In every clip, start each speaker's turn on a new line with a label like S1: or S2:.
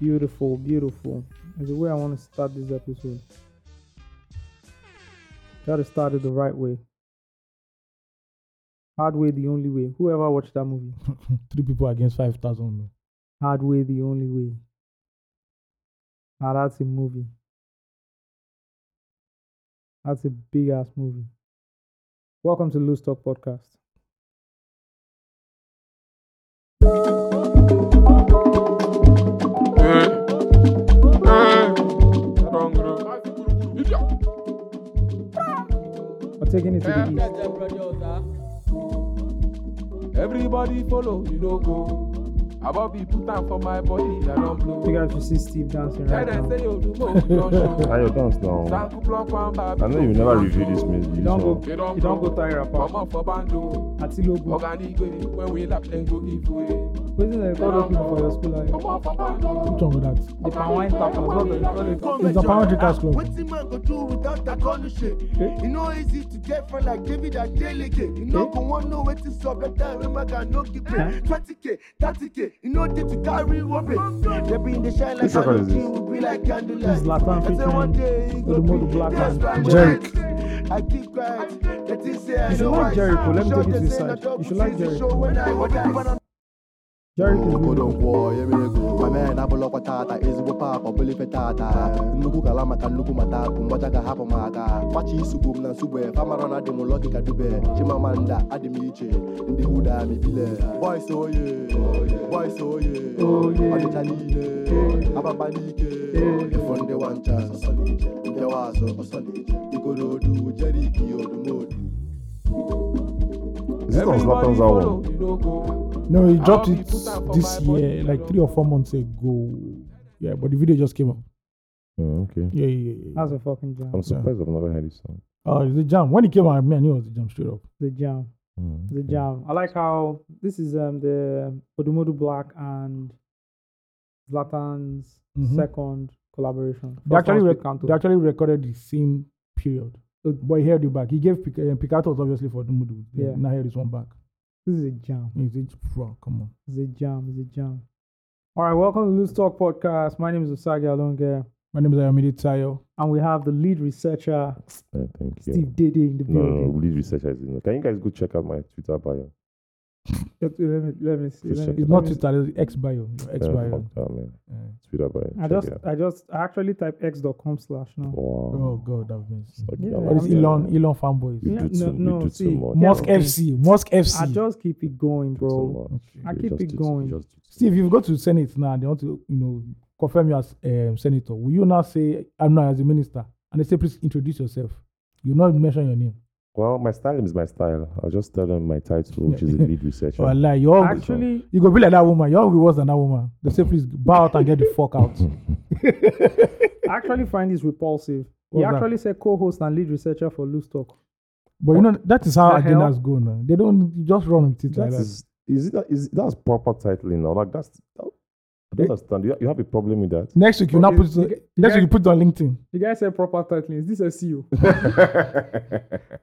S1: Beautiful, beautiful. Is the way I want to start this episode. Gotta start it the right way. Hard way, the only way. Whoever watched that movie,
S2: Three people against 5,000 men.
S1: hard way, the only way. Now that's a movie. That's a big ass movie. Welcome to Loose Talk Podcast. We're taking it to the east.
S3: Everybody follow, you know go. About be put down for my body, I don't
S1: You
S3: blow.
S1: guys should see Steve dancing
S3: Tell
S1: right
S3: them
S1: now.
S3: say "Oh, you do more, you don't show.
S4: Ayo, dance now.
S3: Sanku block one bag.
S4: I know you never review this music.
S1: You
S4: You
S1: don't
S4: know.
S1: go. You don't go tire
S3: Come
S1: apart.
S3: on for bando.
S1: Àti lógun.
S3: Organic way, when we lap then go give way.
S1: Wetin dey call those people for your school like?
S3: Come on for
S2: What's
S3: bando.
S2: wrong with that?
S1: The palm wine tap as well. They call it.
S2: It's the power drinkers club.
S5: Wetin man go do without that kind of shit? E no easy to get friend like David Adeleke. You no go wan know wetin sup that time wey Maga no give play. Twenty k, thirty k, you no dey to carry worry. They bin dey shine like
S4: Which record is this?
S5: candle, we be like candlelight.
S1: This is Latan
S5: I say one
S1: featuring
S5: day e go
S1: Olumudu
S5: be-
S1: Black
S5: Yes,
S1: and
S5: right. I keep quiet. They think say I
S1: You should
S5: no
S1: like
S5: wise.
S1: Jericho, let me
S5: Sure
S1: take you to
S5: they
S1: the
S5: say na
S1: side. You should
S5: double
S1: like
S5: face, it
S1: Jericho.
S5: show when I rise.
S1: Jerry is
S6: Obodo
S1: really
S6: nkwọ emere ego ma mee na abụlọkwa tata ezigbo pak ọbụlife tata nnukwu gala maka nnukwu mata bụ mgbaja ga-ahapụ m aka kwachi isugbo m na nsugbe famarọ na dị m lọki ka dube chimamanda adị m iche ndị huda mebile bọis oye bọis oye ọdịcha niile ababa n'ike efọ ndị wancha ọsọ n'ije nkewa azụ ọsọ n'ije ikorodu jeriki odumodu
S4: Is this on Zlatan's album?
S3: you know go.
S2: No, he
S3: I'll
S2: dropped
S3: be
S2: it
S3: put down for
S2: this
S3: my body,
S2: year,
S3: you
S2: like
S3: know.
S2: three or four months ago. Yeah, but the video just came out.
S1: Ah,
S4: Oh, okay.
S2: Yeah, yeah, yeah. yeah.
S1: That's a fucking jam.
S4: I'm surprised I've never
S1: Ah,
S4: heard this song.
S2: Oh, it's a jam. When it came out, I mean, I knew it was a jam straight up.
S1: The jam.
S4: Mm,
S1: The
S4: okay.
S1: jam. I like how this is um the Odumodu Black and Zlatan's
S2: Mhm.
S1: second collaboration.
S2: They
S1: First
S2: actually,
S1: one's
S2: rec-
S1: Picanto.
S2: they actually recorded the same period,
S1: So
S2: but he held it back. He gave Pic- uh, Picato was obviously for Dumudu.
S1: Yeah.
S2: Yeah. Now held this one back.
S1: This is a jam.
S2: He's a bro, come on.
S1: It's a jam. It's a jam. All right, welcome to Loose Talk Podcast. My name is Osagi Alonge,
S2: My name is Ayomide Tayo.
S1: and we have the lead researcher
S4: Yeah, thank you.
S1: Steve Dede in the
S4: No, no,
S1: building.
S4: no, please research as in. Can you guys go check out my Twitter bio?
S1: Let, let me let me see.
S4: Just
S1: Let
S4: check
S1: me,
S2: It's
S4: it
S2: not
S4: out.
S2: Twitter, it's X bio. Your X
S4: Yeah,
S2: bio.
S4: fuck that, man.
S2: Yeah.
S4: Twitter bio.
S1: I
S4: check
S1: just
S4: it out.
S1: I just I actually type x.com slash now.
S2: Oh,
S4: Wow.
S2: God, I've missed.
S4: Fuck
S1: Yeah,
S4: that,
S2: But it's
S4: man.
S2: Elon, Elon fanboys.
S4: You
S1: Yeah, no,
S4: do too,
S1: no,
S4: you do
S1: see,
S4: too much.
S2: Musk
S1: Yeah.
S2: FC. Musk
S1: I
S2: FC.
S1: just keep it going,
S4: You do
S1: bro.
S4: too much.
S1: I
S4: You
S1: keep
S4: just
S1: it
S4: do too-
S1: going.
S4: you just do too
S2: Steve, if you go to Senate now, they want to, you know, confirm you as um, senator. Will you now say, "I'm not as a minister," and they say, "Please introduce yourself." You not mention your name.
S4: Well, my style is my style. I'll just tell them my title, which is a lead researcher.
S2: Or I lie.
S1: Oh,
S2: You all,
S1: Actually,
S2: you go be like that woman. You all be worse than that woman. They say, "Please bow out and get the fuck out."
S1: I actually find this repulsive. He
S2: What's that?
S1: actually said co-host and lead researcher for Loose Talk.
S2: But you know that is how
S1: The hell?
S2: agendas go now. They don't you just run with it like
S4: That
S2: that.
S4: is, is it? Is that's proper titling now? Like that's. I don't
S2: Eh?
S4: understand. You, you have a problem with that?
S2: Next week you now
S1: But
S2: put
S1: is-
S2: it on-
S1: you get-
S2: next
S1: you
S2: week you put it on LinkedIn.
S1: The guy said proper titling. Is this E SEO?
S4: Oh.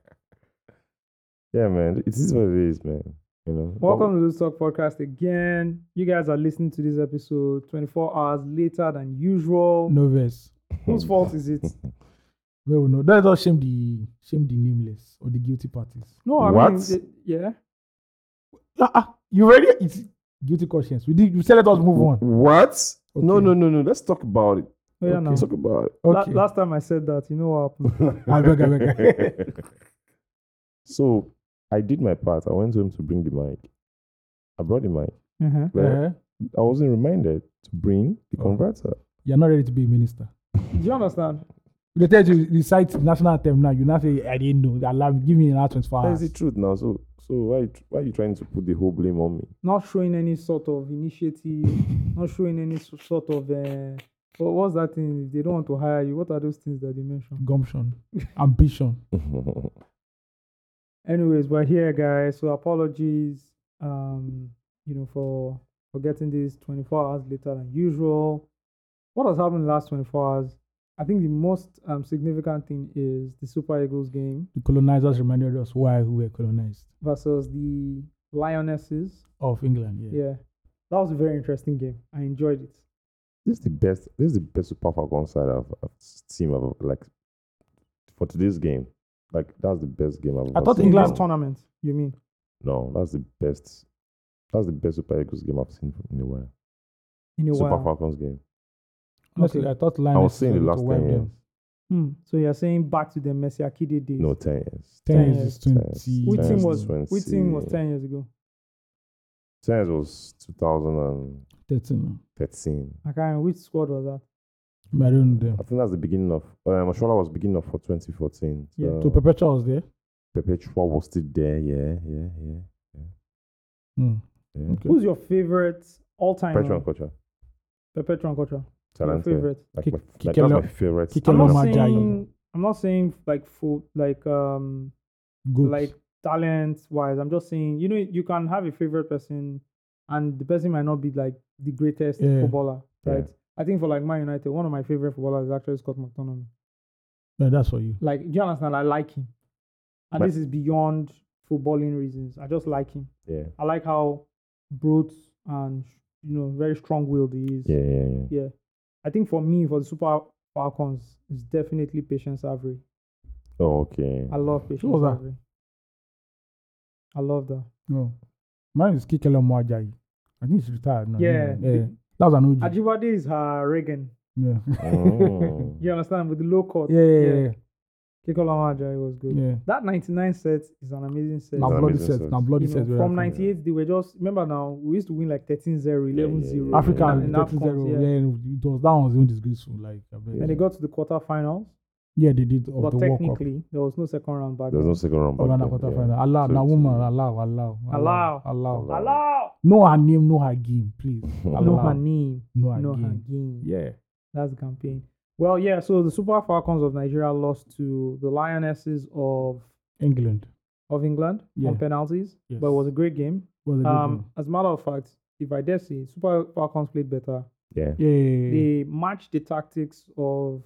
S4: yeah, man. It is what it is, man. You know.
S1: Welcome to Loose Talk Podcast again. You guys are listening to this episode 24 hours later than usual.
S2: No verse.
S1: Whose fault is it?
S2: Well, no. That's not shame the shame the nameless or the guilty parties.
S1: No, I mean,
S4: What?
S1: it, yeah.
S2: Ah, ah, you already it's guilty conscience. We did. You said let us
S4: Mm.
S2: move on.
S4: What? No,
S2: Okay.
S4: no, no, no. Let's talk about it.
S1: Oh, yeah, now.
S4: Let's talk about it.
S1: La-
S2: Okay.
S1: last time I said that, you know what happened?
S2: I beg, I beg.
S4: So I did my part. I went to him to bring the mic. I brought the mic.
S1: Uh-huh.
S4: But
S2: Eh?
S4: I wasn't reminded to bring the
S2: Oh.
S4: converter.
S2: You're not ready to be a minister.
S1: Do you understand?
S2: They tell you to recite the national anthem now. You now say, I didn't know. Allow me, give me an answer for hours.
S4: That's the truth now. So, so why, you tr- why you trying to put the whole blame on me?
S1: Not showing any sort of initiative, not showing any so- sort of. Uh, what- what's that thing? If they don't want to hire you, what are those things that they mentioned?
S2: Gumption, ambition.
S1: anyways we're here guys so apologies um you know for for getting this 24 hours later than usual what has happened in the last 24 hours i think the most um significant thing is the super eagles game
S2: The colonizers reminded us why we were colonized
S1: versus the lionesses
S2: of England. Yeah.
S1: yeah that was a very interesting game i enjoyed it
S4: this is the best. This is the best Super Falcons side I've, I've seen. I've, like for today's game, like that's the best game I've.
S2: I
S4: ever
S2: thought
S4: seen.
S1: In this
S2: England-
S1: tournament, you mean?
S4: No, that's the best. That's the best Super Eagles game I've seen in a while.
S1: In a
S4: Super
S1: while.
S4: Falcons game.
S2: Honestly,
S1: Okay.
S2: I thought Lions.
S4: I was saying the
S2: to
S4: last
S2: wipe
S4: ten years.
S2: them.
S1: Hmm. So you're saying back to the Messi Akide days?
S4: No, ten years.
S2: Ten
S1: Ten
S2: years is
S4: years.
S2: twenty.
S1: Which team
S4: Yes,
S1: was? Which team was
S4: 20.
S1: ten years ago?
S4: Ten years was 2013.
S2: Thirteen.
S1: I can't. remember. Which squad was that?
S2: I don't know them.
S4: I think that's the beginning of. Um, Oshola was beginning of for 2014.
S1: Yeah.
S4: So
S2: So Perpetua was there.
S4: Perpetua was still there. Yeah, yeah, yeah.
S2: Hmm.
S4: yeah.
S2: Okay.
S1: Who's your favorite all-time?
S4: Perpetua
S1: Perpetual.
S4: and Kocha.
S1: Perpetual Culture. Your
S4: Talente.
S1: favorite.
S4: Like,
S2: Kik-
S4: my, like that's
S2: Kikelo-
S4: my favorite.
S2: Kikelo
S1: I'm
S2: Tell
S4: player.
S1: not
S2: them Ajayi.
S1: saying. I'm not saying like food, like um,
S2: Good.
S1: like talent wise. I'm just saying, you know, you can have a favorite person, and the person might not be like the greatest
S2: Yeah.
S1: footballer,
S4: Yeah.
S1: right? I think for like Man United, one of my favorite footballers is actually Scott McTominay.
S2: No, that's for you.
S1: Like, do you understand? I like him, and
S4: But-
S1: this is beyond footballing reasons. I just like him.
S4: Yeah,
S1: I like how brute and you know very strong-willed he is.
S4: yeah, yeah, yeah.
S1: Yeah. I think for me, for the Super Falcons, it's definitely Patience Avery.
S4: Oh, okay.
S1: I love Patience
S2: was that?
S1: Avery. I love that.
S2: No. Mine is Kikelo Mwajayi. I think he's retired now.
S1: Yeah.
S2: Yeah. That was an OG.
S1: Ajibade is her Reagan.
S2: yeah.
S4: Mm.
S1: You understand? With the low cut.
S2: Yeah, yeah, yeah.
S1: Kekola Ajayi was good.
S2: yeah.
S1: That 99 set is an amazing set.
S2: Now
S4: It's an
S2: bloody
S4: amazing
S2: sets.
S4: set.
S2: Now bloody
S1: You
S2: sets.
S1: know,
S2: were
S1: from
S2: African.
S1: 98, they were just, remember now, we used to win like 13 0, 11 0.
S4: yeah,
S2: Africa
S4: yeah.
S2: and
S1: in, AFCONs,
S2: 0
S1: yeah.
S2: yeah. it was that one was even disgraceful. Like, I bet.
S1: And they got to the quarterfinals,
S2: yeah, they did of
S1: but
S2: the walk up.
S1: technically, there was no second round back.
S4: There's no second round. back
S2: Ghana
S4: then,
S2: quarter
S4: yeah.
S2: final. Allow,
S4: So
S2: now
S4: it's-
S2: woman, allow, allow,
S1: Allow.
S2: allow.
S1: Allow!
S2: Know her name, know her game, please. Allow.
S1: No her name.
S2: Know her
S1: No her
S2: game.
S1: game.
S2: Yeah.
S1: That's the campaign. Well, yeah, so the Super Falcons of Nigeria lost to the Lionesses of
S2: England.
S1: of England
S2: Yeah.
S1: on penalties,
S2: Yes.
S1: but it was a great game.
S2: Was a good
S1: Um, as a matter of fact, if I dare say, Super Falcons played better.
S4: Yeah.
S2: game. yeah, yeah, yeah, yeah.
S1: They matched the tactics of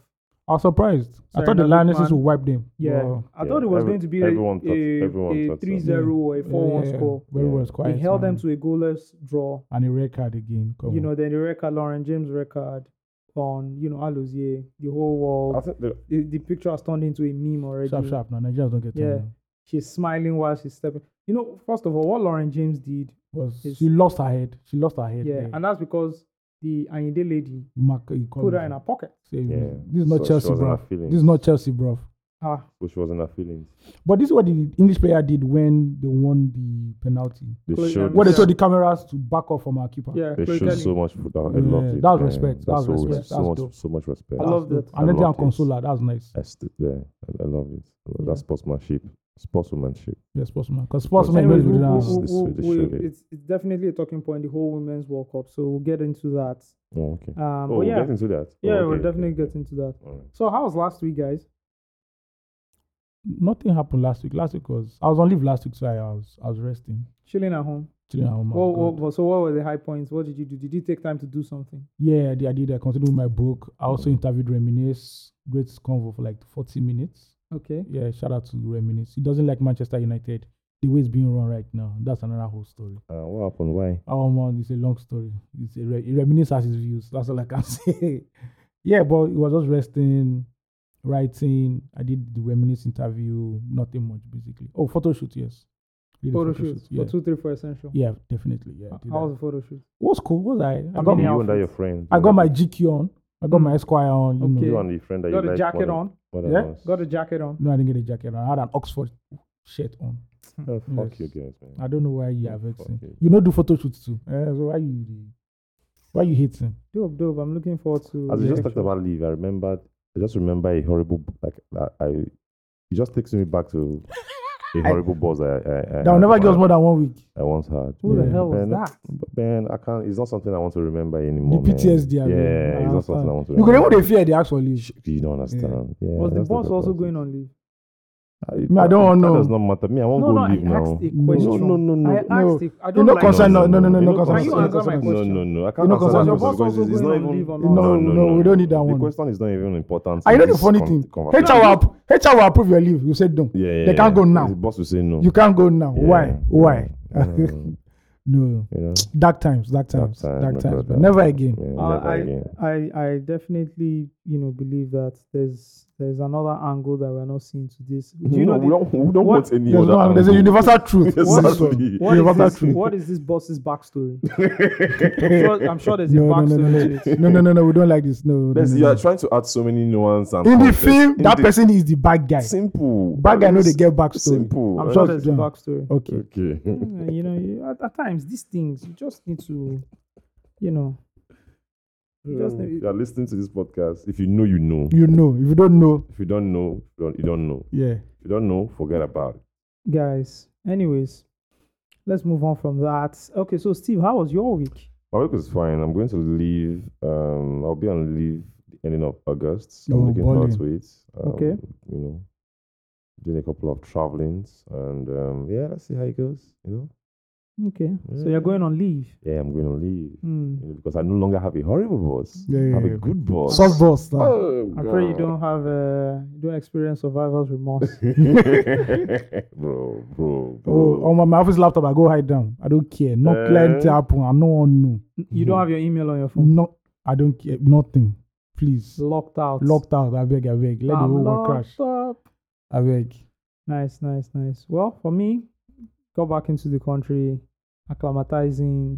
S2: I was surprised. I
S1: Sorry,
S2: thought the
S1: Nabil
S2: Lionesses
S1: Man.
S2: would wipe them.
S1: yeah.
S2: Wow.
S1: I
S4: Yeah,
S1: thought it was
S4: every-
S1: going to be a,
S4: everyone thought-
S1: a,
S4: everyone
S1: a
S4: thought so.
S1: 3-0 or a 4-1
S2: Yeah, yeah,
S1: score.
S2: Very
S4: Yeah.
S2: well scored.
S1: they held them to a goalless draw.
S2: and a red card again. Come
S4: Oh.
S1: You
S2: on.
S1: know, then the record, Lauren James record on, you know, Alozie, the whole
S4: I
S1: world.
S4: think the,
S1: The, the picture has turned into a meme already.
S2: sharp, sharp. Now Nigerians don't get
S1: Yeah.
S2: time.
S1: she's smiling while she's stepping. You know, first of all, what Lauren James did,
S2: Was
S1: It's-
S2: she lost her head? She lost her head.
S1: yeah,
S2: there.
S1: and that's because the Ayinde lady
S2: You mark, you call
S1: put her
S2: it.
S1: in her pocket.
S2: Say,
S4: Yeah.
S2: This is not
S4: So she
S2: Chelsea,
S4: was in her
S2: bro.
S4: feelings.
S2: This is not Chelsea, bro.
S1: Ah,
S4: which was in her feelings.
S2: But this is what the English player did when they won the penalty.
S4: They
S1: Close-
S4: showed.
S1: um,
S2: What they
S1: Yeah.
S2: told the cameras to back off from our keeper.
S1: yeah,
S4: They
S1: Chloe
S4: showed
S1: Kelly.
S4: so much. foot- I I
S2: Yeah,
S4: loved it.
S2: that was
S4: man.
S2: respect, that
S4: That's
S2: was
S4: so,
S2: respect,
S4: So
S2: that's
S4: much.
S2: dope.
S4: So much respect.
S1: I love that.
S4: I
S2: And then
S4: loved it.
S2: Consola, that was nice.
S4: I stood there. I, I love it.
S1: Yeah.
S4: That's sportsmanship. Sportsmanship.
S2: Yeah, sportsman. Because sportsman
S1: Anyways,
S2: knows
S1: we-
S2: we
S1: we-
S2: don't
S4: who-
S2: have-
S1: we-
S4: This is- this
S1: we-
S4: showed it.
S1: it's, it's definitely a talking point, the whole Women's World Cup. So we'll get into that.
S4: Oh, okay.
S1: Um,
S4: oh,
S1: but
S4: we'll
S1: yeah,
S4: get into that.
S1: yeah,
S4: oh, okay,
S1: we'll
S4: okay,
S1: definitely
S4: okay.
S1: get into that.
S4: All right.
S1: So how was last week, guys?
S2: Nothing happened last week. Last week was I was on leave last week, so I was I was resting,
S1: Chilling at home.
S2: chilling at home. I was
S1: What,
S2: good.
S1: what, what- so what were the high points? What did you do? Did you take time to do something?
S2: Yeah, I did. I did. I continued with my book. I
S4: Mm.
S2: also interviewed Reminis. Great convo for like 40 minutes.
S1: Okay.
S2: Yeah, shout out to Reminis. He doesn't like Manchester United. The way it's being run right now, that's another whole story.
S4: Uh, what happened? Why?
S2: Oh man, it's a long story. It's a re- Reminis has his views. That's all I can say. yeah, but it was just resting, writing. I did the Reminis interview. Nothing much basically. Oh, photo shoot. Yes, Did a
S1: Photo shoot
S2: Yeah.
S1: for two, three, four essential.
S2: yeah, definitely. Yeah, I did
S1: How
S2: that.
S1: was the photo shoot?
S2: was cool. Was I? I
S1: How
S2: got
S1: many
S2: my,
S4: you and that
S1: outfits.
S4: your friend.
S2: I
S4: you
S2: got
S4: and-
S2: my GQ on. I got my Esquire on. You know.
S1: Hmm. Okay.
S4: You and the friend that
S1: Got a
S4: you like
S1: jacket
S4: more
S1: on.
S4: than- more than
S2: Yeah?
S4: us.
S1: Got a jacket on.
S2: No, I didn't get a jacket. on. I had an Oxford shirt on.
S4: Oh, fuck
S2: Yes.
S4: you guys, man.
S2: I don't know why you are vexing.
S4: Okay.
S2: You know, do photo shoots too. Eh, so why you why you hating?
S1: Dope, dope. I'm looking forward to.
S4: As we
S1: the
S4: just talked
S1: pictures.
S4: about leave, I remembered. I just remember a horrible b- like I. I it just takes me back to a horrible boss I I, I,
S2: That will
S4: had-
S2: never give us more than one week.
S4: I once had.
S1: Who the
S2: Yeah.
S1: hell was
S4: Man,
S1: that?
S4: But man, I can't. It's not something I want to remember anymore. man.
S2: PTSD, I mean,
S4: Yeah,
S2: I
S4: it's not
S2: understand.
S4: something I want to.
S2: You can
S4: remember.
S2: remember the fear they ask for leave.
S4: You don't understand. Yeah.
S1: Was the
S4: that's
S1: boss also going
S4: problem.
S1: on leave?
S4: I,
S2: Me, I don't want
S4: That
S2: know.
S4: does not matter. Me, I won't
S1: No,
S4: go
S1: no, I
S4: leave now.
S1: asked a
S2: No,
S1: question.
S4: no, no, no,
S1: I
S2: no.
S1: asked a, I
S2: You're
S1: don't
S2: not
S1: like
S2: concerned. No, no, no, no,
S4: You
S2: no
S4: know,
S2: concerned.
S1: can you
S2: no
S1: answer my
S2: concerned.
S1: question?
S4: No, no, no. I
S2: You
S4: can't
S2: know,
S4: answer
S2: concern-
S4: that
S2: your
S4: question
S1: boss
S4: because
S1: also
S4: it's, it's
S1: going
S4: not
S1: on leave
S4: even.
S1: or
S4: no,
S1: not?
S4: no,
S2: No, no, we don't need that
S4: The
S2: one.
S4: question is not even important.
S2: I
S4: in
S2: know the
S4: this
S2: funny
S4: con-
S2: thing.
S4: conversation.
S2: HR will, app- HR will approve your leave. You said no.
S4: Yeah, yeah.
S2: they can't go
S4: yeah.
S2: now.
S4: The boss will say no.
S2: You can't go now.
S4: Yeah,
S2: Why?
S4: yeah.
S2: Why?
S4: Mm.
S2: No,
S4: You know,
S2: dark times, dark
S4: Dark
S2: times,
S4: time,
S2: dark
S4: no
S2: times,
S4: doubt,
S2: but
S4: no
S2: never
S4: doubt.
S2: again.
S4: yeah,
S1: Uh,
S4: never again.
S1: I I definitely you know believe that there's there's another angle that we're not seeing to this. Do you
S4: No,
S1: know
S4: we don't, we
S1: what-
S4: don't want any
S2: There's,
S4: other.
S2: no, there's a
S4: angle.
S2: universal truth.
S4: Yes,
S2: What is-
S4: actually.
S1: the- what is
S2: Universal
S1: this-
S2: truth.
S1: what is this boss's backstory? I'm sure, I'm sure there's a
S2: No, no,
S1: backstory
S2: no, no,
S1: to
S2: no,
S1: it.
S2: no, no, no, no. We don't like this. No, no,
S4: Let's-
S2: no,
S4: you
S2: no.
S4: are trying to add so many nuance and
S2: in the
S4: context.
S2: film,
S4: In
S2: that
S4: the-
S2: person is the bad guy.
S4: simple.
S2: Bad guy know they
S4: It's
S2: get backstory.
S4: Simple.
S1: I'm
S4: eh?
S1: sure there's a
S2: Yeah.
S1: backstory.
S2: Okay,
S4: Okay.
S1: Mm, you know, you, at, at times these things you just need to, you know, you just need,
S4: you are listening to this podcast. If you know, you know.
S2: you know. If you don't know,
S4: If you don't know, you don't, you don't know.
S2: yeah.
S4: If you don't know, forget about it.
S1: guys. Anyways, let's move on from that. Okay, so Steve, how was your week?
S4: My work was fine. I'm going to leave. Um, I'll be on leave the ending of August.
S2: Oh,
S4: I'm looking
S2: balling.
S4: forward to it. Um,
S1: Okay.
S4: You know, doing a couple of travelings and um, yeah, let's see how it goes. You know.
S1: Okay, so
S4: Mm.
S1: you're going on leave.
S4: Yeah, I'm going to leave
S1: Hmm.
S4: you know, because I no longer have a horrible boss.
S2: Yeah,
S4: I have
S2: yeah.
S4: a good boss.
S2: Soft boss. now.
S4: Oh,
S1: I'm afraid you
S4: God.
S1: don't have uh, you don't experience survivor's remorse.
S4: bro, bro,
S2: Oh,
S4: bro.
S2: on my, my office laptop, I go hide down. I don't care. Not
S4: Eh?
S2: let it happen. I no one know.
S1: you don't have your email on your phone.
S2: Not, I don't care. Nothing. Please.
S1: Locked out.
S2: Locked out. I beg, I beg. Let the
S1: I'm
S2: whole world
S1: locked
S2: crash.
S1: up.
S2: I beg.
S1: Nice, nice, nice. Well, for me, go back into the country, acclimatizing.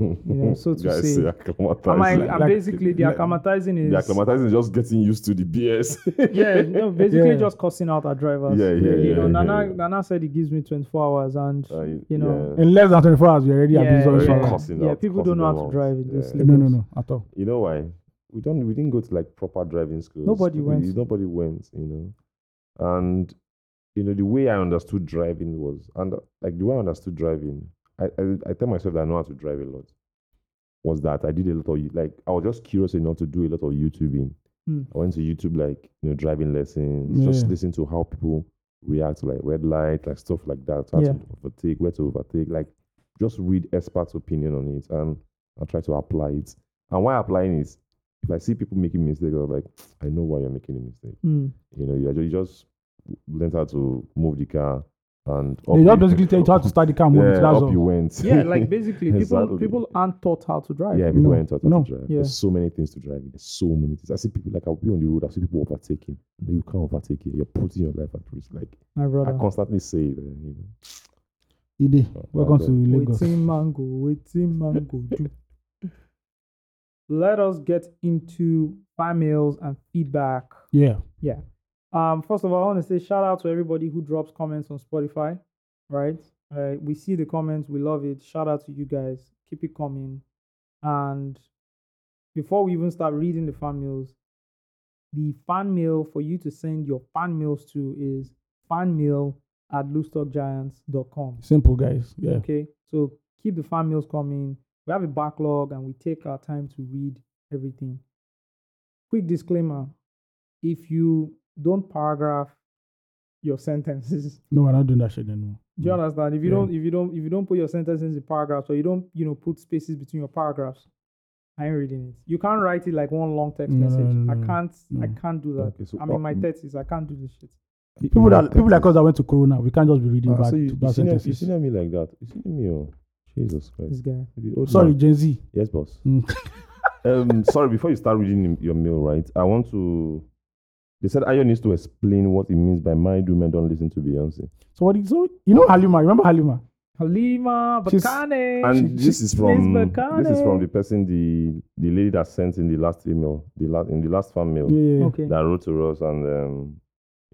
S4: you
S1: know, so to
S4: Guys
S1: say,
S4: say
S1: Am I,
S4: acclimatizing.
S1: I'm
S2: like-
S1: basically the
S2: like-
S1: acclimatizing is
S4: The acclimatizing is just getting used to the BS.
S1: yeah, no, basically
S2: Yeah.
S1: just cussing out our drivers.
S4: Yeah, yeah,
S1: You
S4: yeah,
S1: know,
S4: yeah,
S1: Nana
S4: yeah.
S1: Nana said it gives me 24 hours, and
S4: Uh,
S1: you know,
S4: yeah.
S2: In less than 24 hours, we already
S1: yeah,
S2: abuse
S1: yeah,
S2: all
S4: Already
S1: yeah,
S2: sorts.
S4: cussing out,
S1: people don't know
S4: cussing
S1: how to
S4: out.
S1: drive in this.
S4: Yeah.
S2: No, no, no. At all.
S4: you know why? We don't. We didn't go to like proper driving schools.
S1: Nobody
S4: We-
S1: went.
S4: Nobody went. You know, and you know the way I understood driving was, and uh, like the way I understood driving, I I, I tell myself that I know how to drive a lot. Was that I did a lot of you- like I was just curious enough to do a lot of YouTubing.
S1: Hmm.
S4: I went to YouTube like you know driving lessons, just
S2: Yeah.
S4: listen to how people react to like red light, like stuff like that, how
S1: Yeah.
S4: to overtake, where to overtake, like just read experts' opinion on it, and I try to apply it. And why applying is if I see people making mistakes, I'm like, I know why you're making a mistake.
S1: Mm.
S4: You know, you, are ju- you just learned how to move the car and
S2: They
S4: you-
S2: just basically tell you how to start the car and move it.
S4: yeah,
S2: That's
S4: up you
S2: all.
S4: went.
S1: Yeah, like basically, people
S4: Exactly.
S1: people aren't taught how to drive.
S4: yeah, people
S2: No,
S4: went out how
S2: no.
S4: to drive.
S1: Yeah.
S4: There's so many things to drive. There's so many things. I see people like I'll be on the road. I see people overtaking. No, you can't overtake it. You're putting your life at risk. Like
S1: my brother.
S4: I constantly say, it, uh, you know,
S2: Ide, welcome to Lagos.
S1: Waiting mango, waiting mango. do. Let us get into fan mails and feedback.
S2: Yeah.
S1: Yeah. Um. First of all, I want to say shout out to everybody who drops comments on Spotify. Right. Uh, we see the comments. We love it. Shout out to you guys. Keep it coming. And before we even start reading the fan mails, the fan mail for you to send your fan mails to is fanmail at loosetalkgiants.com.
S2: Simple, guys. Yeah.
S1: Okay, so keep the fan mails coming. We have a backlog and we take our time to read everything. Quick disclaimer if you don't paragraph your sentences,
S2: No, we're not doing that shit anymore.
S1: do you understand? If you
S2: Mm. Yeah.
S1: don't, if you don't, if you don't put your sentences in paragraphs or you don't, you know, put spaces between your paragraphs, I ain't reading it. You can't write it like one long text
S2: No, no,
S1: message.
S2: no,
S1: I
S2: no,
S1: can't, I
S2: no.
S1: can't do that.
S4: Okay, so,
S1: I'm in
S4: uh,
S1: my
S4: m-
S1: thirties. I can't do this shit.
S2: People that people like us that went to Corona, we can't just be reading back
S4: Ah, so
S2: to
S4: you, you,
S2: bad
S4: seen, you
S2: sentences.
S4: seen me like that? You seen me? Oh, Jesus
S1: This
S4: Christ!
S1: guy.
S4: You old
S2: Sorry,
S4: man.
S2: Gen Z.
S4: Yes, boss.
S2: Mm.
S4: um, sorry. Before you start reading your mail, right? I want to. They said Ayo needs to explain what it means by married women don't listen to Beyonce.
S2: So what? is- So you know Halima? Remember Halima?
S1: Halima
S2: She's-
S1: Bakane.
S4: And this is from
S1: Miss
S4: this is from
S1: Bakane.
S4: the person the the lady that sent in the last email, the last in the last fan mail
S2: Yeah.
S1: Okay.
S4: that wrote to us and um,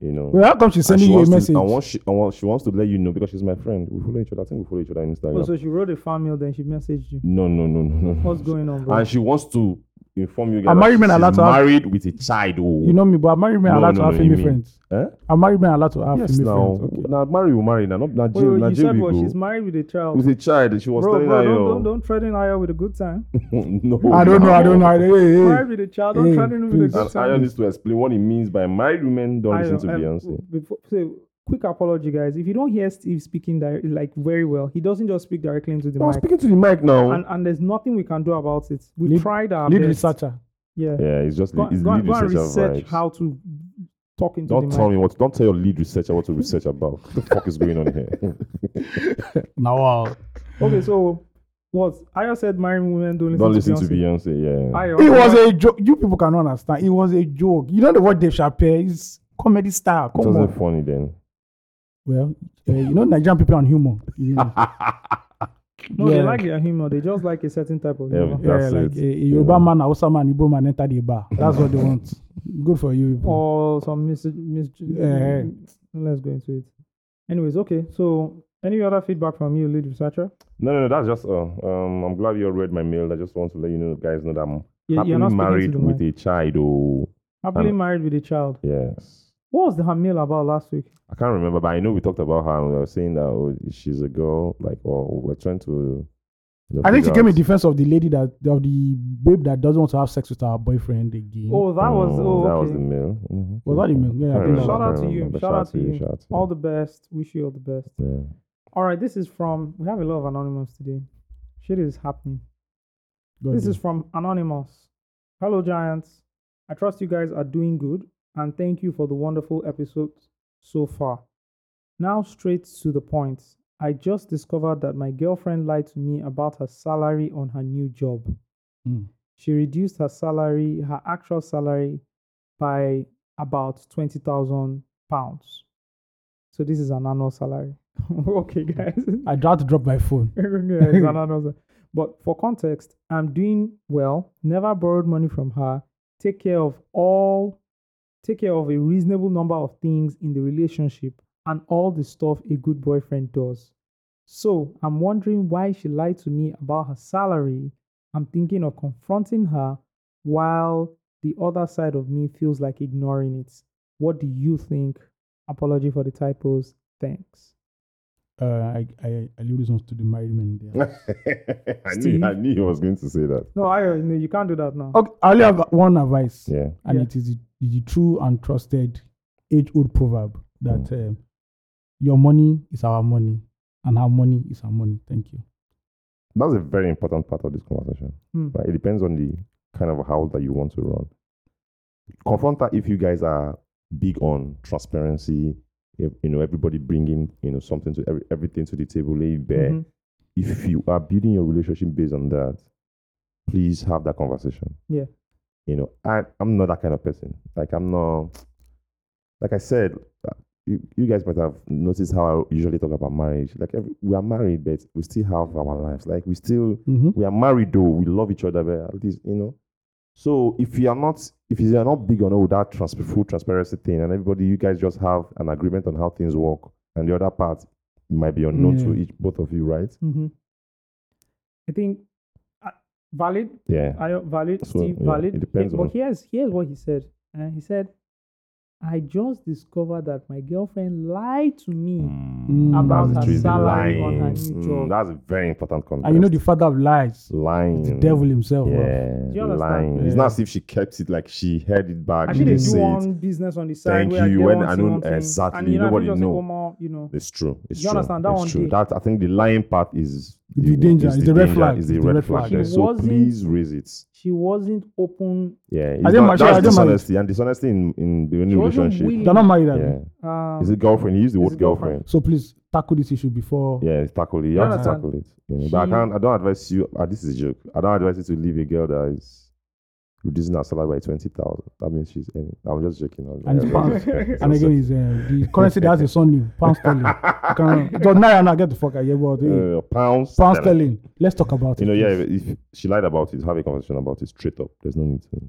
S4: you know.
S2: Well, how come she's
S4: and
S2: sending you a
S4: wants to-
S2: message?
S4: and want she, and want, she wants to let you know because she's my friend. We follow each other. I think we follow each other on Instagram.
S1: Oh, so she wrote a fan mail, then she messaged you.
S4: no, no, no, no, no.
S1: What's going on, bro?
S4: and she wants to inform you guys.
S2: Are
S4: that
S2: married men
S4: she's
S2: allowed to have-
S4: married with a child. Oh.
S2: You know me, but are married men
S4: No,
S2: allowed
S4: no,
S2: to
S4: no,
S2: have
S4: you
S2: female
S4: mean-
S2: friends?
S4: Eh?
S2: Are married men allowed to have
S4: Yes,
S2: female
S4: now.
S2: friends? Okay.
S4: Now, marry, we marry. Now, not
S1: Wait, wait,
S4: Nigeria.
S1: you said what? She's
S4: Nigeria.
S1: married with a child.
S4: With a child, she was
S1: bro,
S4: telling
S1: bro,
S4: her.
S1: don't,
S4: yo,
S1: don't don't threaten Aya with a good time.
S4: no,
S2: I don't know. I don't know. I don't, hey, hey.
S1: married with a child, don't
S2: Hey,
S1: threaten him with a
S2: please.
S1: good
S4: And Ayo
S1: time.
S4: needs to explain what it means by married women don't
S1: Ayo,
S4: listen to
S1: um,
S4: Beyonce.
S1: before- so, quick apology, guys. If you don't hear Steve speaking dir- like very well, he doesn't just speak directly into the
S4: I'm
S1: mic,
S4: speaking to the mic now.
S1: and, and there's nothing we can do about it. We
S2: Lead-
S1: tried our
S2: Lead
S1: best.
S2: researcher.
S1: Yeah,
S4: yeah, it's just
S1: go,
S4: it's
S1: go,
S4: lead
S1: go and
S4: researcher
S1: research
S4: vibes.
S1: how to talk into
S4: Don't
S1: the
S4: tell
S1: mic.
S4: me what. Don't tell your lead researcher what to research about. the fuck is going on here?
S2: Now, wow.
S1: Okay, so what? Ayo said marrying women don't listen,
S4: Don't listen to
S1: Beyonce.
S4: Beyonce. Yeah.
S1: Ayo,
S2: It was a joke. You people cannot understand. It was a joke. You know the word Dave Chappelle is comedy star.
S4: it
S2: Come
S4: wasn't
S2: on.
S4: funny then.
S2: Well, uh, you know Nigerian people and humor. You know. eh,
S1: no,
S2: yeah.
S1: they like their humor. They just like a certain type of humor.
S4: Yeah. That's
S2: yeah, like
S4: it.
S2: a, a Yoruba man, Hausa man, Igbo man enter the bar. That's what they want. Good for you.
S4: Oh,
S2: people.
S1: Or oh, some mis, mis-
S2: Yeah.
S1: Let's go into it. Anyways, okay. So, any other feedback from you, lead researcher?
S4: No, no, no. That's just. Uh, um, I'm glad you all read my mail. I just want to let you know, guys, know that I'm
S1: You,
S4: happily
S1: you're not speaking
S4: married
S1: to the
S4: with
S1: mic.
S4: a child. Oh,
S1: Happily
S4: I'm-
S1: married with a child.
S4: yes.
S1: What was the her mail about last week?
S4: I can't remember, but I know we talked about her. And we were saying that oh, she's a girl. Like, oh, we're trying to. You know,
S2: I think she
S4: figure
S2: came in
S4: out-
S2: defense of the lady that of the babe that doesn't want to have sex with her boyfriend again.
S1: Oh, that was.
S4: Mm,
S1: Oh,
S4: that was
S1: okay.
S4: the mail. Mhm.
S2: Was that the mail? Yeah, I think
S4: Can't
S2: that
S4: remember,
S1: Shout out
S4: can't
S1: to you,
S4: remember.
S1: shout out to you.
S4: Shout out to
S1: all the best. Wish you all the best.
S4: Yeah.
S1: All right, this is from. We have a lot of anonymous today. Shit is happening.
S2: Go
S1: This
S2: ahead.
S1: is from Anonymous. Hello, Giants. I trust you guys are doing good and thank you for the wonderful episode so far. Now, straight to the point. I just discovered that my girlfriend lied to me about her salary on her new job.
S2: Mm.
S1: She reduced her salary, her actual salary, by about 20,000 pounds. So, this is an annual salary. okay, guys.
S2: I tried to drop my phone.
S1: Yeah, it's another- But for context, I'm doing well. Never borrowed money from her. Take care of all, take care of a reasonable number of things in the relationship and all the stuff a good boyfriend does. So I'm wondering why she lied to me about her salary. I'm thinking of confronting her while the other side of me feels like ignoring it. What do you think? Apology for the typos. Thanks.
S2: Uh, I, I I leave this one to the married men. There.
S4: I
S1: Steve?
S4: knew, I knew he was going to say that.
S1: No, I no, you can't do that now.
S2: okay, I only have one advice,
S4: Yeah.
S2: and
S1: Yeah.
S2: it is the, the true and trusted age-old proverb that
S4: Mm.
S2: um, your money is our money, and our money is our money. Thank you.
S4: That's a very important part of this conversation.
S1: Hmm.
S4: Right? It depends on the kind of house that you want to run. Confront her if you guys are big on transparency. If, you know, everybody bringing you know something to every, everything to the table, lay it bare.
S1: Mhm.
S4: If you are building your relationship based on that, please have that conversation.
S1: Yeah.
S4: You know, I I'm not that kind of person. Like I'm not. Like I said, uh, you, you guys might have noticed how I usually talk about marriage. Like every, we are married, but we still have our lives. Like we still
S2: Mm-hmm.
S4: we are married though we love each other but at least you know so if you are not if you are not big on all that trans- full transparency thing and everybody you guys just have an agreement on how things work and the other part might be unknown to
S2: Yeah.
S4: each both of you right
S1: Mm-hmm. I think uh, valid,
S4: yeah
S1: I, valid,
S4: So,
S1: Steve,
S4: yeah,
S1: valid.
S4: it depends
S1: but
S4: on-
S1: here's here's what he said. Uh, he said, "I just discovered that my girlfriend lied to me about
S2: That's
S1: her
S2: the truth,
S1: salary on her new
S4: Mm,
S1: job."
S4: that's a very important context.
S2: And you know the father of lies,
S4: lying
S2: the devil himself. bro.
S4: Mm. yeah
S1: Do you understand?
S4: lying
S2: Yeah.
S4: it's not as if she kept it like she heard it back
S1: I
S4: she
S1: mean, they
S4: didn't
S1: do
S4: say it
S1: one business on the side.
S4: Thank
S1: where
S4: you,
S1: get
S4: when
S1: one
S4: I
S1: thing,
S4: know
S1: one thing,
S4: exactly,
S1: and you know, I
S4: nobody
S1: just
S4: know.
S1: go more, you know,
S4: It's true. It's
S1: You
S4: true.
S1: understand? That
S4: it's
S1: one
S4: true.
S1: did.
S4: That I think the lying part is
S2: The danger,
S4: Is
S2: it's the red
S4: danger,
S2: flag,
S4: Is the red flag.
S1: He
S4: there. So
S1: wasn't-
S4: please raise it.
S1: she wasn't open.
S4: Yeah, it's
S2: I didn't
S4: not,
S2: match- I
S4: that's
S2: didn't match.
S4: dishonesty and dishonesty in in
S1: She
S4: the
S1: wasn't
S4: relationship.
S1: willing.
S2: They're not married. are they?
S4: Yeah,
S1: Um,
S4: is it girlfriend? He used the
S1: is
S4: word
S1: it girlfriend?
S4: girlfriend.
S2: So please tackle this issue before.
S4: Yeah, tackle it. You
S1: You
S4: have to
S1: understand?
S4: tackle it. You know, but I
S1: Ah. She-
S4: can't. I don't advise you. Uh, this is a joke. I don't advise you to leave a girl that is reducing her salary by twenty thousand. That means she's earning. I'm just joking. I'm-
S2: And it's
S4: I'm
S2: pounds.
S4: just joking.
S2: And again, is uh, the currency that has a son name, pound sterling. You can- Because now now get the fuck out of here, but hey,
S4: Uh, pounds.
S2: pound
S4: sterling.
S2: sterling. Let's talk about
S4: You know,
S2: it.
S4: yeah.
S2: please.
S4: If she lied about it, have a conversation about it straight up. There's no need to.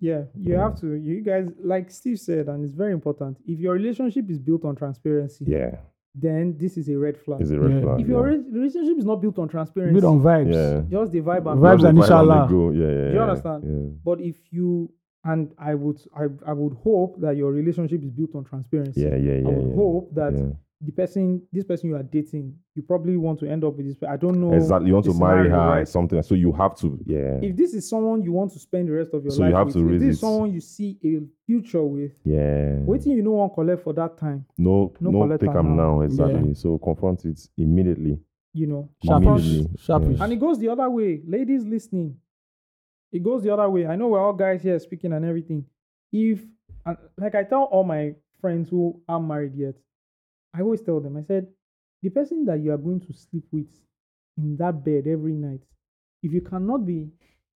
S1: Yeah, you
S4: Yeah.
S1: have to. You guys, like Steve said, and it's very important. If your relationship is built on transparency,
S4: Yeah,
S1: then this is a red flag.
S4: it's a red
S2: Yeah.
S4: flag.
S1: if
S4: yeah.
S1: your re- relationship is not built on transparency,
S2: Good on vibes.
S4: yeah.
S1: just the vibe and
S2: Vibes
S4: Not
S2: and
S4: the vibe
S2: inshallah.
S4: on the go, Yeah, yeah, yeah.
S1: Do you understand?
S4: Yeah.
S1: But if you and I would, I, I would hope that your relationship is built on transparency.
S4: Yeah, yeah, yeah.
S1: I would
S4: yeah.
S1: hope that
S4: Yeah.
S1: the person, this person you are dating, you probably want to end up with this. pe- I don't know
S4: exactly. You want
S1: the
S4: to marry her
S1: scenario,
S4: or
S1: right?
S4: something. So you have to, yeah,
S1: If this is someone you want to spend the rest of your
S4: So you
S1: life
S4: have
S1: with,
S4: to
S1: if
S4: raise
S1: this is
S4: it.
S1: someone you see a future with,
S4: yeah.
S1: waiting you know one collect for that time,
S4: No,
S1: no
S4: no,
S1: collect
S4: take
S1: her
S4: him
S1: now.
S4: now. Exactly. So confront it immediately.
S1: you know.
S2: Sharpish.
S4: Immediately.
S2: Sharpish.
S1: And it goes the other way. Ladies listening, it goes the other way. I know we're all guys here speaking and everything. If, and like I tell all my friends who aren't married yet, I always tell them, I said, the person that you are going to sleep with in that bed every night, if you cannot be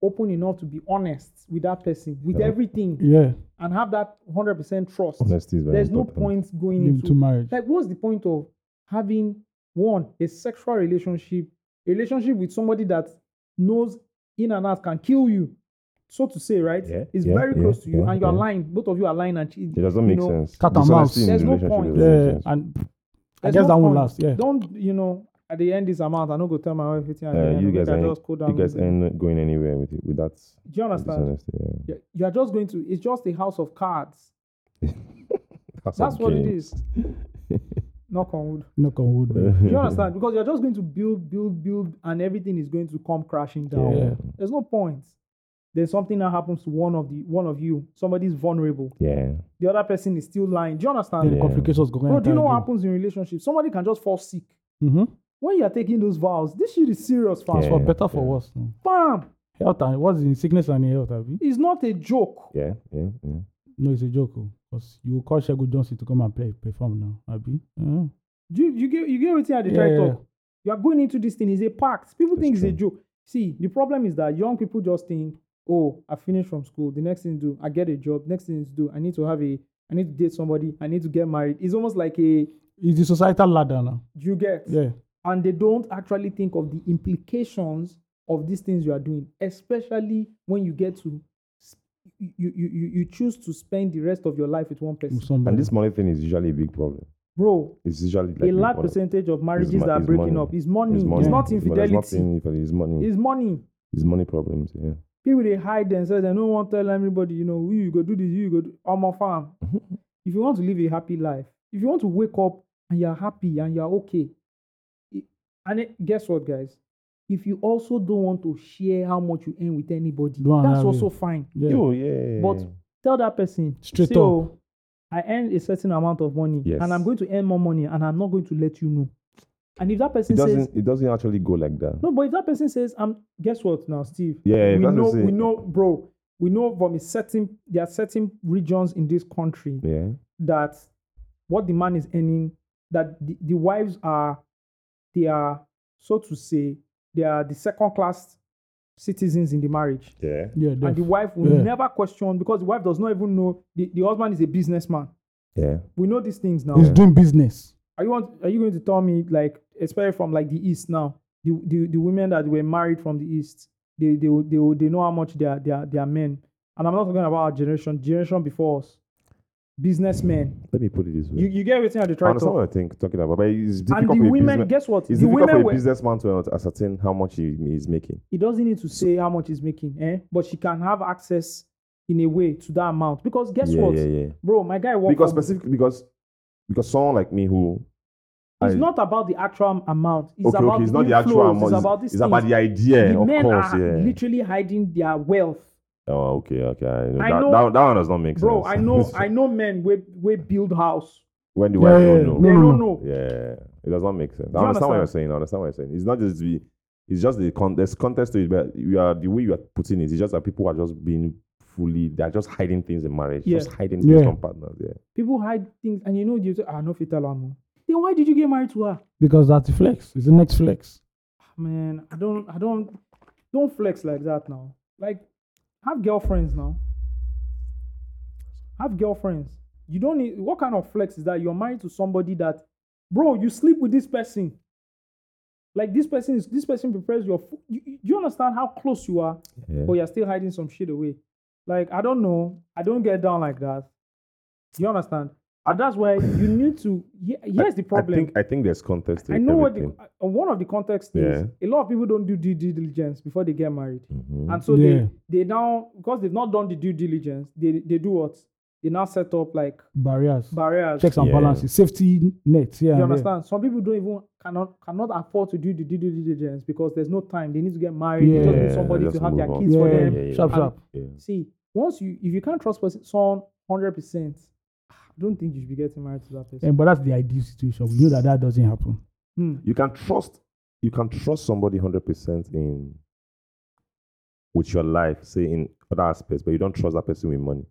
S1: open enough to be honest with that person, with
S4: Yeah.
S1: everything,
S2: Yeah,
S1: and have that 100% trust,
S4: Honesty is very
S1: there's no
S4: important.
S1: point going
S2: him
S1: into
S2: to marriage.
S1: like what's the point of having one a sexual relationship a relationship with somebody that knows in and out can kill you so to say right
S4: Yeah,
S1: it's
S4: yeah,
S1: very
S4: yeah,
S1: close to you
S4: yeah,
S1: and you're
S4: yeah.
S1: lying both of you are lying and cheating
S4: It doesn't
S1: you
S4: make
S1: know,
S4: sense.
S2: Cat and
S4: Dishonesty
S2: mouse.
S4: in
S1: There's no
S4: relationship
S1: point.
S4: doesn't make
S2: Yeah,
S4: sense.
S2: and I
S1: there's
S2: guess
S1: no
S2: that one
S1: point.
S2: last. Yeah,
S1: don't you know at the end this amount i no go tell my wife wetin i
S4: Uh,
S1: dey
S4: you
S1: end make
S4: guys
S1: i
S4: ain't-
S1: just cool down
S4: You guys
S1: a little bit.
S4: ain't going anywhere with it, with that
S1: do you understand
S4: dishonesty. Yeah.
S1: Yeah, you are just going to it's just a house of cards that's what it
S4: okay.
S1: is knock on wood
S2: knock on wood. man.
S1: do you understand because you're just going to build build build and everything is going to come crashing down
S2: Yeah.
S1: There's no point. There's something that happens to one of the one of you. Somebody's vulnerable.
S4: Yeah.
S1: The other person is still lying. Do you understand?
S2: Then the
S4: Yeah.
S2: complications go
S1: Bro, do you know what happens in relationships? Somebody can just fall sick.
S2: Mm-hmm.
S1: When you are taking those vows, this shit is serious, fam.
S4: Yeah.
S2: For better, for worse. no.
S1: Fam,
S2: Health and what's in sickness and in health, abi?
S1: it's not a joke.
S4: Yeah. Yeah. Yeah.
S2: No, it's a joke. Because you will call Shegu Johnson to come and play perform now, abi? Uh-huh.
S1: Do you, you get you get what I
S2: Yeah,
S1: try
S2: yeah,
S1: talk? You are going into this thing. It's a pact. People
S4: That's
S1: think it's a
S4: true.
S1: joke. See, the problem is that young people just think, oh, I finished from school. The next thing to do, I get a job. Next thing to do, I need to have a, I need to date somebody. I need to get married. It's almost like a,
S2: It's the societal ladder now.
S1: you get.
S2: Yeah.
S1: and they don't actually think of the implications of these things you are doing especially when you get to s- you you you, you choose to spend the rest of your life with one person
S2: with Somebody.
S4: And this money thing is usually a big problem.
S1: bro
S4: It's usually like
S1: a large
S4: one of-
S1: percentage of marriages
S4: mo-
S1: that are
S4: is
S1: breaking
S4: money.
S1: up is money it's,
S4: money.
S1: not
S4: It's money.
S1: infidelity
S4: It's, not infidelity. it's money. It's,
S1: it's money
S4: money problems. Yeah.
S1: people they hide themselves and no one tell anybody you know "Who you go do this who you go do i'm a farm if you want to live a happy life if you want to wake up and you're happy and you're okay i- and it- guess what guys if you also don't want to share how much you earn with anybody
S2: Don't
S1: that's
S2: have it.
S1: also fine
S2: yeah.
S4: Yo, yeah.
S1: But- tell that person
S2: Straight
S1: "See,
S2: up.
S1: oh, i earn a certain amount of money
S4: Yes.
S1: and i'm going to earn more money and i'm not going to let you know and if that
S4: it
S1: person
S4: doesn't.
S1: says
S4: it doesn't actually go like that.
S1: no but if that person says um guess what now steve
S4: Yeah,
S1: we
S4: that's
S1: know
S4: what I say.
S1: we know bro we know from a certain there are certain regions in this country
S4: Yeah.
S1: that what the man is earning that the, the wives are they are so to say they are the second class citizens in the marriage
S4: Yeah.
S2: Yeah,
S1: and the
S2: def-
S1: wife will
S2: Yeah.
S1: never question because the wife does not even know the, the husband is a businessman
S4: Yeah.
S1: we know these things now
S2: He's doing business.
S1: are you want are you going to tell me like especially from like the east now the the, the women that were married from the east they they will- they, will- they know how much their their their men and i'm not talking about our generation generation before us businessmen
S4: Let me put it this way.
S1: you, you get everything at the
S4: I
S1: try
S4: understand
S1: talk
S4: what I think talking about, but it's
S1: and
S4: difficult
S1: the
S4: for a
S1: women
S4: business-
S1: guess what
S4: it's
S1: the
S4: difficult
S1: women
S4: for
S1: were
S4: a businessman to ascertain how much he is making.
S1: he doesn't need to say how much he's making eh but she can have access in a way to that amount because guess
S4: yeah,
S1: what
S4: yeah, yeah.
S1: bro my guy worked
S4: Because
S1: for-
S4: specifically, because because someone like me who
S1: it's
S4: I-
S1: not about the actual amount it's
S4: okay,
S1: about
S4: okay, it's not the
S1: inflows,
S4: actual amount.
S1: it's about this
S4: it's about the idea,
S1: the
S4: of
S1: men
S4: course.
S1: are
S4: Yeah.
S1: literally hiding their wealth
S4: Oh, okay, okay. I know,
S1: I
S4: that,
S1: know-
S4: that, that one does not make
S1: bro
S4: sense.
S1: i know i know men wey wey build house
S4: when do
S2: Yeah, yeah,
S4: I
S2: yeah.
S4: don't
S1: they
S4: know?
S1: no
S2: no, no.
S1: know
S4: Mm. Yeah, it does not make sense.
S1: Do
S4: I
S1: you
S4: understand
S1: understand?
S4: what you're saying. I understand what you're saying. It's not just the, it's just the con- there's context to it, but you are the way you are putting it. It's just that people are just being fully. They're just hiding things in marriage.
S1: Yeah.
S4: Just hiding things
S2: Yeah.
S4: from partners. Yeah.
S1: people hide things and you know you say ah no fit tell am o then why did you get married to her
S2: Because that's the flex. It's the next flex.
S1: man i don't i don't don't flex like that now like have girlfriends now have girlfriends you don't need what kind of flex is that you're married to somebody that bro you sleep with this person like this person is this person prepares your food you, you- you understand how close you are
S4: Yeah.
S1: but you're still hiding some shit away. Like I don't know, I don't get down like that. You understand? And that's why you need to. Ye- Here's the problem.
S4: I think I think there's context to
S1: I know what the,
S4: everything.
S1: uh, one of the context is. A lot of people don't do due diligence before they get married,
S4: Mhm.
S1: and so
S2: Yeah.
S1: they they now because they've not done the due diligence, they they do what they now set up like
S2: Barriers.
S1: barriers.
S2: Checks and
S4: Yeah.
S2: balances. Safety nets. Yeah.
S1: you
S2: and there.
S1: understand? Some people don't even cannot cannot afford to do the due diligence because there's no time. They need to get married. They just
S2: Yeah,
S1: need somebody
S4: just
S1: to have their
S4: move on.
S1: kids for
S2: Yeah,
S1: them.
S4: Yeah, yeah.
S2: Sharp,
S1: And-
S2: sharp.
S4: Yeah.
S1: see once you if you can't trust person someone hundred percent ah, i don't think you should be getting married to that person
S2: And but that's the ideal situation. We know that that doesn't happen.
S1: Hmm.
S4: You can trust you can trust somebody hundred percent in with your life, say in other aspects, but you don't trust that person with money.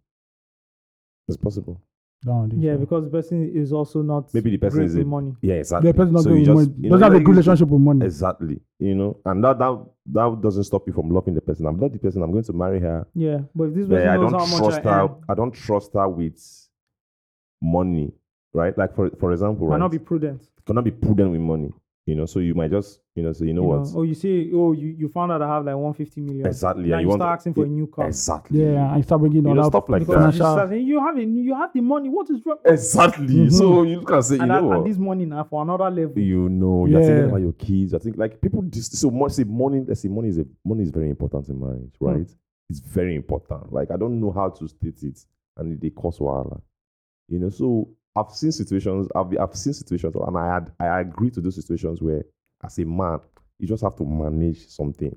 S4: It's possible.
S2: down this.
S1: Yeah, because the person is also not
S4: Maybe the person
S1: great
S4: is
S1: with
S4: a-
S1: money.
S4: Yeah,
S2: the
S4: exactly.
S2: person not
S4: so
S2: doing
S4: you just
S2: money,
S4: you
S2: doesn't
S4: know,
S2: have a
S4: you-
S2: good relationship with money.
S4: Exactly. You know, and that that that doesn't stop you from loving the person. I'm not the person. I'm going to marry her.
S1: Yeah, but if this
S4: But
S1: person
S4: I
S1: knows
S4: don't
S1: how much
S4: trust
S1: I
S4: her.
S1: am,
S4: I don't trust her with money, right? Like for for example,
S1: might
S4: right?
S1: not be prudent.
S4: cannot be prudent with money. You know, so you might just you know say you know
S1: you know?
S4: what
S1: Oh, you see, oh, you, you found out I have like 150 million.
S4: exactly.
S1: Now
S4: and
S1: you
S4: want
S1: start asking for a new car.
S4: Exactly.
S2: Yeah, I start bringing
S4: You
S2: all
S4: know
S2: that
S4: stuff like
S1: Because you,
S4: that.
S2: financial-
S1: start saying, you have a, you have the money. What is wrong?
S4: Exactly. So you can say you
S1: Mm-hmm. and, that-
S4: know
S1: and
S4: what.
S1: this money now for another level.
S4: you know, you're
S2: Yeah.
S4: thinking about your kids. I think like people just so much. See, money. Let's say money is a, money is very important in marriage, right? It's very important. Like I don't know how to state it, and it, they cause wahala. You know, so I've seen situations. I've I've seen situations, and I had I agree to those situations where as a man, you just have to manage something,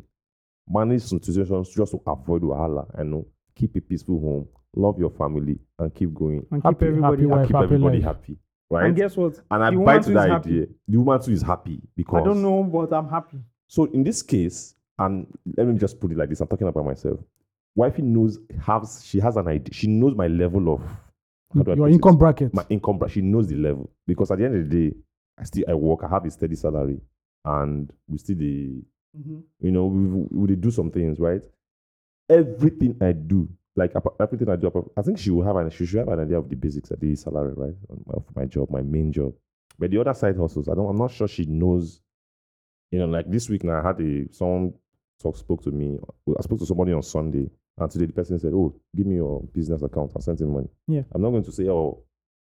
S4: manage some situations just to avoid wahala. I know, keep a peaceful home, love your family, and keep going.
S1: And keep
S2: Happy-
S1: everybody
S2: happy
S1: happy.
S2: wife.
S4: keep everybody
S2: life.
S4: happy, right?
S1: And guess what?
S4: And I
S1: The woman
S4: buy to
S1: too is
S4: that
S1: happy.
S4: idea. The woman too is happy because
S1: I don't know, but I'm happy.
S4: So in this case, and let me just put it like this: I'm talking about myself. Wifey knows has she has an idea. She knows my level of how do I
S2: your
S4: put it?
S2: income bracket.
S4: My income, bra- she knows the level because at the end of the day, I still I work. I have a steady salary, and we still the
S1: Mhm.
S4: you know we we dey do some things right. Everything I do, like apa- everything I do, apa- I think she will have an she should have an idea of the basics, of the salary, right, of my- of my job, my main job. But the other side hustles, I don't. I'm not sure she knows. You know, like this week now, I had a someone talk spoke to me. I spoke to somebody on Sunday, and today the person said, "Oh, give me your business account." I sent him money.
S1: Yeah.
S4: I'm not going to say, "Oh,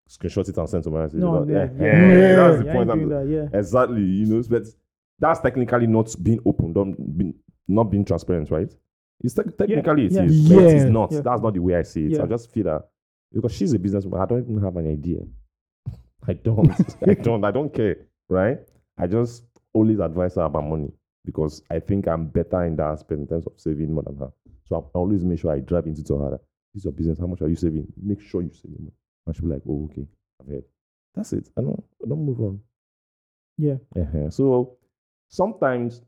S4: screenshot it and send to my."
S1: No, no,
S4: yeah,
S1: yeah,
S4: yeah,
S2: yeah,
S4: "Eh, that's the
S1: Yeah, I ain't
S4: point.
S1: doing
S4: I'm-
S1: that, yeah.
S4: Exactly, you know, but that's technically not being open, don't being, not being transparent, right? It's te- technically it
S1: yeah.
S4: is, but it's
S2: Yeah.
S4: not.
S1: Yeah.
S4: That's not the way I see it.
S1: Yeah.
S4: I just feel that because she's a businesswoman, I don't even have an idea. I don't, I don't, I don't care, right? I just always advise her about money because I think I'm better in that aspect in terms of saving more than her. So I always make sure I drive into to her. that, This is your business. How much are you saving? Make sure you save money. And she'll be like, "Oh, okay, I've heard." That's it. I don't, I don't move on.
S1: Yeah.
S4: Uh-huh. So sometimes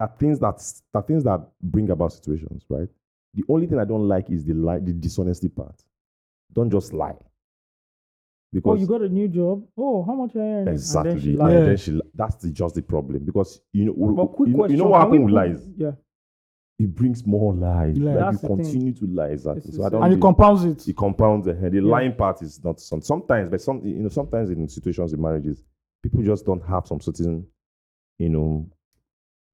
S4: are things that are things that bring about situations, right? The only thing I don't like is the lie, the dishonesty part. Don't just lie.
S1: Oh,
S4: Because
S1: you got a new job. Oh, how much are you earning? And then she
S4: exactly, and
S1: lied.
S4: then
S2: lied.
S4: she li- that's the, just the problem. Because you know,
S1: But quick
S4: you, know-
S1: question.
S4: you know what
S1: can we
S4: happens
S1: put-
S4: with lies?
S1: Yeah.
S4: It brings more lies.
S2: Yeah.
S4: Like
S1: That's the
S4: you
S1: thing.
S4: continue to lie, exactly.
S1: It's
S4: So
S1: the
S4: I
S1: same.
S4: don't.
S2: and it
S4: do-
S2: compounds it.
S4: it compounds the head. The lying part is not some, sometimes, but some you know sometimes in situations in marriages, people just don't have some certain, you know,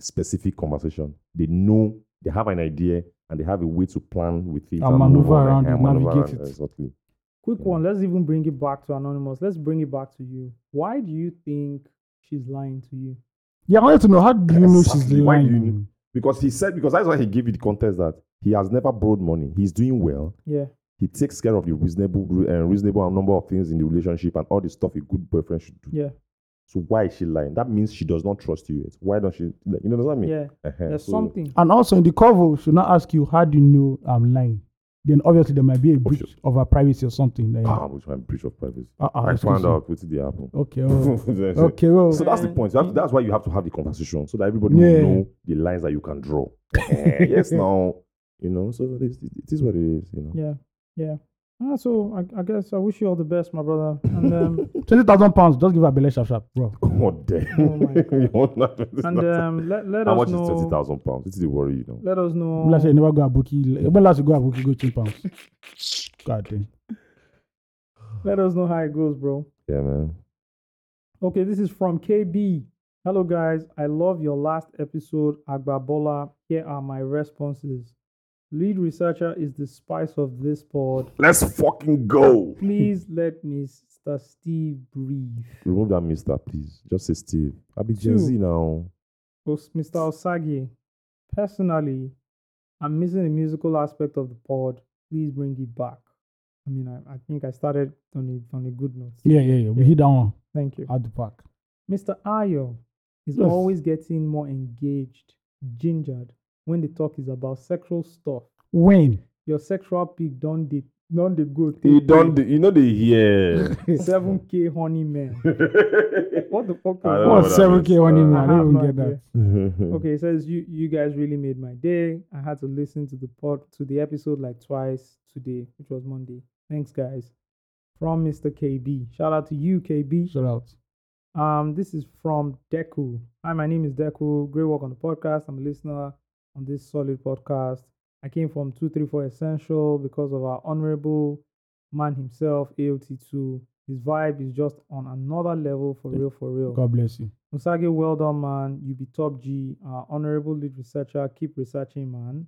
S4: specific conversation. They know they have an idea and they have a way to plan with it
S2: And
S4: move
S2: maneuver
S4: on,
S2: around
S4: yeah,
S2: it,
S4: maneuver
S2: navigate
S4: around,
S2: it.
S4: Exactly.
S1: Quick
S4: Yeah.
S1: one. Let's even bring it back to anonymous. Let's bring it back to you. Why do you think she's lying to you?
S2: Yeah, I wanted to know how do you know she's
S4: Exactly. Why do you
S2: lying?
S4: Because he said because that's why he gave you the context that he has never borrowed money. He's doing well.
S1: Yeah.
S4: He takes care of the reasonable uh, reasonable number of things in the relationship and all the stuff a good boyfriend should do.
S1: Yeah.
S4: So why is she lying? That means she does not trust you yet. Why don't she? You know what I mean?
S1: Yeah.
S4: Uh-huh.
S1: There's
S4: So-
S1: something.
S2: And also in the cover, should not ask you how do you know I'm lying. Then obviously there might be a breach
S4: Oh, sure.
S2: of her privacy or something. Then,
S4: Ah, which one breach of privacy?
S2: Ah, ah,
S4: I
S2: excuse
S4: found
S2: me.
S4: out what did happen.
S2: Okay. oh, okay. Well,
S4: So that's the
S1: Uh,
S4: point. You have to- that's why you have to have the conversation so that everybody
S2: Yeah.
S4: will know the lines that you can draw. Eh, yes, now you know. So it is, it is what it is. You know.
S1: Yeah. Yeah. Ah, so I, I guess I wish you all the best, my brother. And um,
S2: twenty thousand pounds. Just give her belly sharp sharp, bro.
S4: What the?
S1: Oh my
S4: You want that-
S1: and um, let, let
S4: How
S1: us
S4: much
S1: know.
S4: is twenty thousand pounds? It's the worry, you know.
S1: Let us know.
S2: Let's say you never go abuki. When last you go abuki, go two pounds. God damn.
S1: Let us know how it goes, bro.
S4: Yeah, man.
S1: Okay, this is from KB. Hello, guys. I love your last episode, Agbabola. Here are my responses. Lead researcher is the spice of this pod.
S4: Let's fucking go.
S1: Please let Mr. Steve breathe.
S4: Remove that, Mister, please. Just say Steve. I'll be
S1: Two.
S4: Gen Z now.
S1: Os- Mr. Osagi, personally, I'm missing the musical aspect of the pod. Please bring it back. I mean, I, I think I started on a, on a good note.
S2: Yeah, yeah, yeah. We hit that one
S1: Thank you.
S2: at the park.
S1: Mr. Ayo is
S2: Yes.
S1: always getting more engaged, gingered when the talk is about sexual stuff.
S2: When?
S1: Your sexual peak done the done the
S2: E
S1: good.
S4: You don't. You know the yeah.
S1: seven k honey man. what the fuck? was
S4: I don't know
S1: that?
S4: what
S2: What's
S4: that
S2: seven
S4: means.
S2: k one in? Uh, I
S1: have
S2: don't
S1: no
S2: even get
S1: idea.
S2: that.
S1: Okay, it says you you guys really made my day. I had to listen to the pod to the episode like twice today, which was Monday. Thanks, guys. from Mr. KB. Shout out to you, KB.
S2: Shout out.
S1: Um, this is from Deku. Hi, my name is Deku. Great work on the podcast. I'm a listener on this solid podcast. I came from 234 Essential because of our honorable man himself, AOT2. His vibe is just on another level for real, for real.
S2: God bless you.
S1: Musage, well done, man. You be top G. Uh, honorable lead researcher, keep researching, man.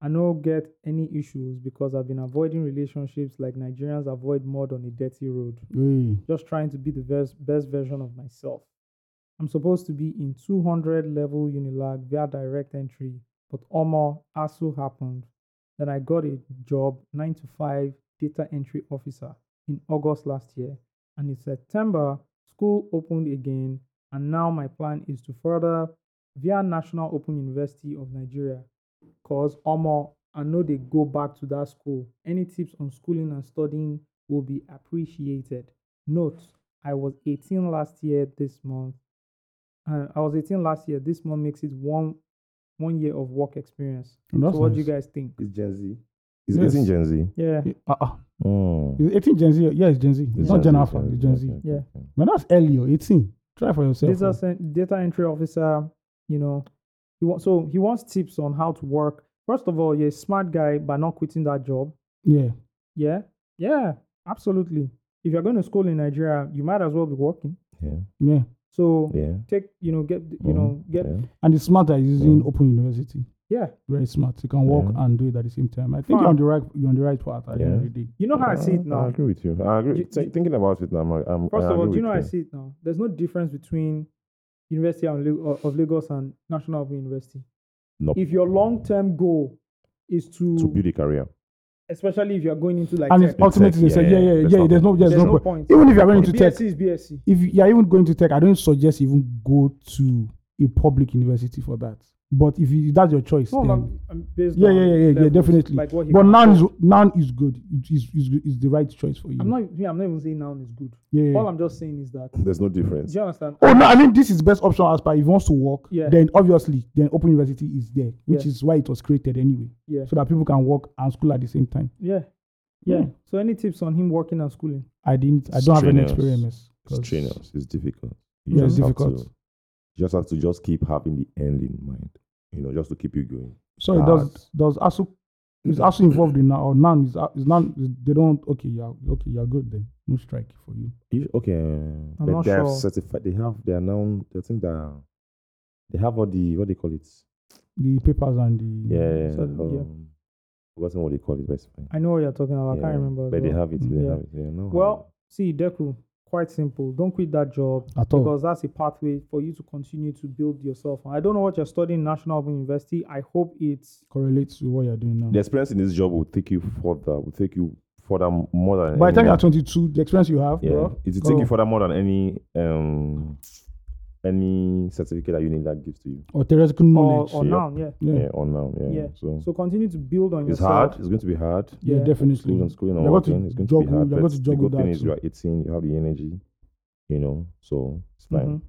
S1: I no get any issues because I've been avoiding relationships like Nigerians avoid mud on a dirty road
S2: Hey,
S1: just trying to be the best, best version of myself. I'm supposed to be in 200 level Unilag via direct entry, but Omo ASU happened. Then I got a job 9 to 5 data entry officer in August last year. And in September, school opened again. And now my plan is to further via National Open University of Nigeria. Cause Omo, I know they go back to that school. Any tips on schooling and studying will be appreciated. Note, I was 18 last year this month. Uh, I was 18 last year. This month makes it one one year of work experience.
S2: That's
S1: so what do
S2: nice.
S1: you guys think?
S4: It's Gen Z. It's
S2: Yes.
S4: 18 Gen Z.
S1: Yeah.
S2: Uh, uh,
S4: Mm.
S2: is 18 Gen Z? Yeah, it's Gen Z. It's,
S4: It's
S2: not Gen
S4: Gen Z,
S2: Alpha. It's Gen Z.
S4: okay,
S1: Yeah.
S4: okay.
S2: Man, that's early. oh, 18. Try for yourself.
S1: Data,
S2: oh.
S1: cen- data entry officer, you know, he wa- so he wants tips on how to work. First of all, you're a smart guy by not quitting that job.
S2: Yeah.
S1: Yeah. Yeah. Absolutely. If you're going to school in Nigeria, you might as well be working.
S2: Yeah. Mm.
S1: So
S4: Yeah.
S1: take, you know, get, you
S4: Mhm,
S1: know, get,
S4: yeah.
S2: And it's smart that he's using Open University.
S1: yeah.
S2: Very smart. You can work
S4: Yeah.
S2: and do it at the same time. I think
S1: Fine.
S2: you're on the right you're on the right path at the end
S4: Yeah.
S2: of the day.
S1: You know how I see it
S4: Uh,
S1: now.
S4: I agree with you. I agree.
S1: You-
S4: Thi-
S1: you-
S4: thinking about it now, I'm, I'm,
S1: First
S4: I
S1: of all,
S4: agree
S1: do you know
S4: with
S1: how I see it now? There's no difference between University of Lag- uh, of Lagos and National Open University.
S4: Nope.
S1: If your long-term goal is to,
S4: to build a career.
S1: especially if you are going into like
S2: And
S1: tech,
S2: it's ultimately they
S4: yeah,
S2: say, yeah,
S4: yeah,
S2: yeah,
S4: there's
S2: yeah,
S4: no
S2: there's no
S4: point.
S2: there's,
S1: there's
S2: no
S1: no
S2: point.
S1: point.
S2: Even if you're going to tech,
S1: BSc is BSc.
S2: if you are even going to tech, I don't suggest even go to a public university for that. But if you, that's your choice,
S1: No,
S2: then-
S1: I'm, I'm um, based
S2: yeah,
S1: on
S2: yeah, yeah, yeah, yeah,
S1: levels,
S2: definitely.
S1: Like what he
S2: but
S1: can
S2: now is
S1: afford.
S2: now is good. It is is is the right choice for you.
S1: I'm not. me, I'm not even saying now is good.
S2: yeah. yeah.
S1: All I'm just saying is that. Do
S4: There's no difference.
S1: you understand?
S2: Oh no! I mean, this is best option as per if he wants to work.
S1: Yeah.
S2: Then obviously, then Open University is there, which
S1: Yeah.
S2: is why it was created anyway,
S1: Yeah,
S2: so that people can work and school at the same time.
S1: yeah, yeah.
S2: Hmm.
S1: So any tips on him working and schooling?
S2: I didn't. I don't have any
S4: Strenuous.
S2: experiments.
S4: It's strenuous. It's difficult.
S2: Yeah, it's
S4: have
S2: difficult.
S4: To, you just have to just keep having the end in mind. You know, just to keep you going.
S2: So it does does ASU is ASU involved in now or none is is none they don't okay yeah okay you're good then no strike for you.
S4: If, okay. uh, but
S1: not
S4: they
S1: sure.
S4: are certified. They have. They are now. I think they are. They have all the what they call it.
S2: The papers and the
S4: Yeah.
S1: Mm-hmm. So, yeah.
S4: um, Forgotten what they call it, but it's fine.
S1: I know what you're talking about. I
S4: Yeah,
S1: can't remember. as
S4: But they
S1: well.
S4: have it. They
S1: Yeah.
S4: have it. Yeah, no,
S1: Well, see, Deku, quite simple. Don't quit that job
S2: at
S4: Oh.
S2: all.
S1: because that's a pathway for you to continue to build yourself. I don't know what you're studying in National Open University. I hope it's
S2: correlates with what you're doing now.
S4: the experience in this job will take you further. Will take you further more than.
S2: By the time
S4: any-
S2: you're 22, the experience you have,
S4: Yeah,
S2: bro,
S4: it will take
S2: Oh.
S4: you further more than any um any certificate that Unilag gives to you.
S2: or theoretical
S1: or,
S2: knowledge.
S1: or
S4: Yep.
S1: now, yeah.
S4: Yeah,
S2: yeah.
S4: on now. Yeah,
S1: Yeah.
S4: so,
S1: So continue to build on
S4: it's
S1: yourself.
S4: hard. It's going to be hard.
S2: yeah,
S1: Yeah.
S4: Schooling
S2: definitely.
S4: and schooling and
S2: You're going to
S4: working. It's going to
S2: juggle-
S4: be hard.
S2: you're going
S4: but
S2: to
S4: the
S2: juggle
S4: good thing
S2: that
S4: is you are 18. You have the energy. You know, so it's fine.
S1: Mhm.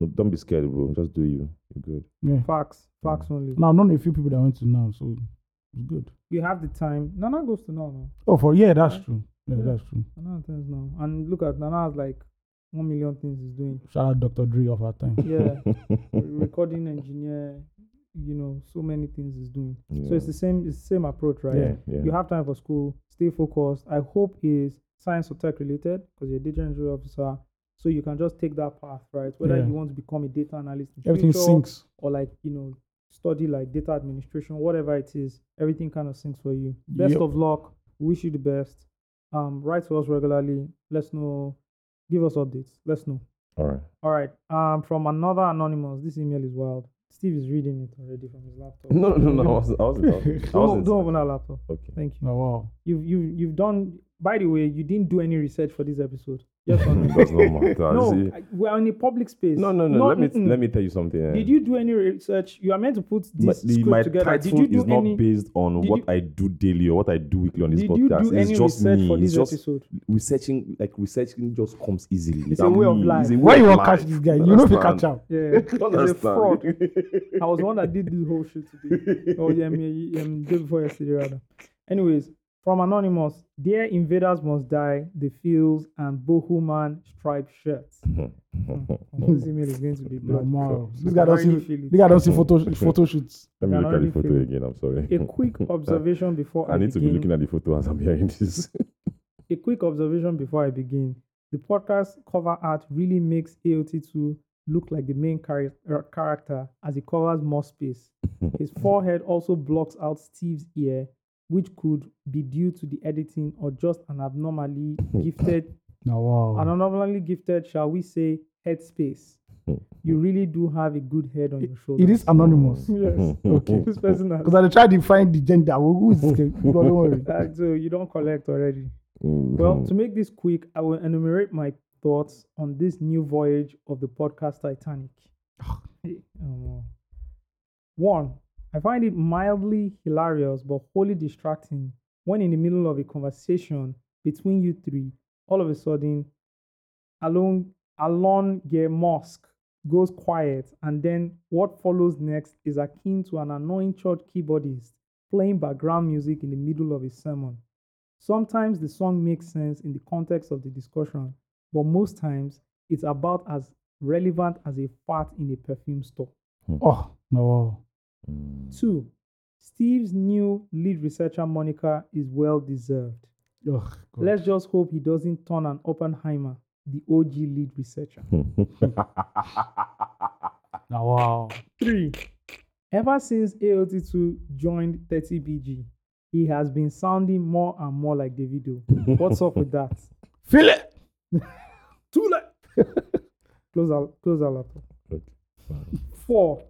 S4: No, Don't be scared, bro. Just do you. You're good.
S2: Yeah.
S1: Facts, facts only.
S2: Now I've known a few people that went to now, so it's good.
S1: You have the time. Nana goes to now, now.
S2: Oh, for yeah, that's true. Yeah,
S1: Yeah.
S2: that's true.
S1: Nana attends now, and look at Nana has like one million things he's doing.
S2: Shout out Dr. Dre of our time.
S1: Yeah, recording engineer. You know, so many things he's doing. So
S4: Yeah.
S1: it's the same. It's the same approach, right?
S4: yeah, yeah.
S1: you have time for school, stay focused. I hope is science or tech related because you're a data engineering officer. So you can just take that path, right? Whether
S2: Yeah.
S1: you want to become a data analyst, in
S2: Everything
S1: future,
S2: sinks.
S1: or like you know, study like data administration, whatever it is, everything kind of sinks for you. Best
S2: Yep.
S1: of luck. Wish you the best. Um, write to us regularly. Let's know. Give us updates. Let's know.
S4: All right.
S1: All right. Um, from another anonymous, this email is wild. Steve is reading it already from his laptop.
S4: No, no, no. I wasn't. I wasn't. I wasn't. I
S1: don't,
S4: wasn't.
S1: don't open our laptop.
S4: Okay.
S1: Thank you
S2: Oh wow.
S1: you've you've you've done. By the way, you didn't do any research for this episode. Yes or no?
S4: That's not matter.
S1: no,
S4: This is-
S1: I- we're in a public space.
S4: no, no, no. let me
S1: mm-mm.
S4: let me tell you something. eh.
S1: Did you do any research? You are meant to put
S4: my,
S1: this
S4: the-
S1: script
S4: my
S1: together.
S4: title
S1: Did you do
S4: is not
S1: any?
S4: based on
S1: did
S4: what
S1: you-
S4: I do daily or what I do weekly on this
S1: Did you
S4: podcast.
S1: do
S4: it's
S1: any
S4: just
S1: research
S4: me.
S1: for this
S4: it's just
S1: episode?
S4: researching, like researching, just comes easily.
S1: It's a way of
S4: me.
S1: life.
S4: It's a way
S2: Why
S4: of
S2: you want to
S4: life.
S2: catch this guy? You know if you catch
S4: Understand?
S2: up.
S1: Yeah, it's a
S4: Understand?
S1: fraud. I was the one that did the whole shit today. oh yeah, me, um, day before yesterday rather. Anyways, From Anonymous, dear invaders must die, the fields and Bohuman striped shirts. this email is going to be blood.
S2: Normal.
S4: So-
S2: This guy
S1: I
S2: don't
S1: already
S2: see.
S1: feel it.
S2: This guy don't see photo photo shoots.
S4: Let me
S1: Can
S4: look at
S1: already
S4: the photo
S1: feel it.
S4: again. I'm sorry.
S1: A quick observation before I,
S4: I need to be
S1: begin.
S4: looking at the photo as I'm hearing this.
S1: A quick observation before I begin. The podcast cover art really makes AOT2 look like the main chari- er, character as it covers more space. His forehead also blocks out Steve's ear, which could be due to the editing or just an abnormally gifted,
S2: No, wow.
S1: an abnormally gifted, shall we say, headspace. You really do have a good head on your shoulders.
S2: It is anonymous.
S1: Yes.
S2: Okay.
S1: This person has.
S2: Because I tried to find the gender. Who is this? guy? Don't worry.
S1: Uh, so you don't collect already.
S4: Mm-hmm.
S1: Well, to make this quick, I will enumerate my thoughts on this new voyage of the podcast Titanic. Eh, um, One, I find it mildly hilarious but wholly distracting when, in the middle of a conversation between you three, all of a sudden, Alon Alon Gay Mosque goes quiet, and then what follows next is akin to an annoying church keyboardist playing background music in the middle of a sermon. Sometimes the song makes sense in the context of the discussion, but most times it's about as relevant as a fart in a perfume store.
S2: Oh no. wow.
S1: Two, Steve's new lead researcher moniker is well deserved.
S2: Ugh, God.
S1: Let's just hope he doesn't turn an Oppenheimer, the OG lead researcher.
S2: No, wow.
S1: Three, ever since AOT2 joined 30BG, he has been sounding more and more like Davido. What's up with that?
S2: Feel it.
S1: Too late. close our close our laptop.
S4: Okay.
S1: Four.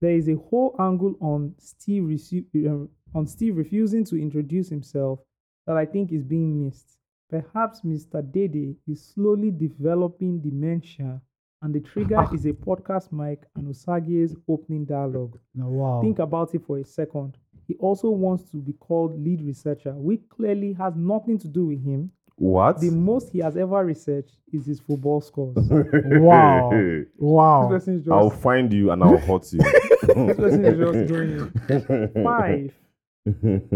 S1: There is a whole angle on Steve resu- um, on Steve refusing to introduce himself that I think is being missed. Perhaps Mr. Dede is slowly developing dementia, and the trigger is a podcast mic and Osage's opening dialogue.
S2: No, wow.
S1: Think about it for a second. He also wants to be called lead researcher, which clearly has nothing to do with him.
S4: what?
S1: The most he has ever researched is his football scores.
S2: Wow. Wow.
S1: This person is
S4: I'll
S1: just,
S4: find you and I'll hurt you.
S1: this person is just doing it. Five.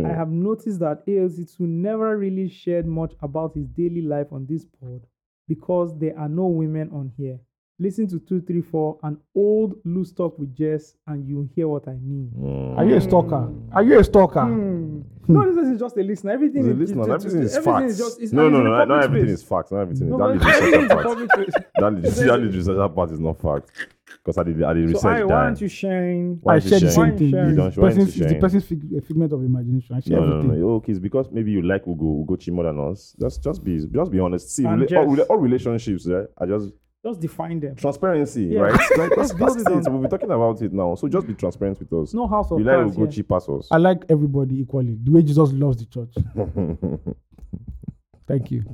S1: I have noticed that ALC2 never really shared much about his daily life on this pod because there are no women on here. Listen to 234 and old loose talk with Jess, and you hear what I mean.
S4: Mm.
S2: Are you a stalker? Are you a stalker?
S1: Mm. Hmm. No, this person is just a listener. Everything
S4: Listen,
S1: is
S4: listen,
S1: it's-
S4: everything
S1: it's-
S4: is
S1: everything
S4: facts.
S1: is just it's,
S4: no,
S1: and
S4: no,
S1: it's in the
S4: no, not
S1: public
S4: everything
S1: space.
S4: is facts. Not everything.
S1: No,
S4: that
S1: but
S4: is research
S1: everything is in
S4: that part.
S1: public space.
S4: That is
S1: There's
S4: that
S1: a-
S4: is research that part is not fact. Because I did I did research.
S1: So I
S4: die.
S1: want to shine.
S4: Why
S2: I
S4: is he
S2: share the
S4: sharing?
S2: same thing.
S1: Why is he
S2: It's
S4: sharing?
S2: the person's-
S4: Why is
S2: it's
S4: he
S2: the person's fig- a figment of imagination. I share
S4: No, no, no,
S2: everything.
S4: no. Okay, it's because maybe you like Ugo. Ugo cheat more than us. Just, just be, just be honest. See,
S1: And
S4: rela- all,
S1: just-
S4: rela- all relationships, yeah, are just
S1: Just define them.
S4: transparency,
S1: Yeah.
S4: right? Like, that's,
S1: build
S4: that's
S1: it on-
S4: it. We'll be talking about it now. So just be transparent with us.
S1: It's no house of
S4: you like
S1: cards.
S4: Ugo
S1: here.
S4: cheat pass us.
S2: I like everybody equally. The way Jesus loves the church. Thank you.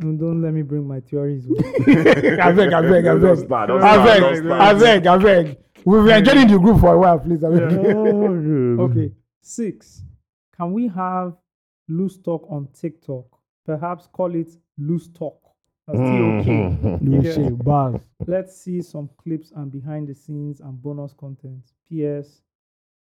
S1: Mm, Don't let me bring my theories.
S2: I beg, I beg, I
S4: Don't
S2: beg.
S4: start, don't
S2: I
S4: start,
S2: beg,
S4: don't start.
S2: I beg, I beg. We've been joining the group for a while, please. I beg.
S4: Oh,
S1: okay. Six. Can we have loose talk on TikTok? Perhaps call it loose talk. That's T-O-K.
S4: Mm-hmm.
S2: No
S1: Yeah.
S2: shame, bars.
S1: Let's see some clips and behind the scenes and bonus content. P.S.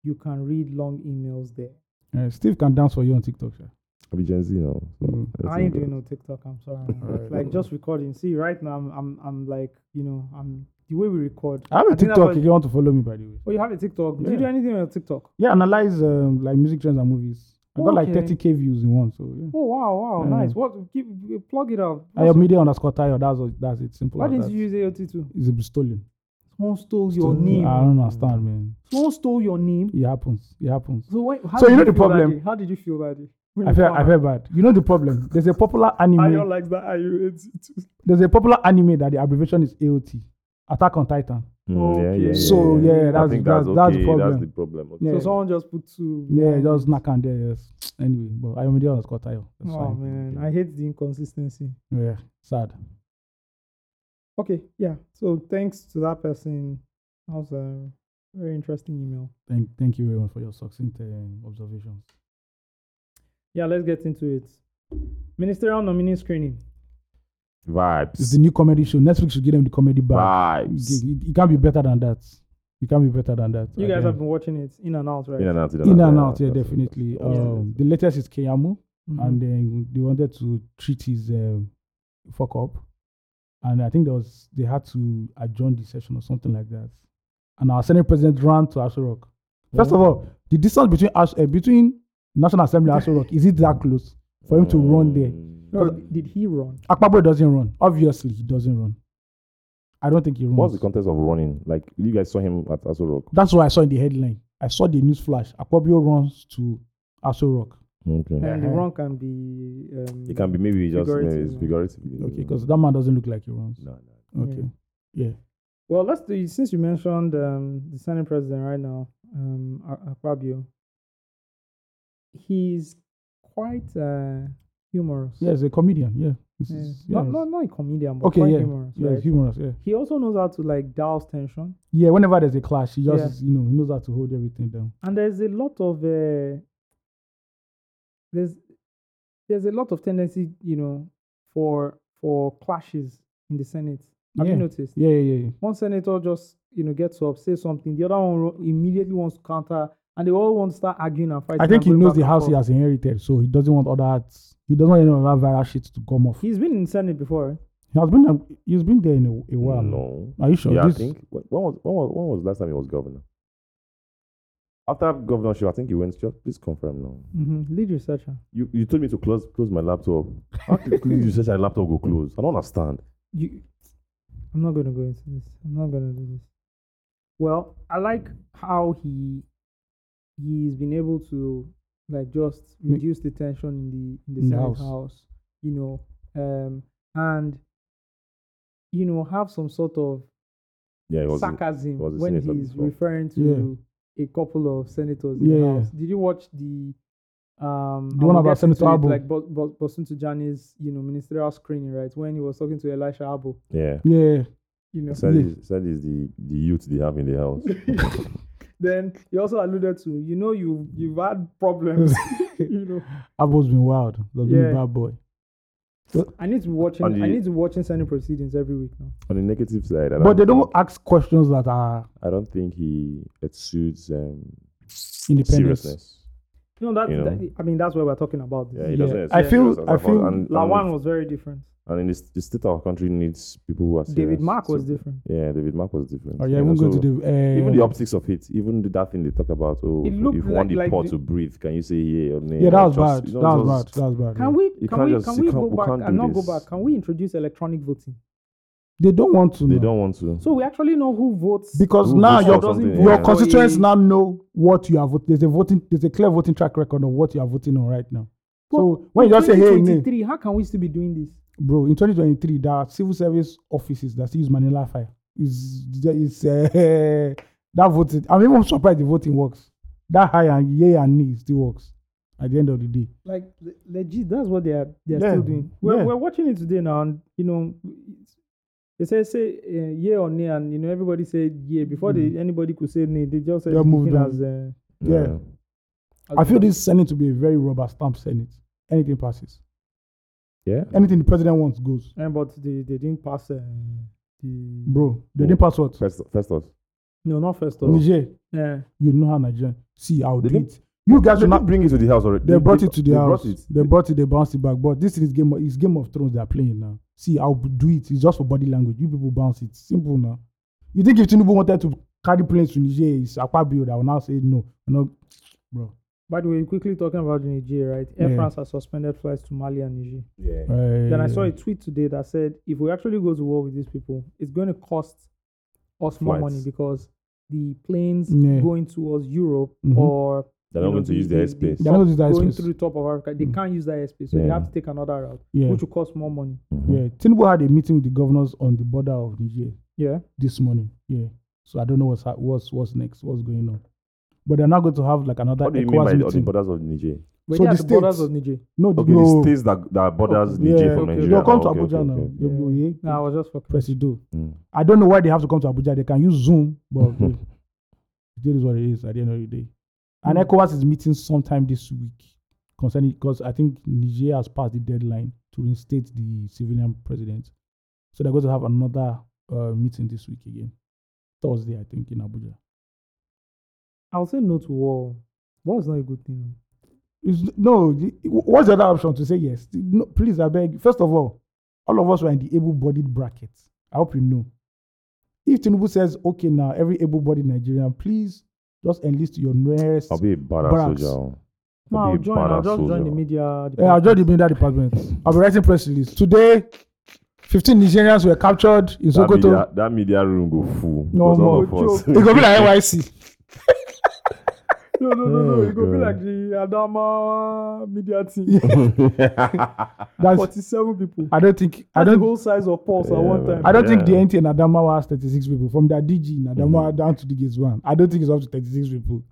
S1: You can read long emails there.
S2: Uh, Steve can dance for you on TikTok. Sure.
S4: I'll be Gen Z now. so
S2: Mm.
S1: Hmm.
S4: let's
S1: I ain't
S4: not-
S1: doing no TikTok. I'm sorry. man. like just recording. See, right now I'm, I'm I'm like you know I'm the way we record.
S2: I have a
S1: think that's
S2: TikTok
S1: what-
S2: if you want to follow me, by the way.
S1: Oh, you have a TikTok. Do you
S2: Ah. Yeah.
S1: do anything on your TikTok?
S2: Yeah, analyze um, like music trends and movies. I got like
S1: Okay.
S2: 30k views in one, so yeah.
S1: Oh wow, wow,
S2: Mm.
S1: nice. What? Give, plug it up.
S2: I am media underscore tire. That's all, that's it. Simple.
S1: Why
S2: as
S1: didn't
S2: that.
S1: you use AOT2?
S2: It's been stolen.
S1: Someone stole your name.
S2: I don't understand, man.
S1: Someone stole your name.
S2: It happens. It happens.
S1: So why? How
S2: So
S1: did
S2: you know the
S1: feel that
S2: problem-
S1: day? How did you feel that day? When
S2: I
S1: you
S2: feel
S1: found
S2: I
S1: out?
S2: feel bad. You know the problem. There's a popular
S1: I
S2: anime.
S1: don't like that. Are you AOT2?
S2: There's a popular anime that the abbreviation is AOT. Attack on Titan.
S4: Mm, yeah, yeah, yeah,
S2: So, yeah,
S4: I
S2: that's-
S4: think
S2: that's-
S4: that's,
S2: that's the
S4: okay.
S2: problem.
S4: That's the problem. Okay.
S2: Yeah.
S1: So someone just put two.
S2: Yeah, just knock on there. Yes. Anyway, but I am media underscore tire. That's
S1: Oh
S2: fine.
S1: man, I hate the inconsistency.
S2: Yeah. Sad.
S1: Okay, yeah. So thanks to that person. That was a very interesting email.
S2: Thank thank you very much for your succinct um, observations.
S1: Yeah, let's get into it. Ministerial nominee screening.
S2: It's
S4: Vibes.
S2: the new comedy show. Netflix should give them the comedy back.
S4: Vibes.
S2: It, it- it can't be better than that. It can't be better than that.
S1: You
S2: I
S1: guys
S2: think.
S1: have been watching it in and out, right?
S4: In and out.
S2: In and out, yeah,
S4: that's-
S2: definitely.
S4: that's-
S2: Um, the latest is Keyamu.
S1: Mm-hmm.
S2: and then they wanted to treat his um, fuck up, and I think there was they had to adjourn the session or something like that. And our senate president ran to Aso Rock. First of all, the distance between Ash, uh, between National Assembly and Aso Rock is it that close for him to
S4: Mm.
S2: run there?
S1: No, did he run?
S2: Akpabio doesn't run. Obviously, he doesn't run. I don't think he runs.
S4: What's the context of running? Like you guys saw him at Aso Rock.
S2: That's what I saw in the headline. I saw the news flash. Akpabio runs to Aso Rock.
S4: Okay.
S1: And the
S2: Uh-huh.
S1: run can be. Um,
S4: It can be maybe just maybe it's
S1: Figurative,
S4: figurative.
S2: Okay, because that man doesn't look like he runs.
S4: no, no.
S2: Okay. Yeah.
S1: Well, let's do. Since you mentioned um, the Senate president right now, um, A- Akpabio, he's quite uh, humorous.
S2: Yeah, he's a comedian. Yeah. This
S1: Yeah.
S2: is-
S1: Not,
S2: yes.
S1: not not a comedian, but
S2: okay,
S1: quite
S2: yeah.
S1: humorous.
S2: yeah,
S1: right?
S2: it's humorous. Yeah.
S1: He also knows how to like douse tension,
S2: Yeah, whenever there's a clash, he just,
S1: Yeah.
S2: is- you know, he knows how to hold everything down.
S1: and there's a lot of uh, there's there's a lot of tendency, you know, for for clashes in the Senate. Have
S2: yeah.
S1: you noticed?
S2: yeah, yeah, yeah.
S1: One senator just you know gets up, says something, the other one ro- immediately wants to counter, and they all want to start arguing and fighting.
S2: I
S1: and
S2: think he
S1: going
S2: knows
S1: back
S2: the
S1: and
S2: house he
S1: forth.
S2: has inherited, so he doesn't want all that. He doesn't want any of that viral shit to come off.
S1: He's been in Senate before. eh?
S2: He has been, um, he's been there in a, a while.
S4: No.
S2: Are you sure?
S4: yeah,
S2: This-
S4: I think when when was when was when was last time he was governor? After governorship, I think he went. Just please confirm now.
S1: Mhm. Lead researcher.
S4: You you told me to close close my laptop. How can you say my laptop go close? I don't understand.
S1: You, I'm not going to go into this. I'm not going to do this. Well, I like how he he's been able to like just
S2: Ma-
S1: reduce the tension in the in the
S2: In the
S1: Senate
S2: house.
S1: house. you know, um, and you know have some sort of
S4: Yeah, it was.
S1: sarcasm
S4: was a
S1: when
S4: senator
S1: he's
S4: before.
S1: referring to a couple of senators in
S2: Yeah,
S1: the
S2: yeah.
S1: house. Did you watch the um
S2: The
S1: I
S2: one
S1: will
S2: about
S1: get into
S2: Senator
S1: it,
S2: Abbo?
S1: like Bo- Bo- Boston to Jani's, you know, ministerial screening, right? When he was talking to Elisha Abu,
S4: Yeah.
S2: Yeah.
S1: you know.
S4: Said is, said is the the youth they have in the house.
S1: then he also alluded to, you know, you you've had problems, you know.
S2: Abo's been wild. He's been a
S1: Yeah.
S2: bad boy.
S1: I need to be watching.
S4: And
S1: I
S4: the-
S1: need to be watching Senate proceedings every week now.
S4: On the negative side, I
S2: But they don't ask questions that are
S4: I don't think he exudes um,
S2: independent.
S4: seriousness.
S1: You know that,
S4: You know.
S1: that- I mean that's what we're talking about.
S4: Yeah,
S1: This.
S4: he
S2: Yeah.
S4: doesn't.
S2: I
S4: exude
S2: feel-
S4: seriousness
S2: I
S4: at all.
S2: feel-
S4: And,
S1: Lawan
S4: and,
S1: was very different.
S4: and in this, the state our country needs people who are serious.
S1: David Mark was
S4: So-
S1: different.
S4: Yeah, David Mark was different.
S2: Oh, yeah,
S4: You know,
S2: even going
S4: so-
S2: to the. Uh,
S4: even the optics of it, even the- that thing they talk about, oh,
S1: It
S4: if
S1: looked
S4: if you
S1: like-
S4: want the
S1: like
S4: poor
S1: the-
S4: to breathe, can you say yeah or nay?
S2: Yeah, that
S4: Or
S2: was
S4: just-
S2: bad. That
S4: you know,
S2: was
S4: just-
S2: bad. That was bad. yeah.
S1: Can we?
S4: You
S1: Can
S4: can't
S1: we?
S4: just-
S1: Can
S4: you
S1: we
S4: can't-
S1: go
S4: we
S1: back?
S4: can't
S1: I'm
S4: do
S1: not go
S4: this.
S1: back. Can we introduce electronic voting?
S2: They don't want to.
S4: They
S2: know.
S4: don't want to.
S1: So we actually know who votes.
S2: because
S4: Who
S2: now
S4: votes
S2: your
S4: for something,
S2: your
S4: yeah.
S2: constituents
S1: For a-
S2: now know what you are voting. There's a voting, there's a clear voting track record of what you are voting on right now. so when you just say hey, nay,
S1: 2023, how can we still be doing this?
S2: bro, in 2023 there are civil service offices that still use Manila Fire. Is is uh, that voting? I'm even surprised the voting works. That high and yay and nay still works at the end of the day.
S1: Like le- legit, that's what they are. They are
S2: Yeah,
S1: still doing. We're,
S2: yeah.
S1: we're watching it today now, and you know, it's- they say say uh, yeah or nay, and you know everybody said yeah before they, anybody could say nay. They just said
S2: Mm. They have moved
S1: speaking
S2: on.
S1: as, uh,
S2: yeah.
S1: as
S2: I feel
S1: voting.
S2: this Senate to be a very rubber stamp Senate. Anything passes.
S4: Yeah.
S2: Anything the president wants goes.
S1: Eh, but they, they didn't pass. Uh, the
S2: Bro, they didn't pass what?
S4: First, first us.
S1: no, not first off. Eh,
S2: Niger.
S1: Yeah,
S2: you know how Nigerian. See, I'll
S4: They
S2: do
S4: didn't-
S2: it. You guys
S4: They
S2: will not.
S4: not bring it to the house already.
S2: They brought it to the
S4: they
S2: house.
S4: Brought it.
S2: They brought it. They bounced it back. But this is game. Of, it's Game of Thrones they are playing now. See, I'll do it. It's just for body language. You people bounce it. Simple now. You think if Tinubu wanted to carry planes to Niger, it's Akpabio that will now say no. No, bro.
S1: By the way, quickly talking about Niger, right? Air
S2: Yeah.
S1: France has suspended flights to Mali and Niger.
S4: Yeah.
S2: Eh,
S1: Then I saw a tweet today that said, if we actually go to war with these people, it's going to cost us more money
S4: Flights.
S1: because the planes
S2: Yeah.
S1: going towards Europe
S2: Mhm.
S1: or
S4: They're
S1: you
S4: not
S1: know,
S4: going to use the airspace.
S2: They're not going to use the
S1: going
S2: airspace. Mm.
S1: through top of Africa, they can't use that airspace, so they
S4: Yeah.
S1: have to take another route,
S2: Yeah.
S1: which will cost more money.
S4: Mm-hmm.
S2: Yeah. Tinubu had a meeting with the governors on the border of Niger
S1: Yeah,
S2: this morning. Yeah. So I don't know what's ha- what's what's next. What's going on? But they're not going to have like another.
S4: What do you mean
S2: ECOWAS
S4: by the, on the
S2: meeting.
S4: borders of Niger?
S1: but
S2: So
S1: they are
S2: the
S1: the borders
S2: states-
S1: of Niger.
S2: No,
S4: Okay,
S2: no.
S4: the states that, that borders Niger
S2: yeah,
S4: from
S1: okay,
S4: Nigeria.
S2: They'll come to
S4: Oh, okay,
S2: Abuja
S4: okay,
S2: now.
S4: okay.
S2: They'll go, "Eh, yeah,
S1: No, I was just fucking.
S2: Presido.
S4: Mm.
S2: I don't know why they have to come to Abuja. They can use Zoom, but hey, it is what it is at the end of the day. And
S1: Hmm.
S2: ECOWAS is meeting sometime this week concerning because I think Niger has passed the deadline to reinstate the civilian president. So they're going to have another uh, meeting this week again. Thursday, I think, in Abuja.
S1: I'll say no to war. War is not a good thing.
S2: It's, no, the- what's the other option to say yes? No, please, I beg. First of all, all of us were in the able-bodied bracket. I hope you know. If Tinubu says, okay, now every able-bodied Nigerian, please just enlist your nearest.
S4: I'll be a badass
S2: Brats.
S4: soldier. oh.
S1: No,
S4: I'll
S1: I'll
S4: be a
S1: join. I'll just
S4: badass
S1: join the
S4: soldier.
S1: media.
S2: Yeah, Eh, I'll join the media department. I'll be writing press release today. Fifteen Nigerians were captured in
S4: That
S2: Sokoto.
S4: media, that media room go full.
S2: No
S4: because all
S2: more.
S4: of us-
S2: It go be like NYC.
S1: No, no, no, no.
S4: Oh,
S1: It could be
S4: God.
S1: like the Adama media team.
S2: That's.
S1: Forty-seven people.
S2: I don't think. I
S1: That's the
S2: don't.
S1: whole size of Pulse at
S4: Yeah,
S1: one
S4: man.
S1: time.
S2: I don't think the
S4: Yeah. Mm-hmm.
S2: NT in Adamawa has 36 people. From their DG in Adamawa down to the gates one. I don't think it's up to 36 people.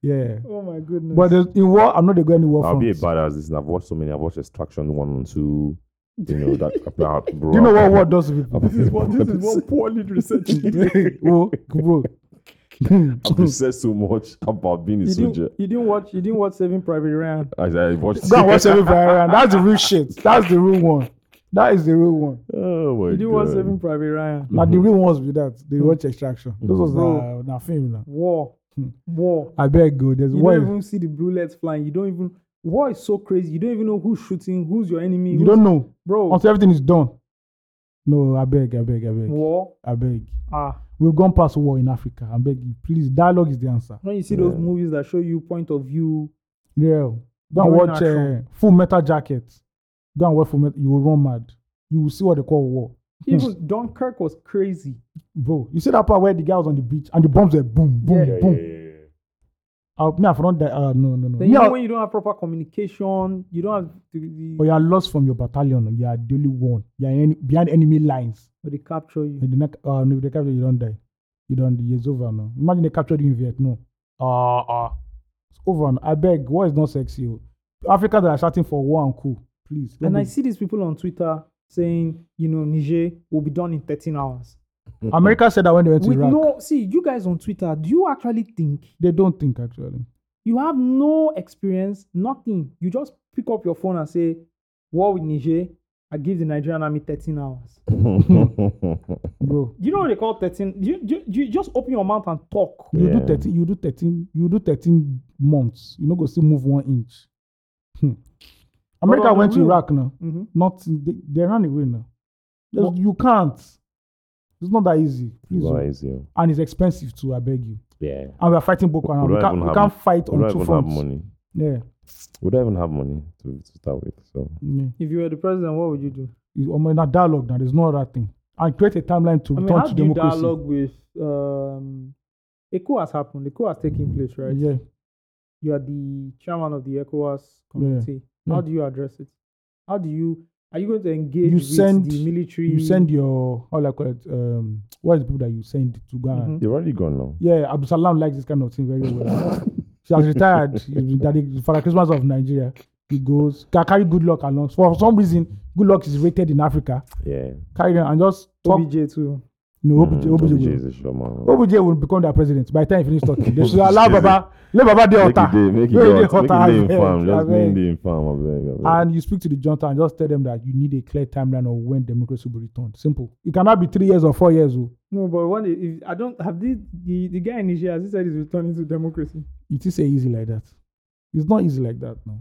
S2: Yeah.
S1: Oh my goodness.
S2: But there's- in war, I'm not going to any war
S4: I'll
S2: front.
S4: be a badass. Listen, I've watched so many. I've watched Extraction One and Two. You know that. that bro,
S2: Do you know what war does to people?
S1: this is what this is what poorly research is. doing.
S2: oh, bro.
S4: I've researched so much about being a
S1: You
S4: soldier.
S1: didn't, you didn't watch you didn't watch Saving Private Ryan.
S4: I, I watched.
S2: Go and watch every round. That's the real shit. That's the real one. That is the real one.
S4: Oh my
S1: You didn't watch
S4: God.
S1: Saving Private Ryan.
S2: Now
S4: Mm-hmm.
S2: the real ones with that. They watch extraction. Those was
S1: Bro.
S2: uh, na film now.
S1: War, war.
S2: I beg go. Hmm. There's
S1: You
S2: war.
S1: don't even see the blue lights flying. You don't even war is so crazy. You don't even know who's shooting, who's your enemy.
S2: you
S1: who's-
S2: don't know
S1: bro.
S2: until everything is done. No, I beg, I beg, I beg,
S1: war.
S2: I beg.
S1: Ah,
S2: We've gone past war in Africa. I beg you, please. Dialogue is the answer.
S1: when you see those movies that show you point of view,
S2: Yeah. Go and
S1: During
S2: watch uh,
S1: action.
S2: Full Metal Jacket. Go and watch Full Metal. You will run mad. You will see what they call war.
S1: even Dunkirk was crazy.
S2: bro you see that part where the guy was on the beach and the bombs were boom boom
S1: Yeah,
S2: boom Uh, me i for don die ah no no no
S1: Then you
S2: me
S1: know
S2: i
S1: when you don't have proper communication, you don't have the, the,
S2: oh you are lost from your battalion you are the only one you are en behind enemy lines
S1: or they capture you.
S2: and the next ah uh, no if they capture you don die you don die it's over now imagine they captured you in vietnam ah uh, ah uh. it's over now abeg war is not sexy o africa that are shouting for war and coup please don't
S1: And I
S2: be-
S1: see these people on Twitter saying, you know, Niger will be done in 13 hours.
S2: america said that when they went to
S1: With
S2: iraq no...
S1: no, see, you guys on Twitter, do you actually think
S2: they don't think actually
S1: you have no experience, nothing? You just pick up your phone and say, war with Niger, I give the Nigerian army 13 hours.
S2: bro
S1: You know what they call 13? You, you, you just open your mouth and talk.
S2: you yeah. do
S4: Yeah.
S2: thirteen you do thirteen you do thirteen months you no go still move one inch hmm. america
S1: on the
S2: went to
S1: real-
S2: iraq now
S1: Mhm.
S2: not they, they ran away now There's,
S1: But-
S2: you can't it's not that easy please
S4: Not
S2: oh.
S4: easy.
S2: and it's expensive too i beg you
S4: Yeah.
S2: and we are fighting boko haram
S4: We
S2: we,
S4: don't
S2: can,
S4: even
S2: we
S4: have-
S2: can't fight
S4: We
S2: on
S4: don't
S2: two
S4: even have
S2: fronts
S4: money.
S2: yeah,
S4: We don't even have money to, to start with. So
S2: yeah.
S1: If you were the president, what would you do?
S2: It's, um, in a dialogue now there's no other thing and create a timeline to
S1: I mean,
S2: return
S1: how
S2: to
S1: do you
S2: democracy
S1: dialogue with. Um, ECO has happened, ECO has taken place, right?
S2: yeah
S1: you are the chairman of the ECOWAS community. How
S2: Yeah.
S1: do you address it? How do you are you going to engage
S2: You
S1: with
S2: send-
S1: the military?
S2: you send your how do i call it um what is the people that you send to go and
S1: Mhm.
S4: you've already gone now.
S2: Yeah, Abdusalam likes this kind of thing very well. she has retired. She's been daddy- for the Christmas of Nigeria. He goes, can carry good luck along. For some reason, good luck is rated in Africa.
S4: Yeah.
S2: Carry them and just talk.
S1: OBJ too.
S2: No, OBJ,
S4: Mm,
S2: OBJ,
S4: OBJ
S2: will-
S4: is a sure man.
S2: OBJ will become their president by the time he finishes talking. They should
S4: OBJ.
S2: allow Baba, let Baba dey
S4: Make it
S2: altar.
S4: dey- make it
S2: Make it
S4: dey
S2: dey
S4: hot- make
S2: hotter,
S4: it dey
S2: I beg,
S4: infam.
S2: I
S4: Just make
S2: beg.
S4: it dey infam, I beg, I beg.
S2: And you speak to the junta and just tell them that you need a clear timeline of when democracy will be returned. Simple. It cannot be three years or four years. Oh.
S1: No, but when they- if I don't have this, the the guy in Nigeria as he said is returning to democracy.
S2: It is easy like that. It's not easy like that no.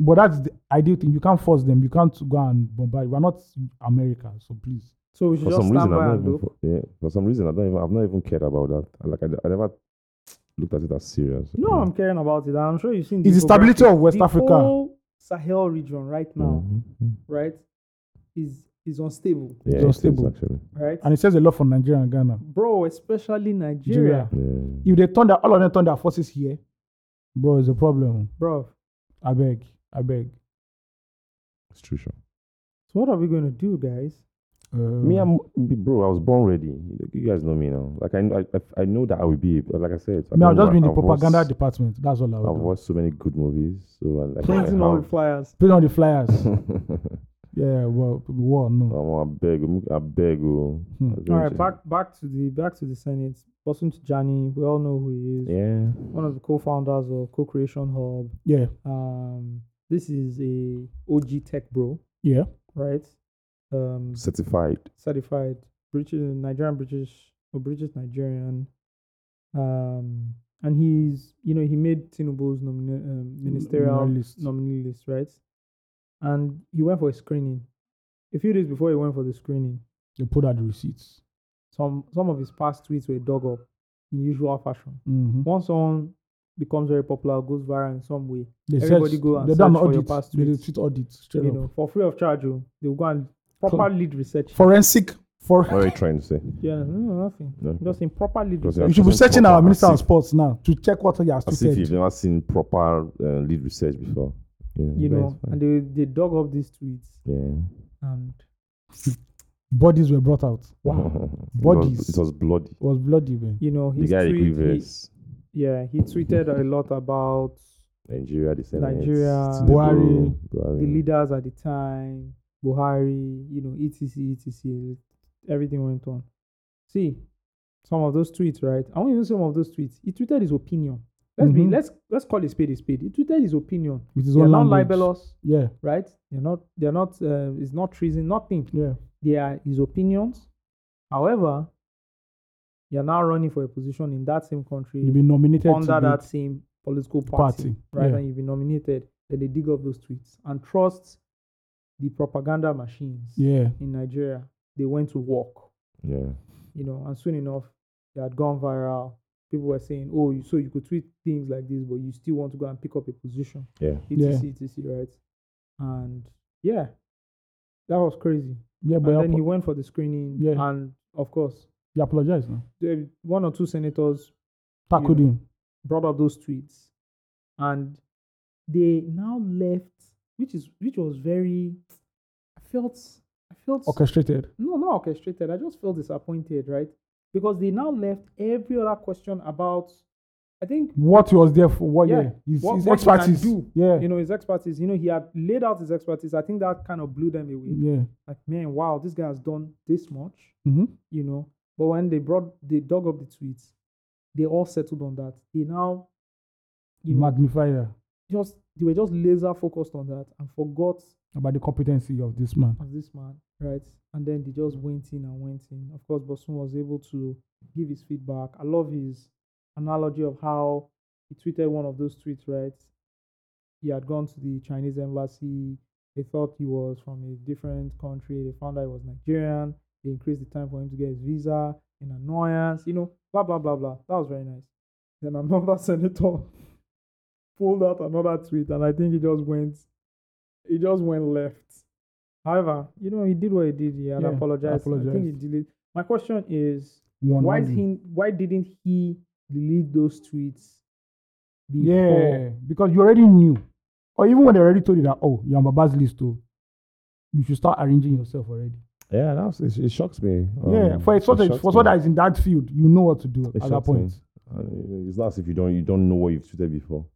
S2: But that's the ideal thing. You can't force them. You can't go and bombard. We're not America, so please.
S1: So we should
S4: for
S1: just
S4: some reason,
S1: stand
S4: I've
S1: by
S4: not
S1: and
S4: even,
S1: do.
S4: fo- yeah, for some reason, I don't even, I've not even cared about that. I, Like I, I never looked at it as serious. Mm.
S1: No, I'm caring about it. I'm sure you've seen
S2: It's the
S1: infographic.
S2: stability of West
S1: the
S2: Africa.
S1: whole Sahel region right now, right, is is unstable,
S4: Mm-hmm. Yeah,
S2: Just
S4: it is
S2: stable.
S4: actually.
S1: right?
S2: And it says a lot for Nigeria and Ghana.
S1: Bro, especially Nigeria,
S2: Nigeria.
S4: Yeah.
S2: If they turn their, all of them turn their forces here, bro, it's a problem.
S1: bro.
S2: I beg, I beg.
S4: It's true, sure.
S1: So what are we going to do, guys?
S2: Uh,
S4: Me, I'm bro. I was born ready. Like, You guys know me now. Like I, I, I- I know that I will be. but Like I said, I
S2: me, I've
S4: don't
S2: just
S4: wa-
S2: been in the
S4: I've watched-
S2: propaganda department. That's all I
S4: I've
S2: would do.
S4: watched so many good movies. So I, like,
S1: Printing all the flyers.
S2: Put on the flyers.
S4: I,
S2: yeah, well, war, no.
S4: I beg, um, I beg. oh.
S2: Hmm.
S4: I
S1: All
S4: don't-
S1: right, back back to the back to the Senate. Bosun Tijani, we all know who he is.
S4: Yeah.
S1: One of the co-founders of Co-Creation Hub.
S2: Yeah,
S1: Um, this is a OG tech bro,
S2: yeah.
S1: right? Um,
S4: Certified.
S1: certified British Nigerian British or British Nigerian. Um, and he's you know he made Tinubu's nomina- um, ministerial
S2: nominee list.
S1: nominee list, right? And he went for a screening. A few days before he went for the screening,
S2: They put out the receipts.
S1: some some of his past tweets were dug up in usual fashion.
S2: Mm-hmm.
S1: Once someone becomes very popular, goes viral in some way,
S2: They
S1: Everybody go and
S2: they do an
S1: search for your
S2: audit.
S1: past
S2: They do
S1: tweets.
S2: tweet audit straight
S1: you
S2: up.
S1: know, for free of charge, oh, they'll go and proper lead research.
S2: Forensic. For
S4: What are you trying to say?
S1: yeah, no, no, nothing.
S4: No.
S1: Just in proper lead
S4: Because
S1: research.
S2: you should be
S4: Proper
S2: searching our minister of
S4: assist.
S2: sports now to check what he has
S4: As if
S2: tweeted.
S4: you've never seen proper uh, lead research before. You know,
S1: You
S4: but
S1: know,
S4: it's fine.
S1: and they, they dug up these tweets
S4: yeah.
S1: and
S2: Bodies were brought out. Wow.
S4: It was-
S2: Bodies.
S4: It was bloody.
S2: It was bloody, man.
S1: you know
S4: The
S1: his
S4: guy
S1: tweet, he-
S4: equivocates.
S1: yeah, he tweeted a lot about
S4: Nigeria, the Senate,
S1: Nigeria,
S4: Tinubu,
S2: Buhari,
S1: the
S4: Buhari.
S1: leaders at the time, Buhari, you know, E etc, etc. Everything went on. See some of those tweets, right? I won't even say some of those tweets. He tweeted his opinion. Let's
S2: Mhm.
S4: Mm-hmm.
S1: be let's let's call it spade a spade. He tweeted his opinion.
S2: With his
S1: They are
S2: own
S1: not
S2: language.
S1: libelous,
S2: Yeah,
S1: right? They're not. They're not. Uh, it's not treason. Nothing.
S2: yeah.
S1: They are his opinions. However, you're now running for a position in that same country
S2: You've been nominated to
S1: under
S2: the
S1: that same political party,
S2: party,
S1: right?
S2: yeah.
S1: And you've been nominated, then they dig up those tweets and trust the propaganda machines
S2: Yeah.
S1: in Nigeria. They went to work,
S4: Yeah.
S1: you know, and soon enough, they had gone viral. People were saying, "Oh, you, so you could tweet things like this, but you still want to go and pick up a position,
S4: Yeah.
S1: etc,
S2: Yeah.
S1: etc, right?" And yeah, that was crazy.
S2: Yeah, but
S1: And
S2: he
S1: then
S2: apo-
S1: he went for the screening,
S2: Yeah.
S1: and of course,
S2: he apologized now.
S1: there- one or two senators
S2: Tackled
S1: You know.
S2: him.
S1: brought up those tweets and they now left which is which was very i felt i felt
S2: Orchestrated.
S1: no not orchestrated i just felt disappointed right because they now left every other question about i think
S2: What he was there for? What?
S1: Yeah.
S2: Yeah. His,
S1: What-
S2: his
S1: what he can
S2: expertise.
S1: do,
S2: Yeah.
S1: you know his expertise you know he had laid out his expertise i think that kind of blew them away
S2: yeah.
S1: like man wow this guy has done this much
S2: Mm-hmm.
S1: you know. But when they brought they dug up the tweets, they all settled on that. They now, you
S2: Mm.
S1: know,
S2: Magnifier
S1: just they were just laser focused on that and forgot
S2: about the competency of this man.
S1: of this man, right? And then they just went in and went in. Of course, Bosun was able to give his feedback. I love his analogy of how he tweeted one of those tweets, right? He had gone to the Chinese embassy. They thought he was from a different country. They found out he was Nigerian. They increased the time for him to get his visa in annoyance, you know, blah, blah, blah, blah. That was very nice. Then another senator pulled out another tweet, and I think he just went, he just went left. However, you know, he did what he did. He had
S2: Yeah,
S1: apologized. I think he
S2: apologized.
S1: deleted. My question is,
S2: One
S1: why
S2: only.
S1: did he, why didn't he delete those tweets before?
S2: Yeah, because you already knew, or even when they already told you that, oh, you're on Baba's list too. You should start arranging yourself already.
S4: Yeah, that's it, it shocks me.
S2: yeah,
S4: Um,
S2: for a
S4: it
S2: sort of,
S4: shocks
S2: for
S4: me.
S2: someone that is in that field, you know what to do
S4: It
S2: at that
S4: shocks me.
S2: point.
S4: And, uh, it's not as if you don't you don't know what you've tweeted before.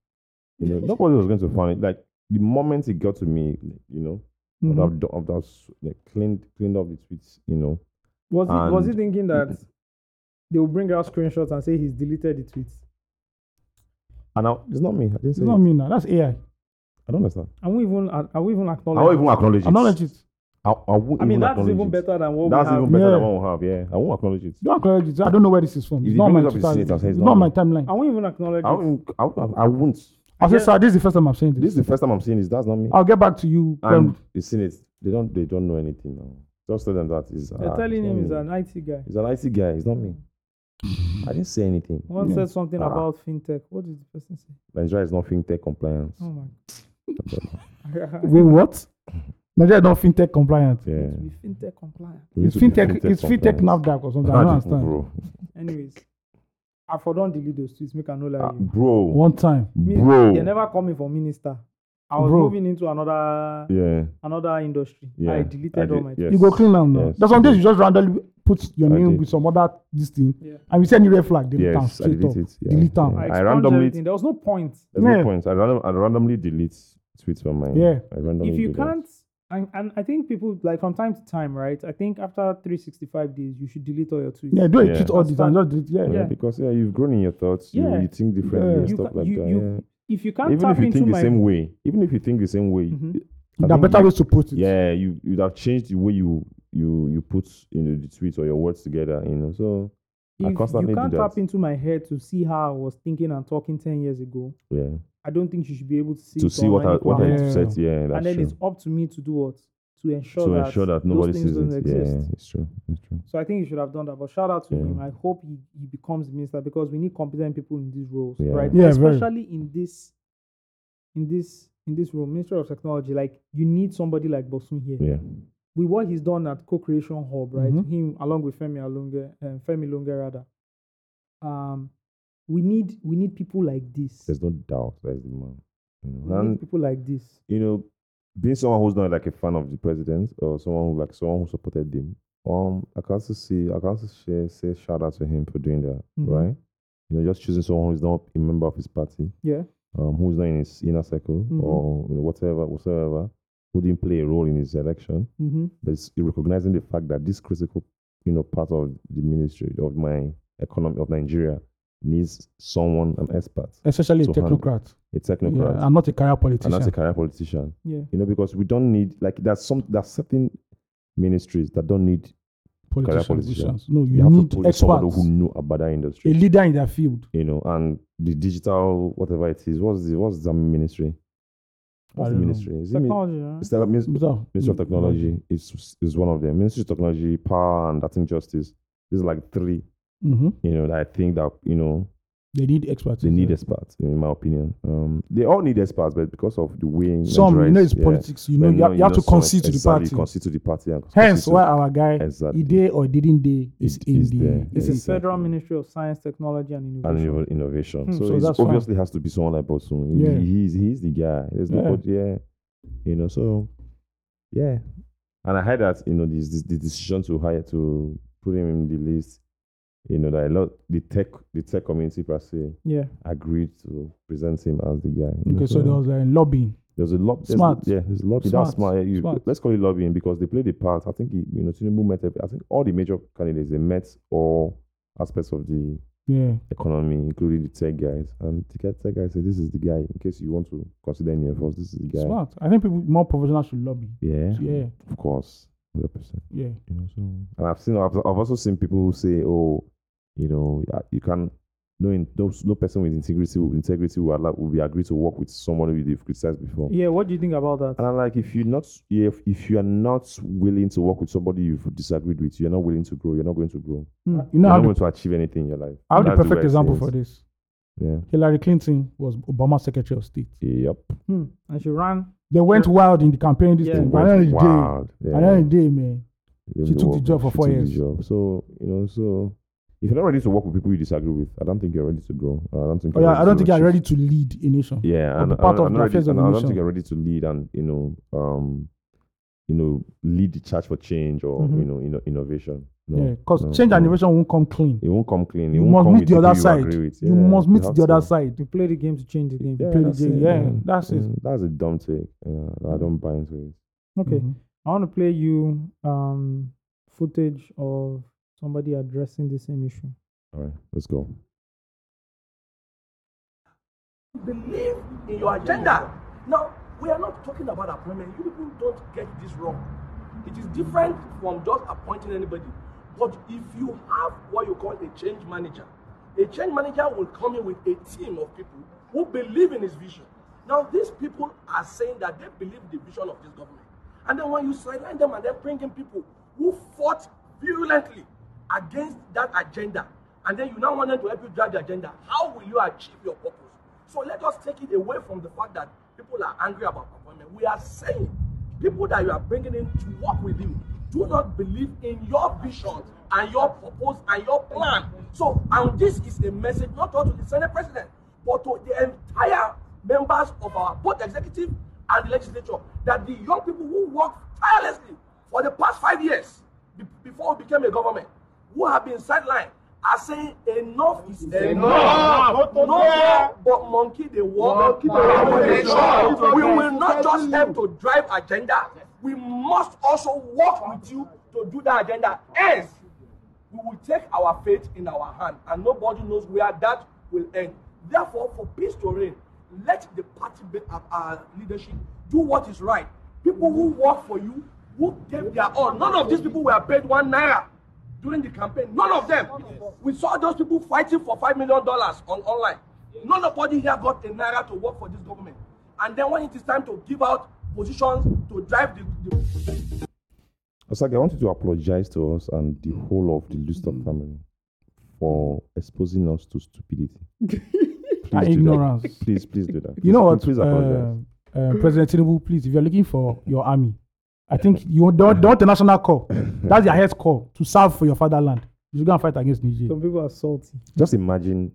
S4: You know, nobody was going to find it. Like the moment it got to me, you know,
S1: Mhm.
S4: I've done, I've done, s- like cleaned cleaned up the tweets. You know,
S1: Was he was he
S4: And-
S1: thinking that they will bring out screenshots and say he's deleted the tweets?
S4: and I, it's not me. I didn't
S2: It's
S4: say.
S2: not
S4: it.
S2: me now. That's AI.
S4: I don't understand.
S1: I won't even I won't even
S4: I won't
S1: acknowledge.
S4: even acknowledge it.
S2: Acknowledge it.
S4: I, I won't
S1: I mean,
S4: even
S1: that's
S4: acknowledge
S1: even
S4: it.
S1: better than what
S4: That's
S1: we have.
S4: even better than
S2: Yeah.
S4: what we have. Yeah, I won't acknowledge it.
S2: Don't acknowledge it. I don't know where this is from.
S4: If
S2: It's
S4: you
S2: not
S4: bring
S2: my
S4: it up, it's
S2: totality.
S4: it. I'll say
S2: It's
S4: it's
S2: not
S4: not
S2: my
S4: me.
S1: I
S2: timeline.
S1: won't even acknowledge.
S4: I
S1: it.
S4: won't. I won't. I won't.
S2: I'll say,
S1: guess-
S2: sir, this is the first time I've seen
S4: This
S2: this.
S4: is the first time I'm seeing this. That's not me.
S2: I'll get back to you. um,
S4: and
S1: Um,
S2: when-
S4: the Senate, they don't they don't know anything now. Just tell them that ah, is.
S1: They're telling him he's an IT guy.
S4: He's an IT guy. It's not me. I didn't say anything.
S1: One
S2: Yeah.
S1: said something
S4: Ah.
S1: about fintech. What did the person say?
S4: Nigeria is not fintech compliance.
S1: Oh my.
S2: Wait, what? Nigeria don't fintech compliant.
S4: Yeah.
S1: To be fintech compliant.
S4: We need
S2: It's
S4: to be
S2: fintech. It's fintech
S4: compliant.
S2: Navdac or something. I don't understand.
S4: bro,
S1: Anyways, I for don't delete those tweets. Make I no lie.
S4: Ah,
S1: you.
S4: bro,
S2: One time.
S1: Me-
S4: bro.
S1: They never call me for minister. I was
S2: Bro.
S1: moving into another
S4: Yeah,
S1: another industry.
S4: yeah.
S1: I deleted
S4: I
S1: all
S4: did-
S1: my
S4: yes.
S2: You go clean am now.
S4: Yes.
S2: There's some days you just randomly put your
S4: I
S2: name
S4: did.
S2: with some other this thing.
S1: Yeah.
S2: And we send you red flag. Delete am
S4: Yes, I
S2: straight up.
S4: delete it. Yeah.
S2: Delete am.
S1: I,
S4: I
S1: expunged
S4: randomly-
S1: everything. There was no point.
S4: There's
S2: Yeah.
S4: no point. I, random, I randomly delete tweets from my.
S2: Yeah.
S4: I randomly
S1: if you
S4: do that.
S1: can't, and, and I think people like from time to time, right? I think after 365 days, you should delete all your tweets.
S2: Yeah, do a
S4: Yeah.
S2: tweet audit and just delete. Yeah,
S4: Yeah,
S1: Yeah.
S4: because yeah, you've grown in your thoughts.
S1: Yeah.
S4: You, you think differently
S2: Yeah.
S4: and
S1: You
S4: stuff
S1: ca-
S4: like
S1: you-
S4: that.
S1: you-
S4: yeah.
S1: If you can't
S4: Even
S1: tap
S4: if you
S1: into
S4: think the
S1: my
S4: same way, even if you think the same way,
S1: Mhm.
S2: there
S4: I
S2: are
S4: think
S2: better
S4: you-
S2: ways to put it.
S4: yeah, you you'd have changed the way you you you put you know the tweets or your words together. You know, so I
S1: If
S4: constantly
S1: you
S4: do
S1: can't
S4: that.
S1: tap into my head to see how I was thinking and talking ten years ago,
S4: Yeah.
S1: I don't think you should be able to see
S4: To
S1: it
S4: see
S1: on
S4: what
S1: my
S4: I what I
S1: equal.
S2: Yeah.
S4: said. Yeah,
S1: and
S4: that's
S1: then it's
S4: true.
S1: up to me to do what to ensure
S4: To
S1: that
S4: ensure
S1: those
S4: that nobody
S1: things
S4: sees
S1: don't
S4: it.
S1: exist.
S4: Yeah, it's true. It's true.
S1: So I think you should have done that. But shout out to
S4: Yeah.
S1: him. I hope he, he becomes minister because we need competent people in these roles,
S4: Yeah.
S1: right?
S2: Yeah, very.
S1: Especially in this, in this, in this role, Minister of Technology. Like you need somebody like Bosun here.
S4: Yeah.
S1: With what he's done at Co-Creation Hub, right?
S4: Mm-hmm.
S2: Mhm.
S1: Him along with Femi Alonge, um, Femi Longe rather. Um, we need we need people like this.
S4: There's no doubt. There's the man. You know,
S1: we
S4: and
S1: need people like this.
S4: you know, being someone who's not like a fan of the president or someone who like someone who supported him, um, I can also see, I can also share, say shout out to him for doing that,
S1: Mhm.
S4: right? You know, just choosing someone who's not a member of his party,
S1: Yeah.
S4: um, who's not in his inner circle
S1: Mhm.
S4: or you know, whatever, whatsoever, who didn't play a role in his election,
S1: Mm-hmm.
S4: but it's recognizing the fact that this critical, you know, part of the ministry of my economy of Nigeria needs someone, an expert,
S2: Especially a
S4: So hand-
S2: technocrat.
S4: a technocrat,
S2: Yeah, I'm not a career
S4: and
S2: politician.
S4: not a career politician
S1: Yeah.
S4: you know, because we don't need like there's some there's certain ministries that don't need
S2: politicians.
S4: politicians.
S2: No, you,
S4: you, have to
S2: need
S4: pull in somebody
S2: experts.
S4: who know about that
S2: A
S4: industry,
S2: leader in their field.
S4: you know, and the digital whatever it is. What's the what's the ministry? What's
S2: I
S4: the
S2: don't know.
S4: ministry? Is it min-
S1: Technology. right?
S4: is that min-
S2: So-
S4: Ministry of Technology is is one of them. Ministry of Technology, Power, and I think Justice. These are like three,
S2: Mhm.
S4: you know, that I think that you know
S2: They need experts.
S4: they need experts, in my opinion. Um, they all need experts, but because of the way
S2: Some,
S4: Nigeria
S2: you know,
S4: is-
S2: it's
S4: yeah,
S2: politics. You know,
S4: but
S2: you have,
S4: no,
S2: you have to
S4: some-
S2: concede to the
S4: exactly,
S2: party.
S4: Concede to the party, and
S2: Hence,
S4: concede to-
S2: why our guy,
S4: exactly.
S2: he did or didn't they, is
S4: It-
S2: in
S4: it's
S2: the.
S4: there.
S1: It's
S4: Yeah,
S1: a
S4: exactly.
S1: federal ministry of science, technology, and
S4: and
S1: innovation.
S4: inno- innovation.
S1: Hmm,
S4: so
S2: so
S4: it
S2: that's fine.
S4: obviously has to be someone like Bosun.
S2: Yeah.
S4: Yeah. He's he's the guy. There's
S2: Yeah.
S4: nobody. Yeah, you know. So yeah, and I heard that you know this, this the decision to hire to put him in the list. You know that a lot the tech the tech community per se
S1: Yeah.
S4: agreed to present him as the guy. you know,
S2: Okay, so there was uh, lobbying.
S4: there's a lot. There's,
S2: Smart.
S4: Yeah, there's lobby.
S2: Smart.
S4: That's smart. yeah, you-
S2: Smart.
S4: Let's call it lobbying because they played a part. I think he, you know Tinubu met. every- I think all the major candidates they met all aspects of the
S2: Yeah.
S4: economy, including the tech guys. And the tech- tech guy said, "This is the guy. In case you want to consider any of us, this is the guy."
S2: Smart. I think people more professionals should lobby.
S4: Yeah,
S2: Yeah.
S4: of course, hundred percent.
S2: Yeah.
S4: You know, so and I've seen, I've, I've also seen people who say, "Oh, you know, uh, you can." No, in, no, no person with integrity integrity will allow will be agree to work with someone who they've criticized before.
S1: Yeah. What do you think about that?
S4: And I'm like, if you're not, if, if you are not willing to work with somebody you've disagreed with, you're not willing to grow. You're not going to grow.
S1: Mm.
S2: You
S4: You're
S2: know
S4: not
S2: how the,
S4: going to achieve anything in your life.
S2: how the
S4: That's way I
S2: perfect
S4: see
S2: example
S4: it.
S2: for this?
S4: Yeah.
S2: Hillary Clinton was Obama's Secretary of State.
S4: Yep.
S1: Hmm. And she ran.
S2: They went wild in the campaign this
S1: Yeah.
S2: thing.
S1: It
S2: But at the end of the day-
S4: Wow.
S2: at the end of the day, man.
S4: Gave
S2: She
S4: me
S2: took the
S4: work.
S2: job for
S4: She
S2: four
S4: took the
S2: years.
S4: job. So you know, so if you're not ready to work with people you disagree with, I don't think you're ready to grow. I don't think.
S2: Oh,
S4: you're
S2: yeah, I don't think
S4: to
S2: you're ready
S4: achieve-
S2: to lead a nation.
S4: Yeah, and
S2: be
S4: I
S2: part of
S4: don't- I'm
S2: the
S4: not ready,
S2: affairs of
S4: and
S2: the
S4: I don't
S2: nation.
S4: think you're ready to lead and you know, um, you know, lead the charge for change or
S1: Mhm.
S4: you know, inno- innovation. No,
S2: Mm-hmm. Yeah, because
S4: no,
S2: change and
S4: no.
S2: innovation won't come clean.
S4: It won't come clean. It
S2: You
S4: won't
S2: must
S4: come
S2: meet
S4: with
S2: the
S4: people
S2: other
S4: you
S2: side.
S4: agree with.
S2: You
S4: Yeah,
S2: must meet
S4: have
S2: the other
S4: to.
S2: side.
S1: You play the game to change the game.
S4: Yeah,
S2: play the
S4: that's
S2: game.
S4: it,
S2: Yeah,
S4: man.
S2: that's it.
S4: Yeah, That's a dumb take. Yeah, I don't buy into it.
S1: Okay.
S4: Mm-hmm.
S2: Mhm.
S1: I want to play you um footage of somebody addressing the same issue.
S4: All right, let's go.
S7: believe in your agenda. Now, we are not talking about appointment. You people don't get this wrong. It is different from just appointing anybody. But if you have what you call a change manager, a change manager will come in with a team of people who believe in his vision. Now, these people are saying that they believe the vision of this government. And then when you sideline them and then bring in people who fought virulently against that agenda, and then you now want them to help you drive the agenda, how will you achieve your purpose? So let us take it away from the fact that people are angry about appointment. We are saying people that you are bringing in to work with you do not believe in your vision and your purpose and your plan. So, and this is a message not only to the Senate President, but to the entire members of our both executive and the legislature that the young people who worked tirelessly for the past five years be- before we became a government, who have been sidelined, are saying enough is enough. No more but monkey the walk. We will not just help to drive agenda. We must also work with you to do that agenda. Else, we will take our fate in our hand, and nobody knows where that will end. Therefore, for peace to reign, let the party be, uh, uh, leadership do what is right. People who work for you, who gave their all. None of these people were paid one naira during the campaign. None of them. We saw those people fighting for five million dollars on online. Nobody here got a naira to work for this government. And then when it is time to give out positions to drive the, the
S4: Osage, I want you to apologize to us and the whole of the
S2: Mm.
S4: Luston family for exposing us to stupidity.
S2: And
S4: do that.
S2: ignorance.
S4: Please, please do that.
S2: You know what?
S4: Please apologize.
S2: uh, uh, President Tinubu, please, if you're looking for your army, I think you don't don't the national call. That's your highest call to serve for your fatherland. You should go and fight against Niger.
S1: Some people are salty.
S4: Just imagine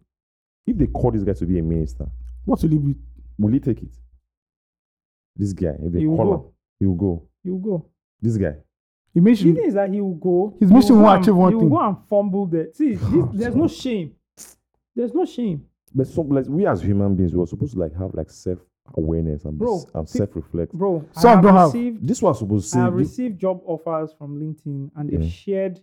S4: if they call this guy to be a minister,
S2: What will it be?
S4: will he take it? This guy, if they
S1: He will
S4: call him,
S1: go.
S4: he will go.
S1: You go.
S4: This guy.
S2: It means
S1: The
S2: you,
S1: thing is that he will go.
S2: His
S1: he
S2: mission
S1: will
S2: won't
S1: go and-
S2: achieve Mm. one
S1: He will
S2: thing.
S1: go and fumble there. See, this, there's no shame. There's no shame.
S4: But so, like, we as human beings, we are supposed to like have like self awareness and, be
S1: Bro,
S4: s- and
S1: pe-
S4: self reflect.
S1: Bro, I
S2: Some
S1: have
S2: don't have.
S1: received
S4: This was supposed
S1: I
S4: to
S1: have
S4: say,
S1: received job offers from LinkedIn and they've
S4: Yeah.
S1: shared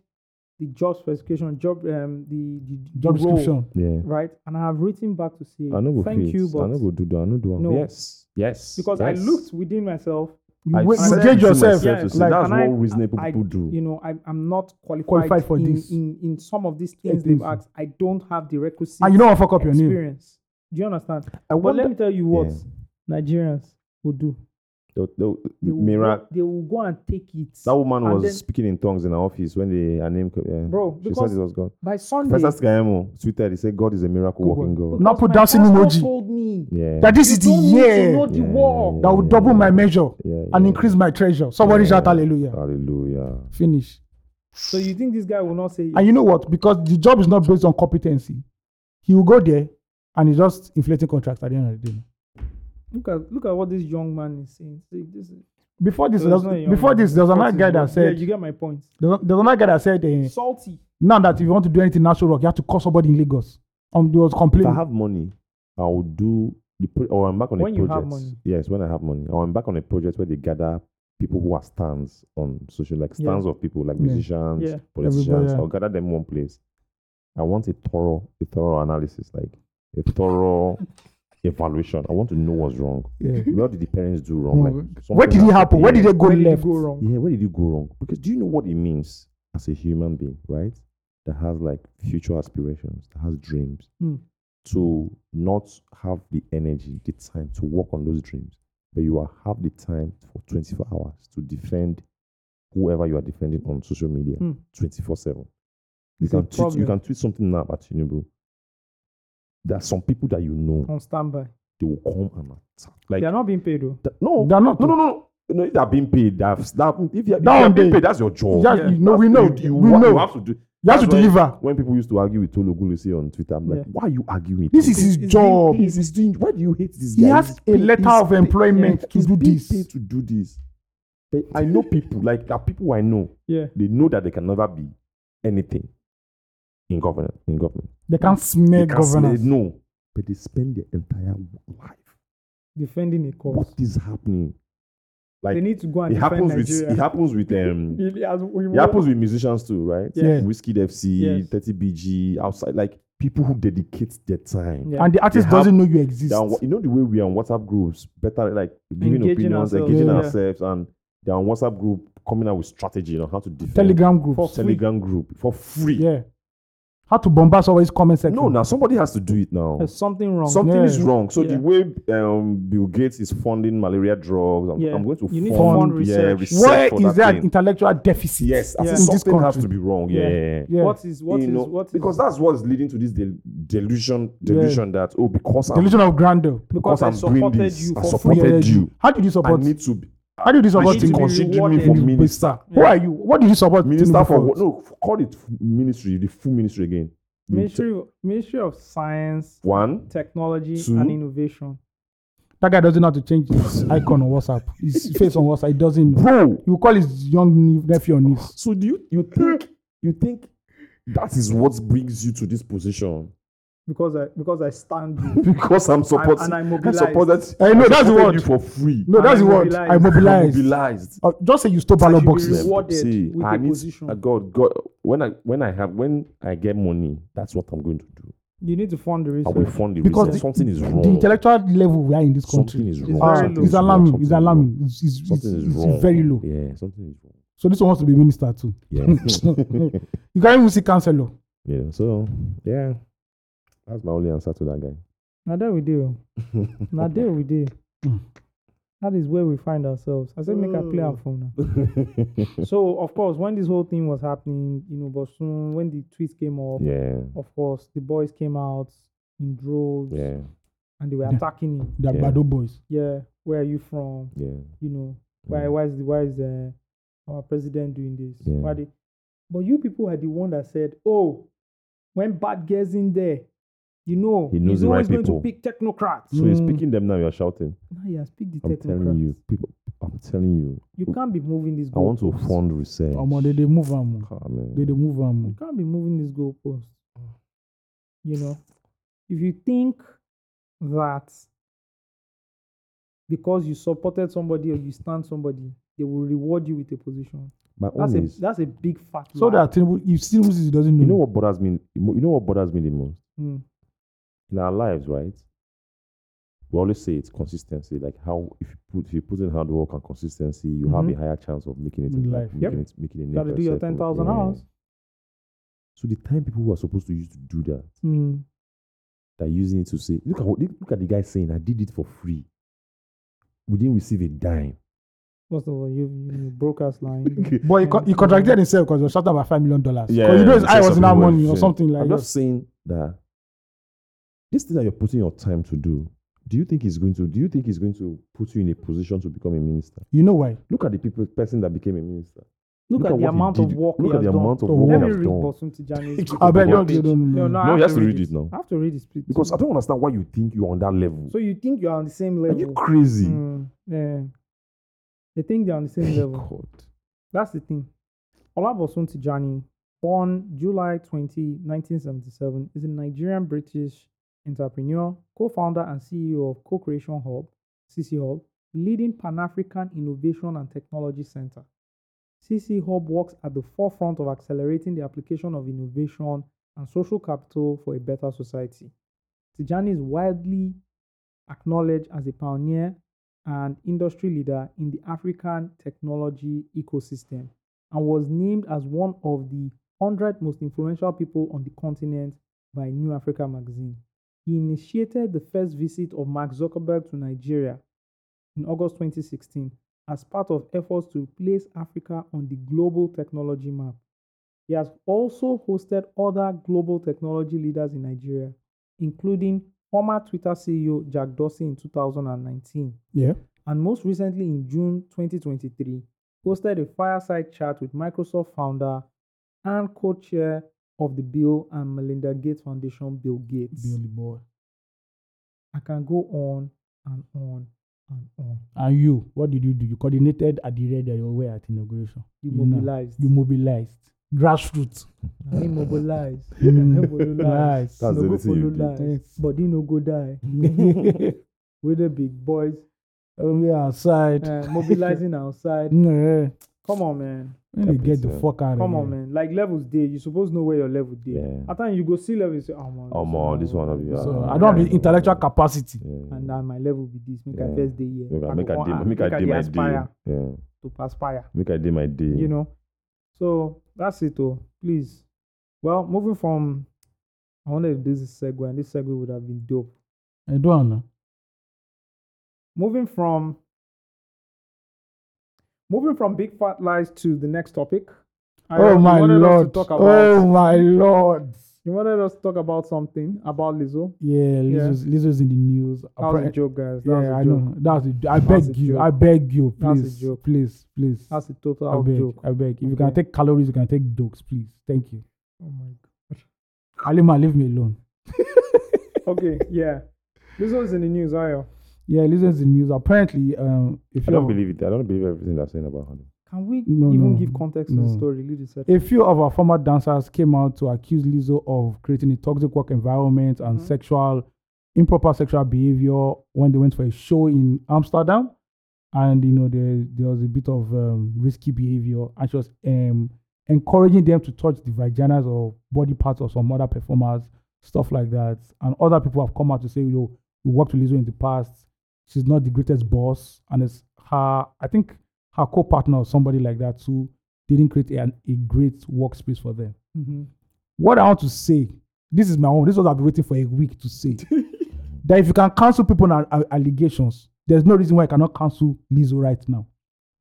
S1: the job specification, job um the, the, the
S2: job
S1: role,
S2: description.
S4: yeah.
S1: right? And I have written back to say
S4: I know go
S1: thank
S4: fit.
S1: you,
S4: I
S1: but
S4: know go do that. I know do am.
S1: No.
S4: Yes. Yes.
S1: because
S4: yes.
S1: I looked within myself.
S2: You,
S4: I
S2: wait, you
S4: said
S2: gauge
S4: to
S2: yourself.
S4: myself to
S1: Yes.
S4: say,
S2: Like,
S4: that's
S1: and
S4: what
S1: I-
S4: reasonable
S1: I,
S4: people do.
S1: You know, I, I'm not qualified,
S2: Qualified for
S1: in,
S2: this.
S1: In, in some of these
S2: Yeah,
S1: things
S2: this.
S1: they've asked. I don't have the requisite
S2: and you don't want to fuck up your name.
S1: experience. Do you understand?
S4: I
S1: But let me tell you what
S4: Yeah.
S1: Nigerians will do.
S4: The, the,
S1: They will,
S4: Mira,
S1: go, they will go and take it.
S4: that woman
S1: and
S4: was
S1: then-
S4: speaking in tongues in her office when the her name. came- Yeah.
S1: Bro,
S4: she said
S1: because-
S4: it was God.
S1: By Sunday,
S4: Professor Skayamo tweeted, he said, God is a miracle working God.
S2: Now put down
S1: Because my
S2: some
S1: pastor
S2: emoji.
S1: told me
S4: Yeah.
S2: That this is the
S1: you don't need to
S2: year
S1: know the
S4: Yeah,
S1: war.
S2: that will
S4: yeah,
S2: double
S4: yeah,
S2: my measure
S4: yeah, yeah,
S2: and increase my treasure. Somebody
S4: yeah.
S2: shout hallelujah.
S4: Hallelujah.
S2: Finish.
S1: So you think this guy will not say?
S2: And you know what? Because the job is not based on competency. He will go there and he's just inflating contracts at the end of the day.
S1: Look at look at what this young man is saying. See, this is-
S2: Before this,
S1: so
S2: there's,
S1: it's not a young
S2: before
S1: man,
S2: this, there's
S1: it's
S2: another guy that
S1: 40. Yeah,
S2: said,
S1: you get my point.
S2: there's, there's another guy that said, eh,
S1: Salty.
S2: now that if you want to do anything natural rock, you have to call somebody in Lagos. Um, there was
S4: If I
S2: complaining.
S4: have money, I will do the pro- or I'm back on
S1: When
S4: a
S1: you have
S4: project.
S1: money.
S4: Yes, when I have money, or I'm back on a project where they gather people who are stands on social, like
S1: Yeah.
S4: stands of people, like
S2: Yeah.
S4: musicians,
S1: Yeah.
S4: politicians.
S2: Everybody, yeah.
S4: I'll gather them in one place. I want a thorough, a thorough analysis, like a thorough evaluation. I want to know what's wrong.
S2: Yeah.
S4: What did the parents do wrong? Like,
S2: Wrong.
S4: something
S2: Where did it
S4: happened.
S2: happen? Where
S4: Yeah.
S2: did they go
S1: Where did it
S2: left?
S1: go wrong?
S4: Yeah, where did you go wrong? Because do you know what it means as a human being, right? That has like future aspirations, that has dreams,
S1: Mm.
S4: to not have the energy, the time to work on those dreams, but you are have the time for 24 hours to defend whoever you are defending on social media
S1: Mm.
S4: 24 7. You
S1: It's a
S4: can, tweet, you
S1: problem.
S4: can tweet something now about Tinubu. There are some people that you know,
S1: On standby.
S4: they will come and attack. Like,
S1: They are not being paid though.
S4: th- no,
S2: They're not.
S4: no, no, no. You know, if they are being paid, they have, that, if you are, if you
S2: That
S4: are
S2: one
S4: being
S2: day.
S4: paid, that's your job.
S2: Yeah, you know, we know.
S4: You, you,
S2: we
S4: wa-
S2: know.
S4: you have to do.
S2: You have to
S4: That's why-
S2: deliver.
S4: When people used to argue with Tolu Gulusi on Twitter, I'm like,
S1: Yeah.
S4: why are you arguing with
S2: This
S4: him?
S2: is his
S1: being
S2: job.
S1: paid.
S4: He's, he's doing. Why do you hate this
S2: He
S4: guy?
S2: has
S4: He's
S2: a
S4: paid-
S2: letter
S4: he's
S2: of
S4: paid-
S2: employment to
S4: he's
S2: do
S4: being
S2: this.
S4: Paid to do this. But I know people like there are people I know.
S1: Yeah.
S4: They know that they can never be anything in government. In government,
S2: They can't
S4: they
S2: smell
S4: can't say
S2: governance.
S4: no, but they spend their entire life.
S1: Defending a
S4: What
S1: cause.
S4: is happening?
S1: They
S4: Like
S1: need to go and
S4: it
S1: defend
S4: happens with
S1: Nigeria.
S4: it happens with um
S1: It has- we
S4: It
S1: won't-
S4: happens with musicians too, right?
S2: Yeah.
S4: Whiskey FC,
S1: Mm. Yes.
S4: 30 BG, outside, like people who dedicate their time.
S1: Yeah.
S2: And the artist
S4: have-
S2: doesn't know you exist.
S4: They're on wa- you know the way we are on WhatsApp groups, better like giving
S1: Engaging
S4: opinions,
S1: ourselves,
S4: engaging
S2: yeah.
S4: ourselves, and they're on WhatsApp group coming out with strategy on how to defend
S2: Telegram group.
S1: For-
S4: Telegram group for free.
S2: Yeah. How to bombard somebody's comment section.
S4: No, now somebody has to do it now.
S1: There's something wrong.
S4: Something
S2: Yeah.
S4: is wrong. So
S1: Yeah.
S4: the way um, Bill Gates is funding malaria drugs, I'm,
S1: Yeah.
S4: I'm going to
S1: You need to fund
S4: fund, yeah,
S1: research.
S4: research
S2: Where
S4: for
S2: is
S4: that
S2: there an
S4: thing.
S2: intellectual deficit?
S4: Yes,
S1: Yeah.
S4: I said
S2: In this
S4: something has
S2: country.
S4: to be wrong.
S1: Yeah.
S4: yeah, yeah, yeah.
S2: Yeah.
S1: What is what
S4: you
S1: is
S4: know,
S1: what is
S4: because that's what's leading to this del- delusion delusion that oh because I'm
S2: Delusion of grandeur.
S1: because I
S4: I'm doing
S1: supported
S4: this,
S1: you
S4: I
S1: for
S4: supported
S1: free.
S4: you.
S2: How did you
S4: I
S2: support?
S4: need to be
S2: how did you
S4: they
S2: support
S1: need to
S4: should
S1: be
S2: Tinubu?
S4: consider me
S1: rewarded.
S4: for
S1: Yeah.
S4: minister
S2: Who are you? What did you support?
S4: minister
S2: Tinubu
S4: for what no f- call it f- ministry the full ministry again The t-
S1: Ministry of- Ministry of Science,
S4: one
S1: Technology
S4: Two.
S1: and Innovation.
S2: That guy doesn't know how to change his icon on WhatsApp. His face on WhatsApp. He doesn't know.
S4: bro
S2: You call his young ne- nephew or niece.
S4: so do you you think you think that is what brings you to this position
S1: Because I because I stand you.
S4: because I'm supporting
S1: and I'm
S4: I support that
S2: I know, that's the
S4: supported
S2: word.
S4: you for free
S2: No,
S1: And
S2: that's
S1: I
S2: the word.
S1: mobilized.
S2: I mobilized.
S4: mobilized
S2: Uh, just say you stole ballot
S1: should be
S2: boxes.
S1: reward- rewarded
S4: See,
S1: with
S4: I
S1: a
S4: need-
S1: position.
S4: uh, God, God, when I when I have when I get money, that's what I'm going to do.
S1: You need to fund the
S4: I will
S1: research.
S4: fund the
S2: Because
S4: because
S2: the-
S4: something is wrong.
S2: The intellectual level we are in this country
S4: something is
S1: is
S4: wrong.
S1: very
S2: Ah,
S1: low.
S4: something
S2: it's
S4: wrong,
S2: alarming.
S4: something
S2: It's
S4: is wrong.
S2: alarming. It's, it's, it's,
S4: Something is wrong.
S2: it's very low.
S4: Yeah, something is wrong.
S2: So this one wants to be minister too.
S4: Yeah.
S2: you can't even see counselor.
S4: You know, so yeah, that's my only answer to that guy.
S1: Now there we do. now there we do.
S2: Mm.
S1: That is where we find ourselves. I said, make a play
S4: Hmm.
S1: our phone now. so of course when this whole thing was happening you know but soon when the tweets came up
S4: yeah,
S1: of course the boys came out in droves
S4: yeah,
S1: and they were
S2: Yeah.
S1: attacking him
S2: They are
S4: Yeah.
S2: Bado boys.
S1: yeah where are you from
S4: yeah, Mm.
S1: you know why
S4: Yeah.
S1: why is the, why is uh, our president doing this
S4: Yeah.
S1: why they, but you people are the one that said oh when bad gets in there you know
S4: He knows
S1: he's
S4: the right
S1: always going
S4: people.
S1: to pick technocrats
S4: So you're
S2: Mm.
S4: speaking them now. You're shouting.
S1: now you are speak the
S4: I'm telling
S1: technocrats
S4: you,
S1: you.
S4: people. I'm telling you.
S1: can't be moving this
S4: I want to
S1: goalpost.
S4: fund research.
S2: Omo, they they move am.
S4: Ah,
S2: They Um,
S4: man.
S2: they move
S1: You
S2: am.
S1: can't be moving this goalpost. You know, if you think that because you supported somebody or you stand somebody, they will reward you with a position.
S4: My
S1: That's
S4: own
S1: a
S4: is.
S1: that's a big fat.
S2: So
S1: lie.
S2: that Tinubu, if Tinubu doesn't know,
S4: You know what bothers me? You know what bothers me the most
S1: Mm,
S4: in our lives, right? We always say it's consistency. Like how if you put if you put in hard work and consistency, you have
S1: Mhm.
S4: a higher chance of making it
S2: In
S4: in life,
S2: life.
S1: Yep.
S4: making it, making it.
S1: you got to do your ten thousand hours.
S4: So the time people who are supposed to use to do that,
S1: Mm,
S4: they're using it to say, look at what, look at the guy saying, I did it for free. We didn't receive a dime.
S1: First of all, you you broke us line.
S2: But he, co- he contracted himself because he was shot about five million dollars.
S4: Yeah,
S2: you know his
S4: he
S2: eye
S4: said
S2: was in that
S4: something
S2: money
S4: worse,
S2: or
S4: yeah.
S2: something like
S4: I'm
S2: that.
S4: just saying that this thing that you're putting your time to do, do you think he's going to? Do you think he's going to put you in a position to become a minister?
S2: You know why?
S4: Look at the people, person that became a minister.
S1: Look, at, the
S4: what he
S1: amount of
S4: did.
S1: work
S4: Look
S1: he
S4: at the
S1: has done.
S4: amount of
S2: So
S4: work
S1: Let
S4: he
S1: me
S4: has
S1: read
S4: done.
S1: Bosun Tijani's.
S2: I bet
S4: But
S2: don't,
S4: yeah.
S2: you don't know.
S1: No, no, I
S4: No,
S1: have
S4: he has to
S1: read
S4: read it now
S1: I have to read his speech
S4: because I don't understand why you think you're on that level.
S1: So you think you are on the same
S4: Are
S1: level?
S4: you crazy?
S1: Mm, yeah. They think they're on the same level.
S4: God.
S1: That's the thing. Olabosun Tijani, born July 20, 1977, is a Nigerian British entrepreneur, co founder, and CEO of Co Creation Hub, CC Hub, leading Pan African Innovation and Technology Center. CC Hub works at the forefront of accelerating the application of innovation and social capital for a better society. Tijani is widely acknowledged as a pioneer and industry leader in the African technology ecosystem and was named as one of the 100 most influential people on the continent by New Africa magazine. He initiated the first visit of Mark Zuckerberg to Nigeria in August 2016 as part of efforts to place Africa on the global technology map. He has also hosted other global technology leaders in Nigeria, including former Twitter CEO Jack Dorsey in 2019
S2: Yeah.
S1: and most recently in June 2023, hosted a fireside chat with Microsoft founder and co chair of the Bill and Melinda Gates Foundation, Bill Gates.
S2: Billy boy.
S1: I can go on and on and on.
S2: And you, what did you do? You coordinated at the red that you were at inauguration.
S1: You
S2: know,
S1: mobilized.
S2: You mobilized. Grassroots.
S1: Now he mobilized.
S2: Mm.
S1: Now he mobilized.
S2: Nice.
S4: That's
S1: No
S4: the
S1: go
S4: only thing you
S1: follow
S4: did.
S1: lies. Body no go die. With the big boys
S2: We are outside.
S1: uh, mobilizing outside.
S2: Yeah.
S1: Come on, man.
S2: When they
S4: Happens,
S2: eh, get the
S4: yeah.
S2: fuck out
S1: Come
S2: of
S1: on, man. Like levels day, you suppose know where your level day.
S4: Yeah.
S1: At times you go see level, you say, oh man.
S4: Oh, man, this one of you.
S2: So
S4: Ah,
S2: I don't have
S4: yeah.
S2: the intellectual capacity.
S4: Yeah.
S1: and at my level be this make i
S4: Yeah.
S1: first dey here
S4: Make I-
S1: go
S4: make I
S1: come
S4: dey-
S1: out,
S4: make I
S1: I
S4: dey
S1: dey
S4: my day.
S1: aspire
S4: Yeah.
S1: to perspire
S4: Make I day my day.
S1: you know so that's it oh please well moving from i wonder if this is segue and this segue would have been dope
S2: I don't know.
S1: moving from moving from big fat lies to the next topic I-
S2: oh
S1: you
S2: my
S1: wanted us to
S2: lord.
S1: talk about-
S2: Oh my lord.
S1: you wanted us to talk about something about lizzo
S2: Yeah, Lizzo's, Lizzo's in the news.
S1: that was a
S2: Appar-
S1: joke guys that was
S2: Yeah,
S1: a
S2: I
S1: joke
S2: know. That's a, I
S1: That's a
S2: beg you.
S1: joke.
S2: I beg you.
S1: That's a
S2: Please,
S1: joke.
S2: please, please.
S1: that's a
S2: I
S1: total
S2: beg.
S1: joke
S2: I beg. If you can
S1: Okay.
S2: take calories, you can take jokes, please. Thank you.
S1: oh my
S2: Alima, leave me alone.
S1: god okay yeah lizzo's in the news ayo
S2: Yeah, Lizzo's in the news. Apparently, um, if
S4: I
S2: you
S4: don't believe it. I don't believe everything they're saying about honey.
S1: Can we
S2: No,
S1: even
S2: no,
S1: give context to the
S2: no.
S1: story? Lead the set.
S2: A few of our former dancers came out to accuse Lizzo of creating a toxic work environment and
S1: Mhm.
S2: sexual, improper sexual behavior when they went for a show in Amsterdam. And, you know, there, there was a bit of um, risky behavior. And she was um, encouraging them to touch the vaginas or body parts of some other performers, stuff like that. And other people have come out to say, you know, we worked with Lizzo in the past. She's not the greatest boss. And it's her, I think her co partner or somebody like that, too didn't create a, a great workspace for them.
S1: Mhm.
S2: What I want to say, this is my own, this is what I've been waiting for a week to say. that if you can cancel people on a- allegations, there's no reason why you cannot cancel Lizzo right now.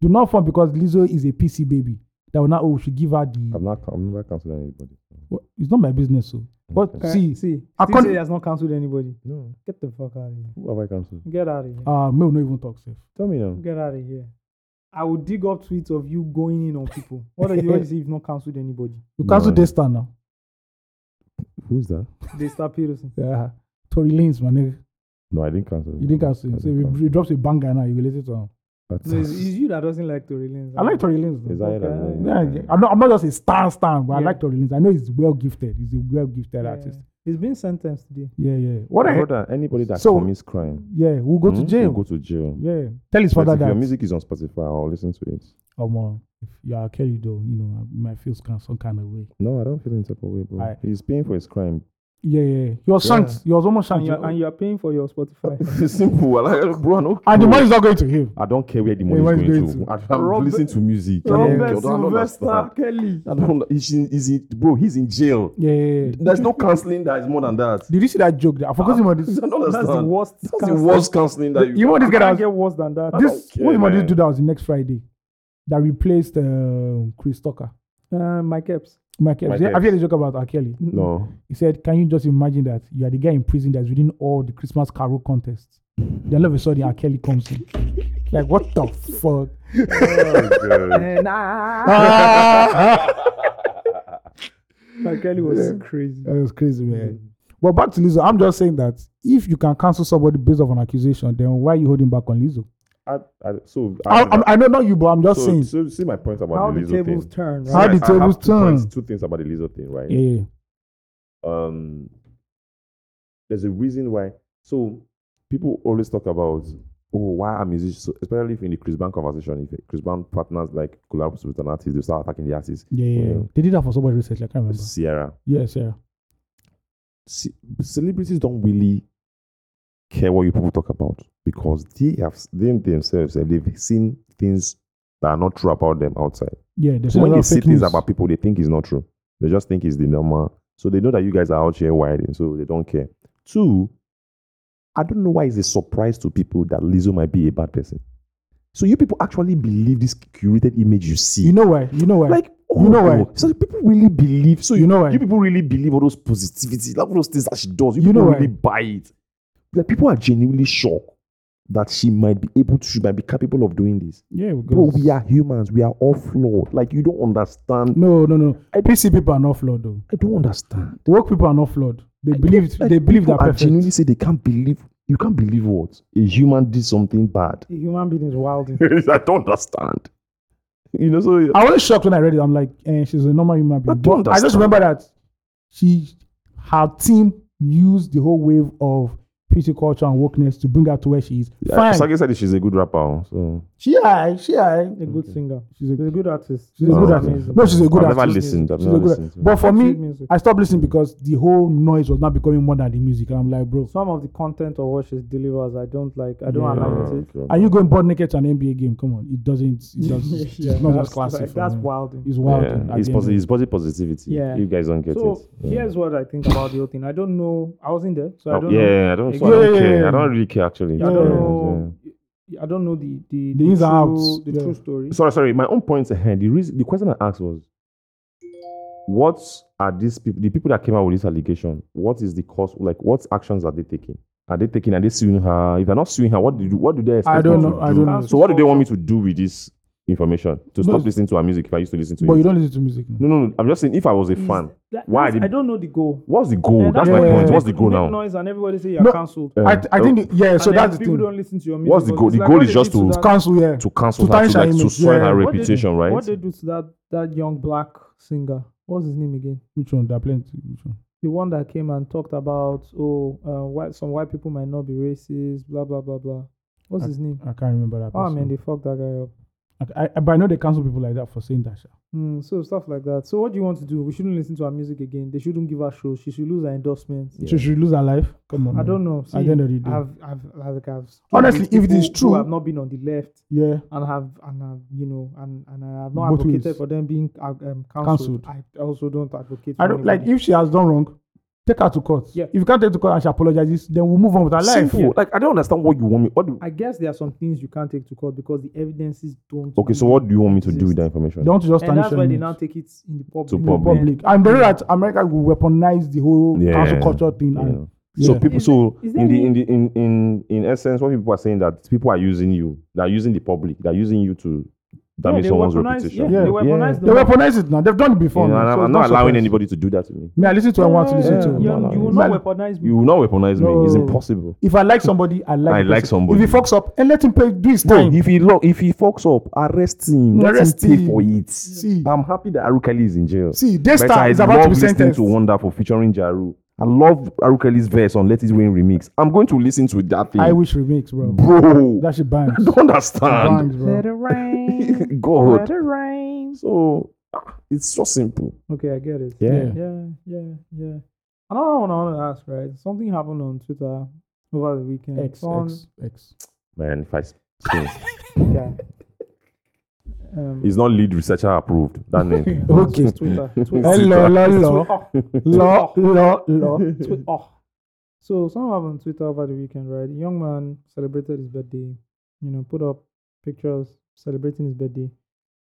S2: Do not form because Lizzo is a PC baby. That will not, oh, we should give her the.
S4: I'm not. I'm never canceling anybody.
S2: Well, it's not my business, so. What?
S1: Okay,
S2: See,
S1: see,
S2: I
S1: Steve
S2: can't-
S1: say he has not cancelled anybody.
S4: No.
S1: Get the fuck out of here.
S4: Who have I canceled?
S1: Get out of here.
S2: uh, May will not even talk safe.
S4: Tell me now.
S1: Get out of here. I will dig up tweets of you going in on people. What are you always say you've not cancelled anybody?
S2: You cancel
S4: No.
S2: this time now.
S4: Who's that?
S1: They start Peterson.
S2: Yeah. Tory Lanes, man. nigga.
S4: No, I didn't cancel.
S2: You didn't cancel
S4: I
S2: him. So
S4: didn't
S2: if he drops a banger now, you will listen to him.
S1: No, it's,
S4: cancel.
S1: it's you that doesn't like Tory Lanez.
S2: I like Tory Lanes.
S4: Is
S2: Though.
S4: that it?
S1: Okay.
S2: Yeah, yeah. I'm, not, I'm not just a stan stan, but I
S1: Yeah.
S2: like Tory Lanes. I know he's well gifted. He's a well gifted artist.
S1: He's been sentenced today.
S2: Yeah, yeah. What? I,
S4: Brother, anybody that
S2: So-
S4: commits crime,
S2: yeah, we'll go to
S4: hmm,
S2: jail.
S4: will Go to jail.
S2: yeah. Tell his
S4: But
S2: father
S4: if your
S2: that.
S4: music is on Spotify, I'll listen to it.
S2: Oh, man. If you are Kelly, though, you know, you might feel some some kind of way.
S4: No, I don't feel any type of way, bro.
S2: Alright.
S4: He's paying for his crime.
S2: Yeah, yeah. He was
S4: Yeah.
S2: shanked. He was almost
S1: And
S2: shanked.
S1: you're, and
S2: And,
S1: you're paying for your Spotify.
S4: it's simple. I like, bro, no,
S2: the money's not going to him.
S4: I don't care where the
S2: Yeah,
S4: money
S2: where
S4: is
S2: it's
S4: going,
S2: going
S4: to. I, I'm
S1: Robert-
S4: listening to music. I don't- I
S1: Robert
S4: don't
S1: Sylvester
S4: understand.
S1: Kelly.
S4: I don't. He's in, he's in, bro, he's in jail.
S2: Yeah, yeah, yeah.
S4: There's no counseling that is more than that.
S2: Did you see that joke? There? I forgot him on this.
S4: I don't
S1: That's the
S4: understand.
S1: worst.
S4: That's the worst counseling that you.
S2: You know this
S1: Can
S2: guy that
S1: I
S2: was
S1: get worse than that?
S4: don't
S2: this
S4: care,
S2: what did this
S4: man.
S2: do that was the next Friday that replaced uh, Chris Tucker.
S1: Uh, my caps.
S2: Mike Epps.
S4: Mike
S2: Yeah, Have
S4: Epps.
S2: you heard the joke about R. Kelly?
S4: no.
S2: He said, Can you just imagine that you are the guy in prison that's winning all the Christmas carol contests? Then all of a sudden R. Kelly comes in. like, what the fuck?
S4: Oh,
S1: And I,
S2: Ah.
S1: my Kelly was crazy.
S2: That was crazy, man. Mm. But back to Lizzo, I'm just saying that if you can cancel somebody based off an accusation, then why are you holding back on Lizzo?
S4: I, I, so
S2: I, I, I know not you, but I'm just
S4: so,
S2: saying.
S4: so see my point about
S1: How
S4: the
S1: the
S4: Lizzo
S1: tables
S4: thing.
S1: turn,
S4: See,
S1: right?
S2: How
S4: I-
S2: the
S4: I have
S2: tables
S4: two points-
S2: turn.
S4: Two things about the Lizzo thing, right?
S2: yeah,
S4: um there's a reason why so people always talk about oh why are musicians so, especially if in the Chris Brown conversation if Chris Brown partners like collaborates with an artist they start attacking the artist
S2: yeah, yeah, yeah.
S4: Yeah.
S2: They did that for somebody recently. I can't remember.
S4: Sierra
S2: Yes, yeah.
S4: Ce- celebrities don't really care what you people talk about because they have they themselves eh, they've seen things that are not true about them outside
S2: Yeah, there's
S4: so
S2: a
S4: when
S2: lot
S4: they
S2: of
S4: see
S2: fake
S4: things
S2: news.
S4: about people they think it's not true they just think it's the normal so they know that you guys are out here wilding so they don't care two I don't know why it's a surprise to people that Lizzo might be a bad person. So you people actually believe this curated image you see.
S2: You know why? You know why?
S4: E, like
S2: you know why?
S4: oh, So people really believe. So
S2: You
S4: you,
S2: know why?
S4: you people really believe all those positivity, like all those things that she does. You,
S2: You
S4: people
S2: know why?
S4: really buy it. Like people are genuinely shocked that she might be able to, she might be capable of doing this.
S2: yeah,
S4: Bro,
S2: because
S4: we are humans. We are all flawed. Like you don't understand.
S2: no, no, no. PC people are not flawed though.
S4: I don't understand.
S2: Woke people are not flawed. They believe
S4: Like,
S2: they believe
S4: people
S2: that
S4: are
S2: perfect.
S4: genuinely say they can't believe. You can't believe what a human did something bad.
S1: The human being is wild.
S4: I don't understand. You know, so
S2: I was shocked when I read it. I'm like, eh, she's a normal human being.
S4: I don't
S2: But I just
S4: understand.
S2: remember that she, her team used the whole wave of PC culture and wokeness to bring her to where she is. Fine.
S4: Sage said she's a good rapper. oh, So
S2: she, I, she, I.
S1: A good singer.
S2: She's a
S1: She's a good artist.
S2: She's a
S4: Oh,
S2: good
S4: okay.
S2: artist. No, she's a good
S4: I've
S2: artist.
S4: never listened. I've
S2: She's a
S4: never
S2: good
S4: listened.
S2: artist. But for
S1: Good
S2: me,
S1: music.
S2: I stopped listening because the whole noise was now becoming more than the music. And I'm like, bro,
S1: Some of the content of what she delivers, I don't like. I
S2: Yeah.
S1: don't align with it.
S4: Okay.
S2: are you going bored naked to an NBA game? Come on, it doesn't. It doesn't.
S1: Yeah,
S2: it's not
S1: that's
S2: just classic.
S1: like-
S2: for
S1: that's
S2: me.
S1: wild.
S2: It's wild. at
S4: yeah,
S2: the
S4: it's,
S2: end of
S4: posi- it's body positivity.
S1: Yeah.
S4: You guys don't get
S1: So
S4: it.
S1: here's what I think about the whole thing. I don't know. I wasn't there, so I
S4: Oh,
S1: don't know.
S4: yeah, I don't, so I
S1: Yeah,
S4: don't
S2: yeah,
S4: care.
S2: yeah.
S4: I don't really care actually.
S1: I
S2: Yeah.
S1: don't know. I don't know the the,
S2: The ins and outs,
S1: true, the
S2: yeah.
S1: true story.
S4: Sorry, sorry. My own points ahead. The reason, the question I asked was, what are these people? The people that came out with this allegation. What is the cause? Like, what actions are they taking? Are they taking? Are they suing her? If they're not suing her, what do you, what do they expect?
S2: I don't
S4: her to
S2: know. I
S4: do?
S2: don't know.
S4: So what do they want me to do with this information? To stop
S2: No.
S4: listening to her music if I used to listen to
S2: But
S4: it?
S2: you don't listen to music. now.
S4: No, no, no. I'm just saying if I was a
S1: Is
S4: fan,
S1: that-
S4: why
S1: that's-
S4: did-
S1: I don't know the goal.
S4: what's the goal?
S1: Yeah,
S4: that's
S2: Oh, that's
S4: my
S2: why
S4: point.
S2: you
S4: What's the
S1: make-
S4: goal
S1: make
S4: now?
S1: Noise and everybody say you're
S2: No,
S1: cancelled.
S4: Uh,
S2: I, I think the, yeah. So
S1: And then
S2: that's the
S1: people
S2: thing.
S1: don't listen to your music.
S4: What's the
S1: but
S4: goal?
S1: it's
S4: The
S1: like
S4: goal
S1: what
S4: is
S1: they
S4: just
S1: did
S4: to-
S1: that-
S2: cancel. Yeah.
S4: to cancel
S2: tarnish
S4: her, to,
S2: her
S4: like, to
S2: image,
S4: soil
S2: yeah.
S4: her
S1: What they do-
S4: reputation, right?
S1: What they do to that that young black singer? What's his name again?
S2: Which one? There are plenty. Which one?
S1: The one that came and talked about oh, uh, white some white people might not be racist, blah blah blah blah. What's his name?
S2: I can't remember that.
S1: Oh man,
S2: person.
S1: they fucked that guy up.
S2: I, I, but I know they cancel people like that for saying that. sha.
S1: Mm, so stuff like that. So what do you want to do? We shouldn't listen to her music again. They shouldn't give her shows. She should lose her endorsements.
S2: She should lose her life. Come on.
S1: I
S2: man.
S1: don't know. See,
S2: At the end of the day.
S1: I've, I've, like I've spoken
S2: Honestly,
S1: with
S2: if it is
S1: people who
S2: true-
S1: have not been on the left
S2: Yeah.
S1: and have and have you know and and I have not
S2: Both
S1: advocated
S2: ways.
S1: for them being uh, um,
S2: Cancelled.
S1: cancelled. I also don't advocate. For
S2: I don't like
S1: anybody.
S2: if she has done wrong, take her to court.
S1: Yeah.
S2: If you can't take her to court and she apologizes, then we'll move on with her life.
S4: Simple. Like I don't understand what you want me. What do,
S1: I guess there are some things you can't take to court because the evidences don't.
S4: okay, so what do you want me to do with
S1: Exist.
S4: that information?
S2: They want to just
S1: And
S2: tarnish
S1: that's why they
S2: her
S1: now
S2: image
S1: take it in the public.
S4: To
S1: domain.
S2: in the public. And they know that America will weaponize the whole
S4: Yeah.
S2: cancel culture thing.
S4: You
S2: And
S4: know? So
S2: Yeah.
S4: people,
S1: Is
S4: so
S1: there- is there
S4: in the in the in in in essence, what people are saying that people are using you, they're using the public, they're using you to
S1: Yeah,
S4: damage
S1: they
S4: someone's
S1: weaponize-
S4: reputation.
S1: Yeah,
S2: Yeah.
S1: they weaponize
S2: they
S1: the
S2: weaponize it now. They've done it
S4: You
S2: before.
S4: know,
S2: now,
S4: and I'm,
S2: so
S4: I'm
S2: it's
S4: not allowing
S2: surprising.
S4: anybody to do that to me.
S2: May I listen to what I want to listen
S1: Yeah,
S2: to?
S1: you,
S4: No, no,
S1: you will
S4: no.
S1: not
S2: Man,
S1: weaponize me.
S4: You will not weaponize me. It's
S2: No.
S4: impossible.
S2: If I like somebody, I like.
S4: I
S2: the
S4: like
S2: person.
S4: somebody.
S2: If he fucks up, and let him pay, do his
S4: No,
S2: time.
S4: if he lo- if he fucks up, arrest him. Let
S2: Arrest
S4: him pay
S2: him.
S4: for it.
S2: See.
S4: I'm happy that Arukali is in jail.
S2: See,
S4: Better,
S2: Daystar
S4: I
S2: is about
S4: love
S2: to be
S4: listening
S2: sentenced.
S4: to Wonderful featuring Jaru. I love Arukali's verse on Let It Rain remix. I'm going to listen to that thing,
S2: I wish remix, bro.
S4: bro.
S2: That shit bangs.
S4: I don't understand.
S2: bangs, bro.
S1: it rain.
S4: God.
S1: it rain.
S4: So ah, it's so simple.
S1: Okay, I get it.
S4: Yeah.
S1: yeah, yeah, yeah. Another one I want to ask, right? Something happened on Twitter over the weekend.
S2: X,
S1: Someone-
S2: X, X.
S4: Man, if I s- see,
S1: Yeah. Um,
S4: it's not lead researcher approved. That name.
S2: Okay.
S1: Twitter. Twitter.
S2: Hello, la, la, la, la, la.
S1: Twi- oh. So someone on Twitter over the weekend, right? A young man celebrated his birthday, you know, put up pictures celebrating his birthday.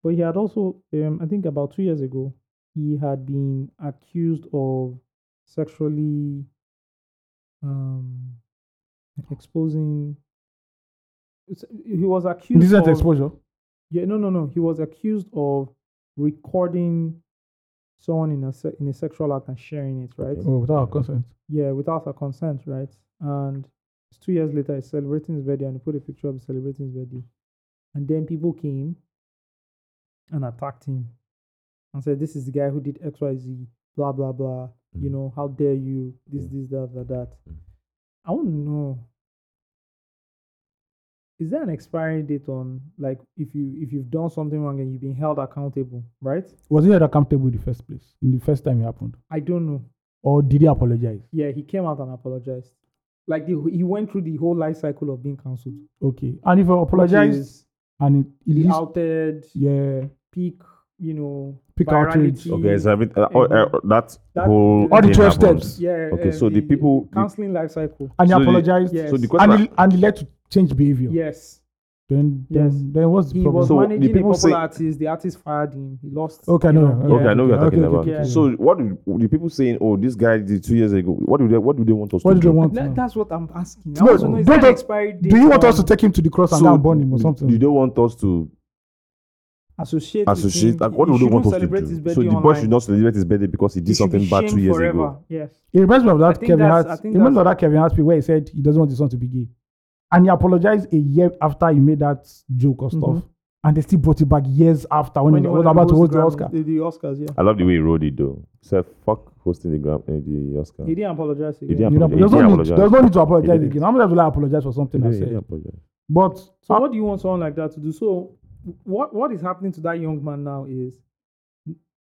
S1: But he had also, um, I think about two years ago, he had been accused of sexually um, exposing. it's- He was accused.
S2: Indecent
S1: of,
S2: exposure.
S1: yeah, no, no, no. He was accused of recording someone in a se- in a sexual act and sharing it, right?
S2: Oh, without our consent.
S1: Yeah, without her consent, right? And it's two years later, he's celebrating his birthday and he put a picture of him celebrating his birthday. And then people came and attacked him and said, This is the guy who did XYZ, blah, blah, blah. You know, how dare you? This, this, that, that, that. I want to know. Is there an expiry date on like if you if you've done something wrong and you've been held accountable, right?
S2: Was he held accountable in the first place? In the first time it happened?
S1: I don't know.
S2: Or did he apologize?
S1: Yeah, he came out and apologized. Like the, he went through the whole life cycle of being cancelled.
S2: Okay. And if he
S1: Which
S2: apologized
S1: is
S2: and it,
S1: the
S2: it leads,
S1: outed
S2: yeah,
S1: peak, you know,
S2: Peak outrage.
S1: virality,
S4: Okay, so every, uh, oh,
S1: Mhm.
S4: uh, that,
S1: That-
S4: whole
S1: All the
S4: thing
S2: 12
S4: happened.
S2: steps.
S1: Yeah.
S4: Okay,
S1: uh,
S4: so the people- the-
S1: counseling life cycle.
S2: and he
S4: So the-
S2: apologized,
S1: yes.
S4: So the
S1: And
S4: question,
S2: and it, and it led to change behavior.
S1: Yes,
S2: Then, then,
S1: Yes.
S2: then what's the
S1: he
S2: problem?
S1: was
S4: So the
S1: managing the,
S4: people
S1: popular
S4: say-
S1: artist. The artist fired him. He lost.
S2: Okay, I
S1: you
S2: know
S1: know,
S2: that.
S4: Okay, I know we are
S2: Okay,
S4: talking
S2: okay,
S4: about.
S1: okay, okay.
S4: So, what do the people saying? Oh, this guy did two years ago. What do they? What do they want us
S2: what
S4: to
S2: do
S4: do?
S2: they want?
S1: That-
S2: now?
S1: that's what I'm asking. I
S2: No,
S1: want to know, is there
S2: don't-
S1: an expiry date
S2: do you want us to
S1: on
S2: take him to the cross and down burn him or
S4: do-
S2: something?
S4: Do they want us to
S1: associate? with him?
S4: associate? Like, what
S1: He
S4: do they
S1: shouldn't
S4: want us to
S1: celebrate
S4: do?
S1: his
S4: So
S1: birthday
S4: the boy
S1: online.
S4: should not celebrate his birthday because he
S1: He
S4: did
S1: should be
S4: something bad two
S1: shamed
S4: years
S1: forever.
S4: ago.
S1: Yes.
S2: It reminds me of
S1: I
S2: that
S1: think
S2: Kevin
S1: that's- I
S2: Hart. It
S1: think
S2: reminds me of
S1: that's-
S2: that Kevin Hart speech where he said he doesn't want his son to be gay, and he apologized a year after he made that joke or stuff,
S1: Mhm.
S2: and they still brought it back years after when,
S1: When
S2: he
S1: he
S2: was
S1: won
S2: about to
S1: host
S2: hold the Oscar.
S1: Grammy- The Oscars, yeah.
S4: I love the way he wrote it though. Said fuck hosting the Gram, uh, the Oscar.
S1: He didn't apologize. Again.
S4: didn't
S2: You know,
S4: apologize.
S2: there's, no
S4: He
S2: need, there's no need to apologize
S4: didn't.
S2: again. How many times will I apologize for something I
S4: Yeah,
S2: said?
S4: yeah, apologize.
S2: But
S1: So
S2: uh,
S1: what do you want someone like that to do? So what what is happening to that young man now is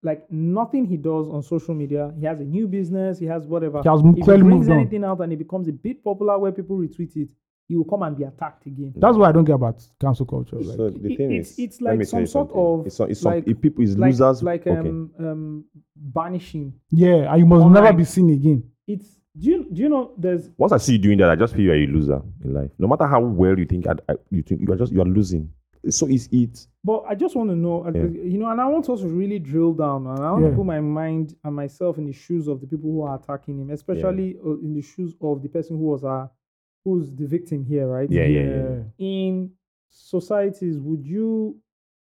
S1: like nothing he does on social media. He has a new business. He has whatever.
S2: He has
S1: if
S2: clearly
S1: he brings
S2: moved on.
S1: anything out and it becomes a bit popular where people retweet it, he will come and be attacked again.
S2: that's why I don't care about cancel culture. Like,
S4: So the
S1: it-
S4: thing
S1: it's-
S4: is,
S1: it's
S4: let
S1: like
S4: me tell you
S1: some sort
S4: something.
S1: of,
S4: it's, some- it's some,
S1: like-
S4: it- people is
S1: Like,
S4: losers.
S1: like um,
S4: okay.
S1: um banishing.
S2: yeah, and you must never
S1: Online.
S2: be seen again.
S1: It's do you do you know there's
S4: Once I see you doing that, I just feel you're a loser in life. No matter how well you think I, I, you think you are just you are losing. So it's it.
S1: But I just want to know, uh,
S4: Yeah.
S1: you know, and I want us to really drill down, and I want
S2: Yeah.
S1: to put my mind and myself in the shoes of the people who are attacking him, especially uh, in the shoes of the person who was uh, who's the victim here, right?
S4: Yeah, yeah, yeah.
S1: In societies, would you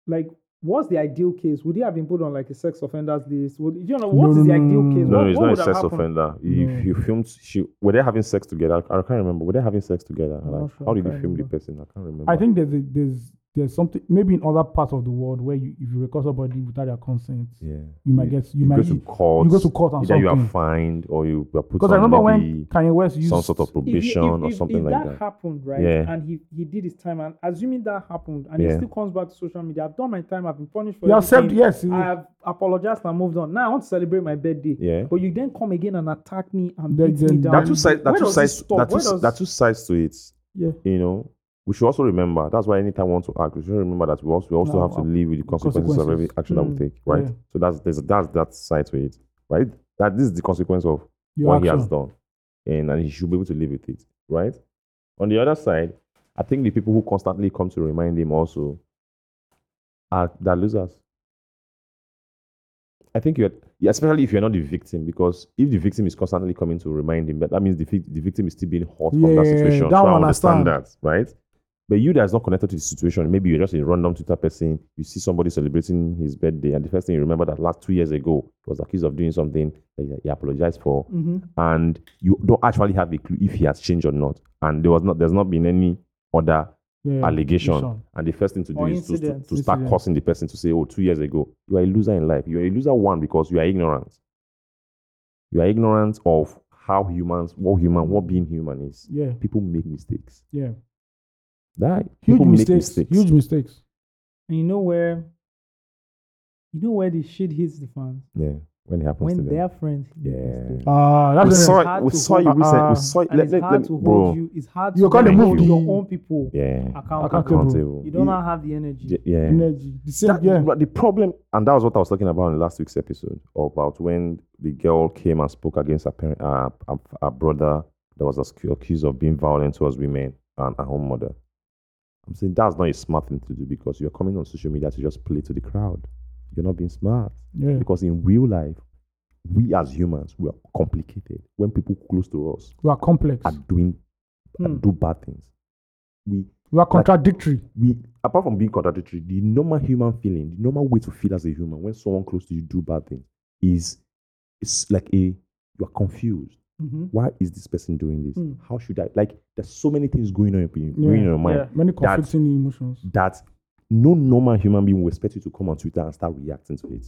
S1: like? What's the ideal case? Would he have been put on like a sex offenders list? Would you know what
S2: No,
S1: is
S2: no,
S1: the
S2: no,
S1: ideal
S2: no,
S1: case?
S4: No,
S1: what,
S4: no, it's
S1: what
S4: not a
S1: would have
S4: sex
S1: happened?
S4: offender. He,
S2: No.
S4: he filmed. She were they having sex together? I, I can't remember. Were they having sex together?
S1: I'm
S4: Like,
S1: not sure.
S4: How
S1: I
S4: did he
S1: can't
S4: film the
S1: remember.
S4: person? I can't remember.
S2: I think there's a, there's there's something maybe in other parts of the world where you if you record somebody without their consent,
S4: Yeah.
S2: you might get you, might
S4: go to court.
S2: you go to court and
S4: Either you are
S2: something.
S4: fined or you are put
S2: Because I
S4: on
S2: remember when
S4: maybe
S2: Kanye West used
S4: some sort of probation or something
S1: if
S4: like
S1: that,
S4: that.
S1: happened, right?
S4: Yeah.
S1: And he, he did his time, and assuming that happened, and he
S4: Yeah.
S1: still comes back to social media, I've done my time, I've been punished for
S2: you accept
S1: everything.
S2: yes,
S1: I have apologized and moved on. Now I want to celebrate my birthday.
S4: Mm. Yeah.
S1: But you then come again and attack me and
S2: Then-
S1: beat me
S2: then-
S1: down.
S4: There are two sides. There are
S1: Where
S4: two
S1: does
S4: sides.
S1: this
S4: There
S1: stop?
S4: are two,
S1: Where
S4: s-
S1: does-
S4: there are two sides to it.
S1: Yeah.
S4: You know, we should also remember. That's why anytime we want to act, we should remember that we also, we also
S2: Yeah,
S4: have to
S2: uh,
S4: live with the consequences, of every
S2: consequences.
S4: action that
S1: Mm.
S4: we take, right?
S2: Yeah.
S4: So that's there's that's that side to it, right? That this is the consequence of
S2: your
S4: what
S2: action.
S4: he has done, and and he should be able to live with it, right? On the other side, I think the people who constantly come to remind him also are they're losers. I think you're, yeah, especially if you're not the victim, because if the victim is constantly coming to remind him, but that means the, vic- the victim is still being hurt from that
S2: Yeah,
S4: situation.
S2: that
S4: so
S2: one
S4: I
S2: I
S4: understand
S2: stand.
S4: that, right? But you that's not connected to the situation, maybe you're just a random Twitter person, you see somebody celebrating his birthday, and the first thing you remember that last two years ago he was accused of doing something that he- he apologized for,
S1: Mhm.
S4: and you don't actually have a clue if he has changed or not. And there was not, there's not been any other
S2: Yeah,
S4: allegation.
S2: allegation.
S4: And the first thing to do
S1: Or
S4: is to, to,
S1: incident.
S4: to start
S2: Incident.
S4: cursing the person to say, oh, two years ago, you are a loser in life. You are a loser, one, because you are ignorant. You are ignorant of how humans, what human, what being human is.
S2: Yeah,
S4: People make mistakes.
S2: yeah.
S4: That,
S2: Huge
S4: people
S2: mistakes,
S4: make mistakes.
S2: Huge mistakes.
S1: And you know where you know where the shit hits the fans?
S4: yeah, when it happens to
S1: When
S4: them.
S1: their friends make
S4: Yeah.
S1: mistakes.
S2: Ah, that's
S4: We
S2: the-
S1: It's
S4: saw,
S1: hard
S4: it, we
S1: to
S4: saw
S1: hold-
S4: you recently.
S2: uh,
S4: we saw it.
S1: And
S4: Let,
S1: it's
S4: let,
S1: hard
S4: let,
S1: to
S4: bro.
S1: hold you. It's hard
S2: You
S1: to
S2: can't
S1: hold
S4: remove the-
S1: your own people
S4: Yeah.
S1: accountable.
S2: Accountable.
S4: Accountable.
S1: You do not have the energy.
S4: Yeah.
S2: energy. The same,
S4: That-
S2: yeah.
S4: but the problem, and that was what I was talking about in last week's episode about when the girl came and spoke against her parent, uh, her, her brother that was ascu- accused of being violent towards women and her own mother. I'm saying that's not a smart thing to do because you're coming on social media to just play to the crowd. You're not being smart
S2: Yeah.
S4: because in real life, we as humans we are complicated. When people close to us
S2: You are complex.
S4: are doing
S1: Hmm.
S4: and do bad things, we
S2: You are contradictory.
S4: we apart from being contradictory, the normal human feeling, the normal way to feel as a human when someone close to you do bad things is it's like a you are confused.
S1: Mhm.
S4: Why is this person doing this?
S1: Mm.
S4: How should I like there's so many things going on in,
S2: Mm-hmm. Yeah.
S4: going in your mind
S1: Yeah.
S2: Many conflicting emotions.
S4: that no normal human being will expect you to come on Twitter and start reacting to it.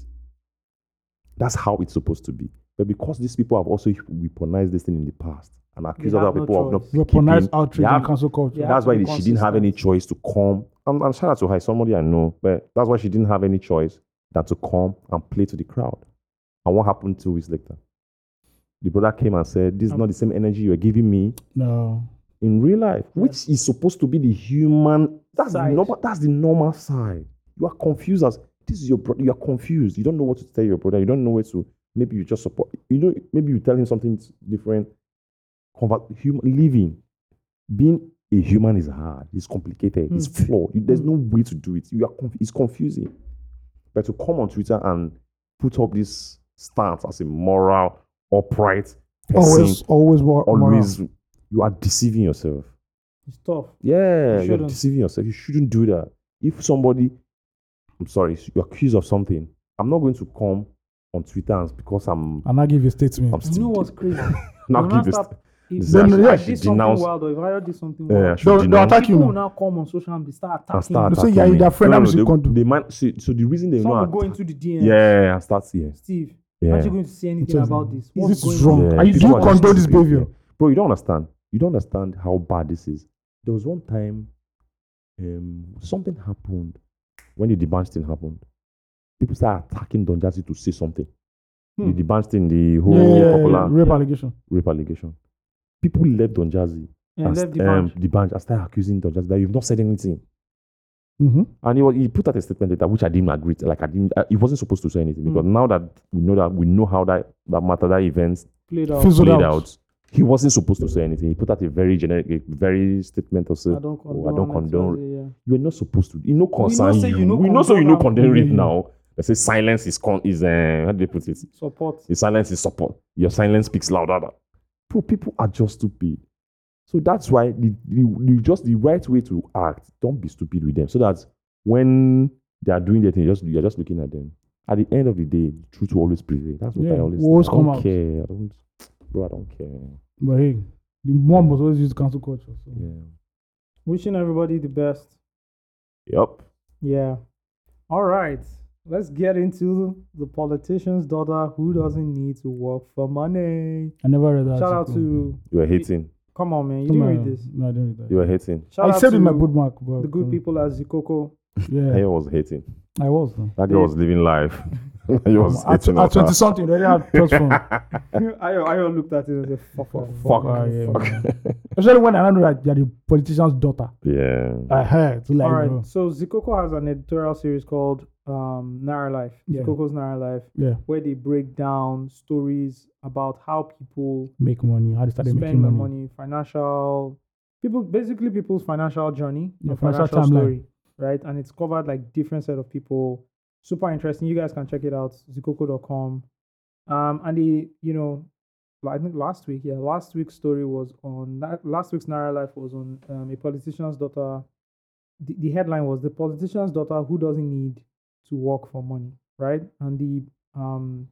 S4: That's how it's supposed to be. But because these people have also weaponized this thing in the past and accused
S1: have
S4: other
S1: no
S4: people of not
S1: choice.
S2: Weaponized
S4: keeping-
S2: outrage
S4: they
S2: and
S4: have-
S2: cancel culture.
S1: Yeah.
S4: that's
S1: to
S4: why
S1: be
S4: she didn't have any choice to come. I'm, I'm shout out to her, it's somebody I know, but that's why she didn't have any choice than to come and play to the crowd. And what happened two weeks later? The brother came and said, This is not the same energy you're giving me
S2: No.
S4: in real life, which is supposed to be the human that's
S1: Side.
S4: the normal that's the normal side. You are confused as this is your brother, you are confused. You don't know what to tell your brother, you don't know where to maybe you just support you know, maybe you tell him something different. Convert human living. Being a human is hard, it's complicated, it's flawed. You- there's no way to do it. You are conf- it's confusing. But to come on Twitter and put up this stance as a moral, upright person,
S2: Always, always war.
S4: always you are deceiving yourself.
S1: It's tough.
S4: Yeah, you are
S1: shouldn't.
S4: deceiving yourself. You shouldn't do that. If somebody, I'm sorry, you're accused of something, I'm not going to come on Twitter and because I'm,
S2: And I give you a statement.
S4: I'm
S1: You know
S4: still
S1: what's crazy?
S4: not
S1: They will
S4: give this.
S1: stop- If
S4: Then,
S1: if
S4: yeah,
S1: I
S4: she
S1: did something
S4: denounce-
S1: wild or if I did something
S4: Yeah, eh, I
S1: wild,
S4: should
S2: They'll- they'll
S4: denounce
S2: attack you
S1: people
S2: now.
S1: will now come on social media start attacking.
S4: and start
S1: you.
S2: They say,
S4: attacking
S2: yeah,
S4: me.
S2: their friend,
S4: No,
S2: I'm
S4: no,
S2: still
S4: they-
S2: condom-
S4: they might- so, so the reason they
S1: Some will
S4: know,
S1: go into the DMs.
S4: yeah, and start yes,
S1: Steve,
S4: yeah.
S1: are not you going to say anything
S2: Just-
S1: about this? What's
S2: This
S1: going
S2: is wrong.
S4: Yeah,
S2: Are you do
S4: people
S2: you
S4: are
S2: condone this
S4: stupid,
S2: behavior?
S4: bro you don't understand you don't understand how bad this is there was one time um something happened when the debanch thing happened people started attacking don jazzy to say something
S1: Hmm.
S4: the debanch thing the
S2: Yeah,
S4: whole
S2: yeah, yeah,
S4: popular
S2: rape allegation.
S4: rape allegation people left don jazzy
S1: Yeah,
S4: and
S1: left the
S4: st- um,
S1: bench.
S4: Debanj and started accusing don jazzy that you've not said anything
S2: Mm-hmm.
S4: and he, was, he put out a statement later which i didn't agree to. like i didn't I, he wasn't supposed to say anything because
S2: Hmm.
S4: now that we know that we know how that that matter that event
S1: played out.
S2: Fizzled
S4: played
S2: out.
S4: out. He wasn't supposed to say anything. He put out a very generic, a very statement or
S1: I
S4: so.
S1: don't
S4: oh,
S1: condone.
S4: I don't
S1: it,
S4: condone.
S1: yeah, yeah.
S4: You are not supposed to. You know, concern
S1: say
S4: you.
S1: you no
S4: we know so you
S1: condone
S4: know
S1: am.
S4: condemn it
S2: Mhm.
S4: now. They say silence is con is uh, how do they put it?
S1: Support.
S4: Your silence is support. Your silence speaks louder. than- Bro, people are just stupid. So that's why the, the, the just the right way to act. Don't be stupid with them. So that when they are doing their thing, just you're just looking at them. At the end of the day, the truth will always prevail. That's what
S2: Yeah,
S4: I always.
S2: will always
S4: I don't
S2: come out.
S4: care. I don't, bro, I don't care.
S2: But hey, the mom was always used to cancel culture. So.
S4: Yeah.
S1: Wishing everybody the best.
S4: Yep.
S1: Yeah. All right. Let's get into the politician's daughter who doesn't need to work for money.
S2: I never read that.
S1: Shout out
S2: article.
S1: to
S4: You are hating.
S1: come on man, you didn't read
S2: No,
S1: this.
S2: No, I didn't read that.
S4: You are hating.
S1: Shout
S2: I
S1: out
S2: said
S1: to
S2: in my bookmark, but
S1: the good
S2: um,
S1: people at Zikoko.
S2: Yeah,
S4: Aya was hating.
S2: I was. though.
S4: That girl was living life. Aya was
S2: At,
S4: hating.
S2: at
S4: on her.
S2: twenty something, they had platform.
S1: Ayo, Ayo looked at it and said, fuck off.
S4: Fuck.
S2: Ah, yeah, man. Especially when I know that you're the politician's daughter.
S4: Yeah.
S2: I heard. So like,
S1: All right.
S2: bro,
S1: So Zikoko has an editorial series called um, Nara Life.
S2: Yeah.
S1: Zikoko's Nara Life,
S2: yeah,
S1: where they break down stories about how people
S2: make money. How they started making
S1: spend their
S2: money.
S1: money, financial people, basically people's financial journey,
S2: Yeah,
S1: and
S2: financial
S1: financial,
S2: timeline.
S1: story, right? And it's covered like different set of people. Super interesting. You guys can check it out, zikoko.com. Um, and the you know, la- I think last week, yeah, last week's story was on that. Last week's Nara Life was on um, a politician's daughter. The, the headline was the politician's daughter who doesn't need to work for money, right? And the um,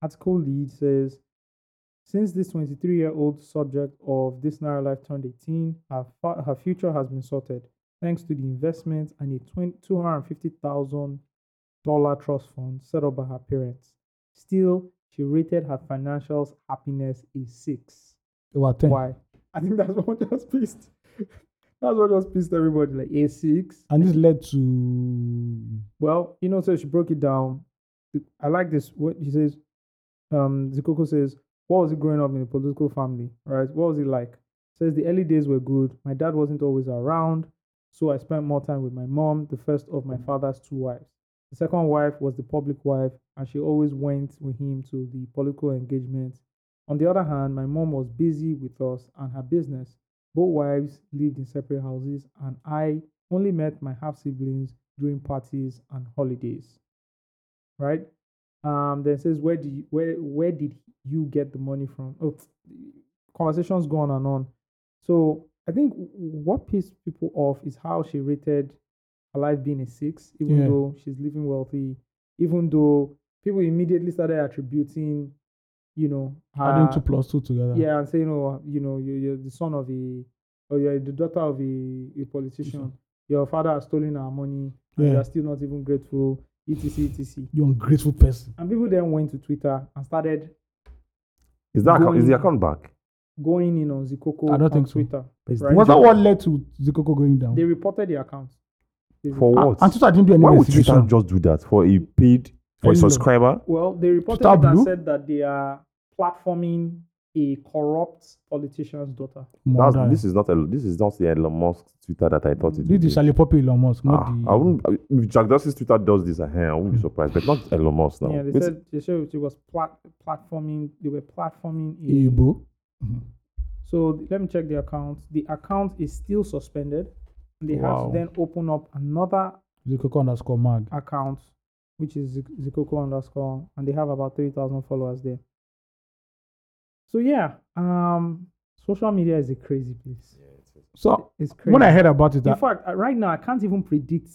S1: article lead says since this 23 year old subject of this Naira Life turned 18, her, fa- her future has been sorted thanks to the investment and a twen- $250,000 trust fund set up by her parents. Still, she rated her financial happiness a 6.
S2: They were ten.
S1: Why? I think that's what just pissed. That's what just pissed everybody. Like, a 6.
S2: And this led to
S1: Well, you know, so she broke it down. I like this. What she says, um, Zikoko says, What was it growing up in a political family? Right? What was it like? Says the early days were good. My dad wasn't always around, so I spent more time with my mom, the first of my father's two wives. The second wife was the public wife, and she always went with him to the political engagements. On the other hand, my mom was busy with us and her business. Both wives lived in separate houses, and I only met my half siblings during parties and holidays. Right? Um, then it says, where do you, where where did you get the money from? Oh, conversations go on and on. So I think w- what pissed people off is how she rated her life being a six, even
S2: Yeah.
S1: though she's living wealthy, even though people immediately started attributing, you know,
S2: adding
S1: her-
S2: two plus two together.
S1: Uh, yeah, and saying, oh, you know, you, you're the son of a, or you're the daughter of a, a politician. Your father has stolen our money, and
S2: Yeah.
S1: you are still not even grateful, etc., etc.
S2: You ungrateful person.
S1: And people then went to Twitter and started
S4: Is that account, is the
S1: Going-
S4: account back?
S1: going in on Zikoko
S2: I don't
S1: on
S2: think so.
S1: Twitter. Right?
S2: Was that what led to Zikoko going down?
S1: They reported the account. Basically.
S4: For
S2: And-
S4: what?
S2: And Twitter didn't do any
S4: Why would Twitter
S2: investigation.
S4: just do that for a paid for a
S2: Hello.
S4: subscriber?
S1: Well, they reported
S2: Star
S1: it and
S2: Blue?
S1: said that they are platforming a corrupt politician's daughter.
S4: That's,
S2: Murder.
S4: this is not a, this is not the Elon Musk Twitter that I thought it
S2: This
S4: would
S2: is
S4: be.
S2: Charlie Poppy Elon Musk, not
S4: Ah,
S2: the.
S4: I wouldn't. I- If Jack Dorsey's Twitter does this, eh, I wouldn't be surprised. But not Elon Musk now.
S1: Yeah, they
S4: Wait,
S1: said they said it was plat- platforming. They were platforming a
S2: Igbo.
S1: So th- let me check the account. The account is still suspended. And they have
S4: Wow.
S1: to then open up another
S2: Zikoko underscore mag.
S1: account, which is Zik- Zikoko underscore, and they have about three thousand followers there. So yeah, um, social media is a crazy place.
S2: So
S1: It's crazy.
S2: when I heard about it,
S1: In
S2: I,
S1: fact, uh, right now I can't even predict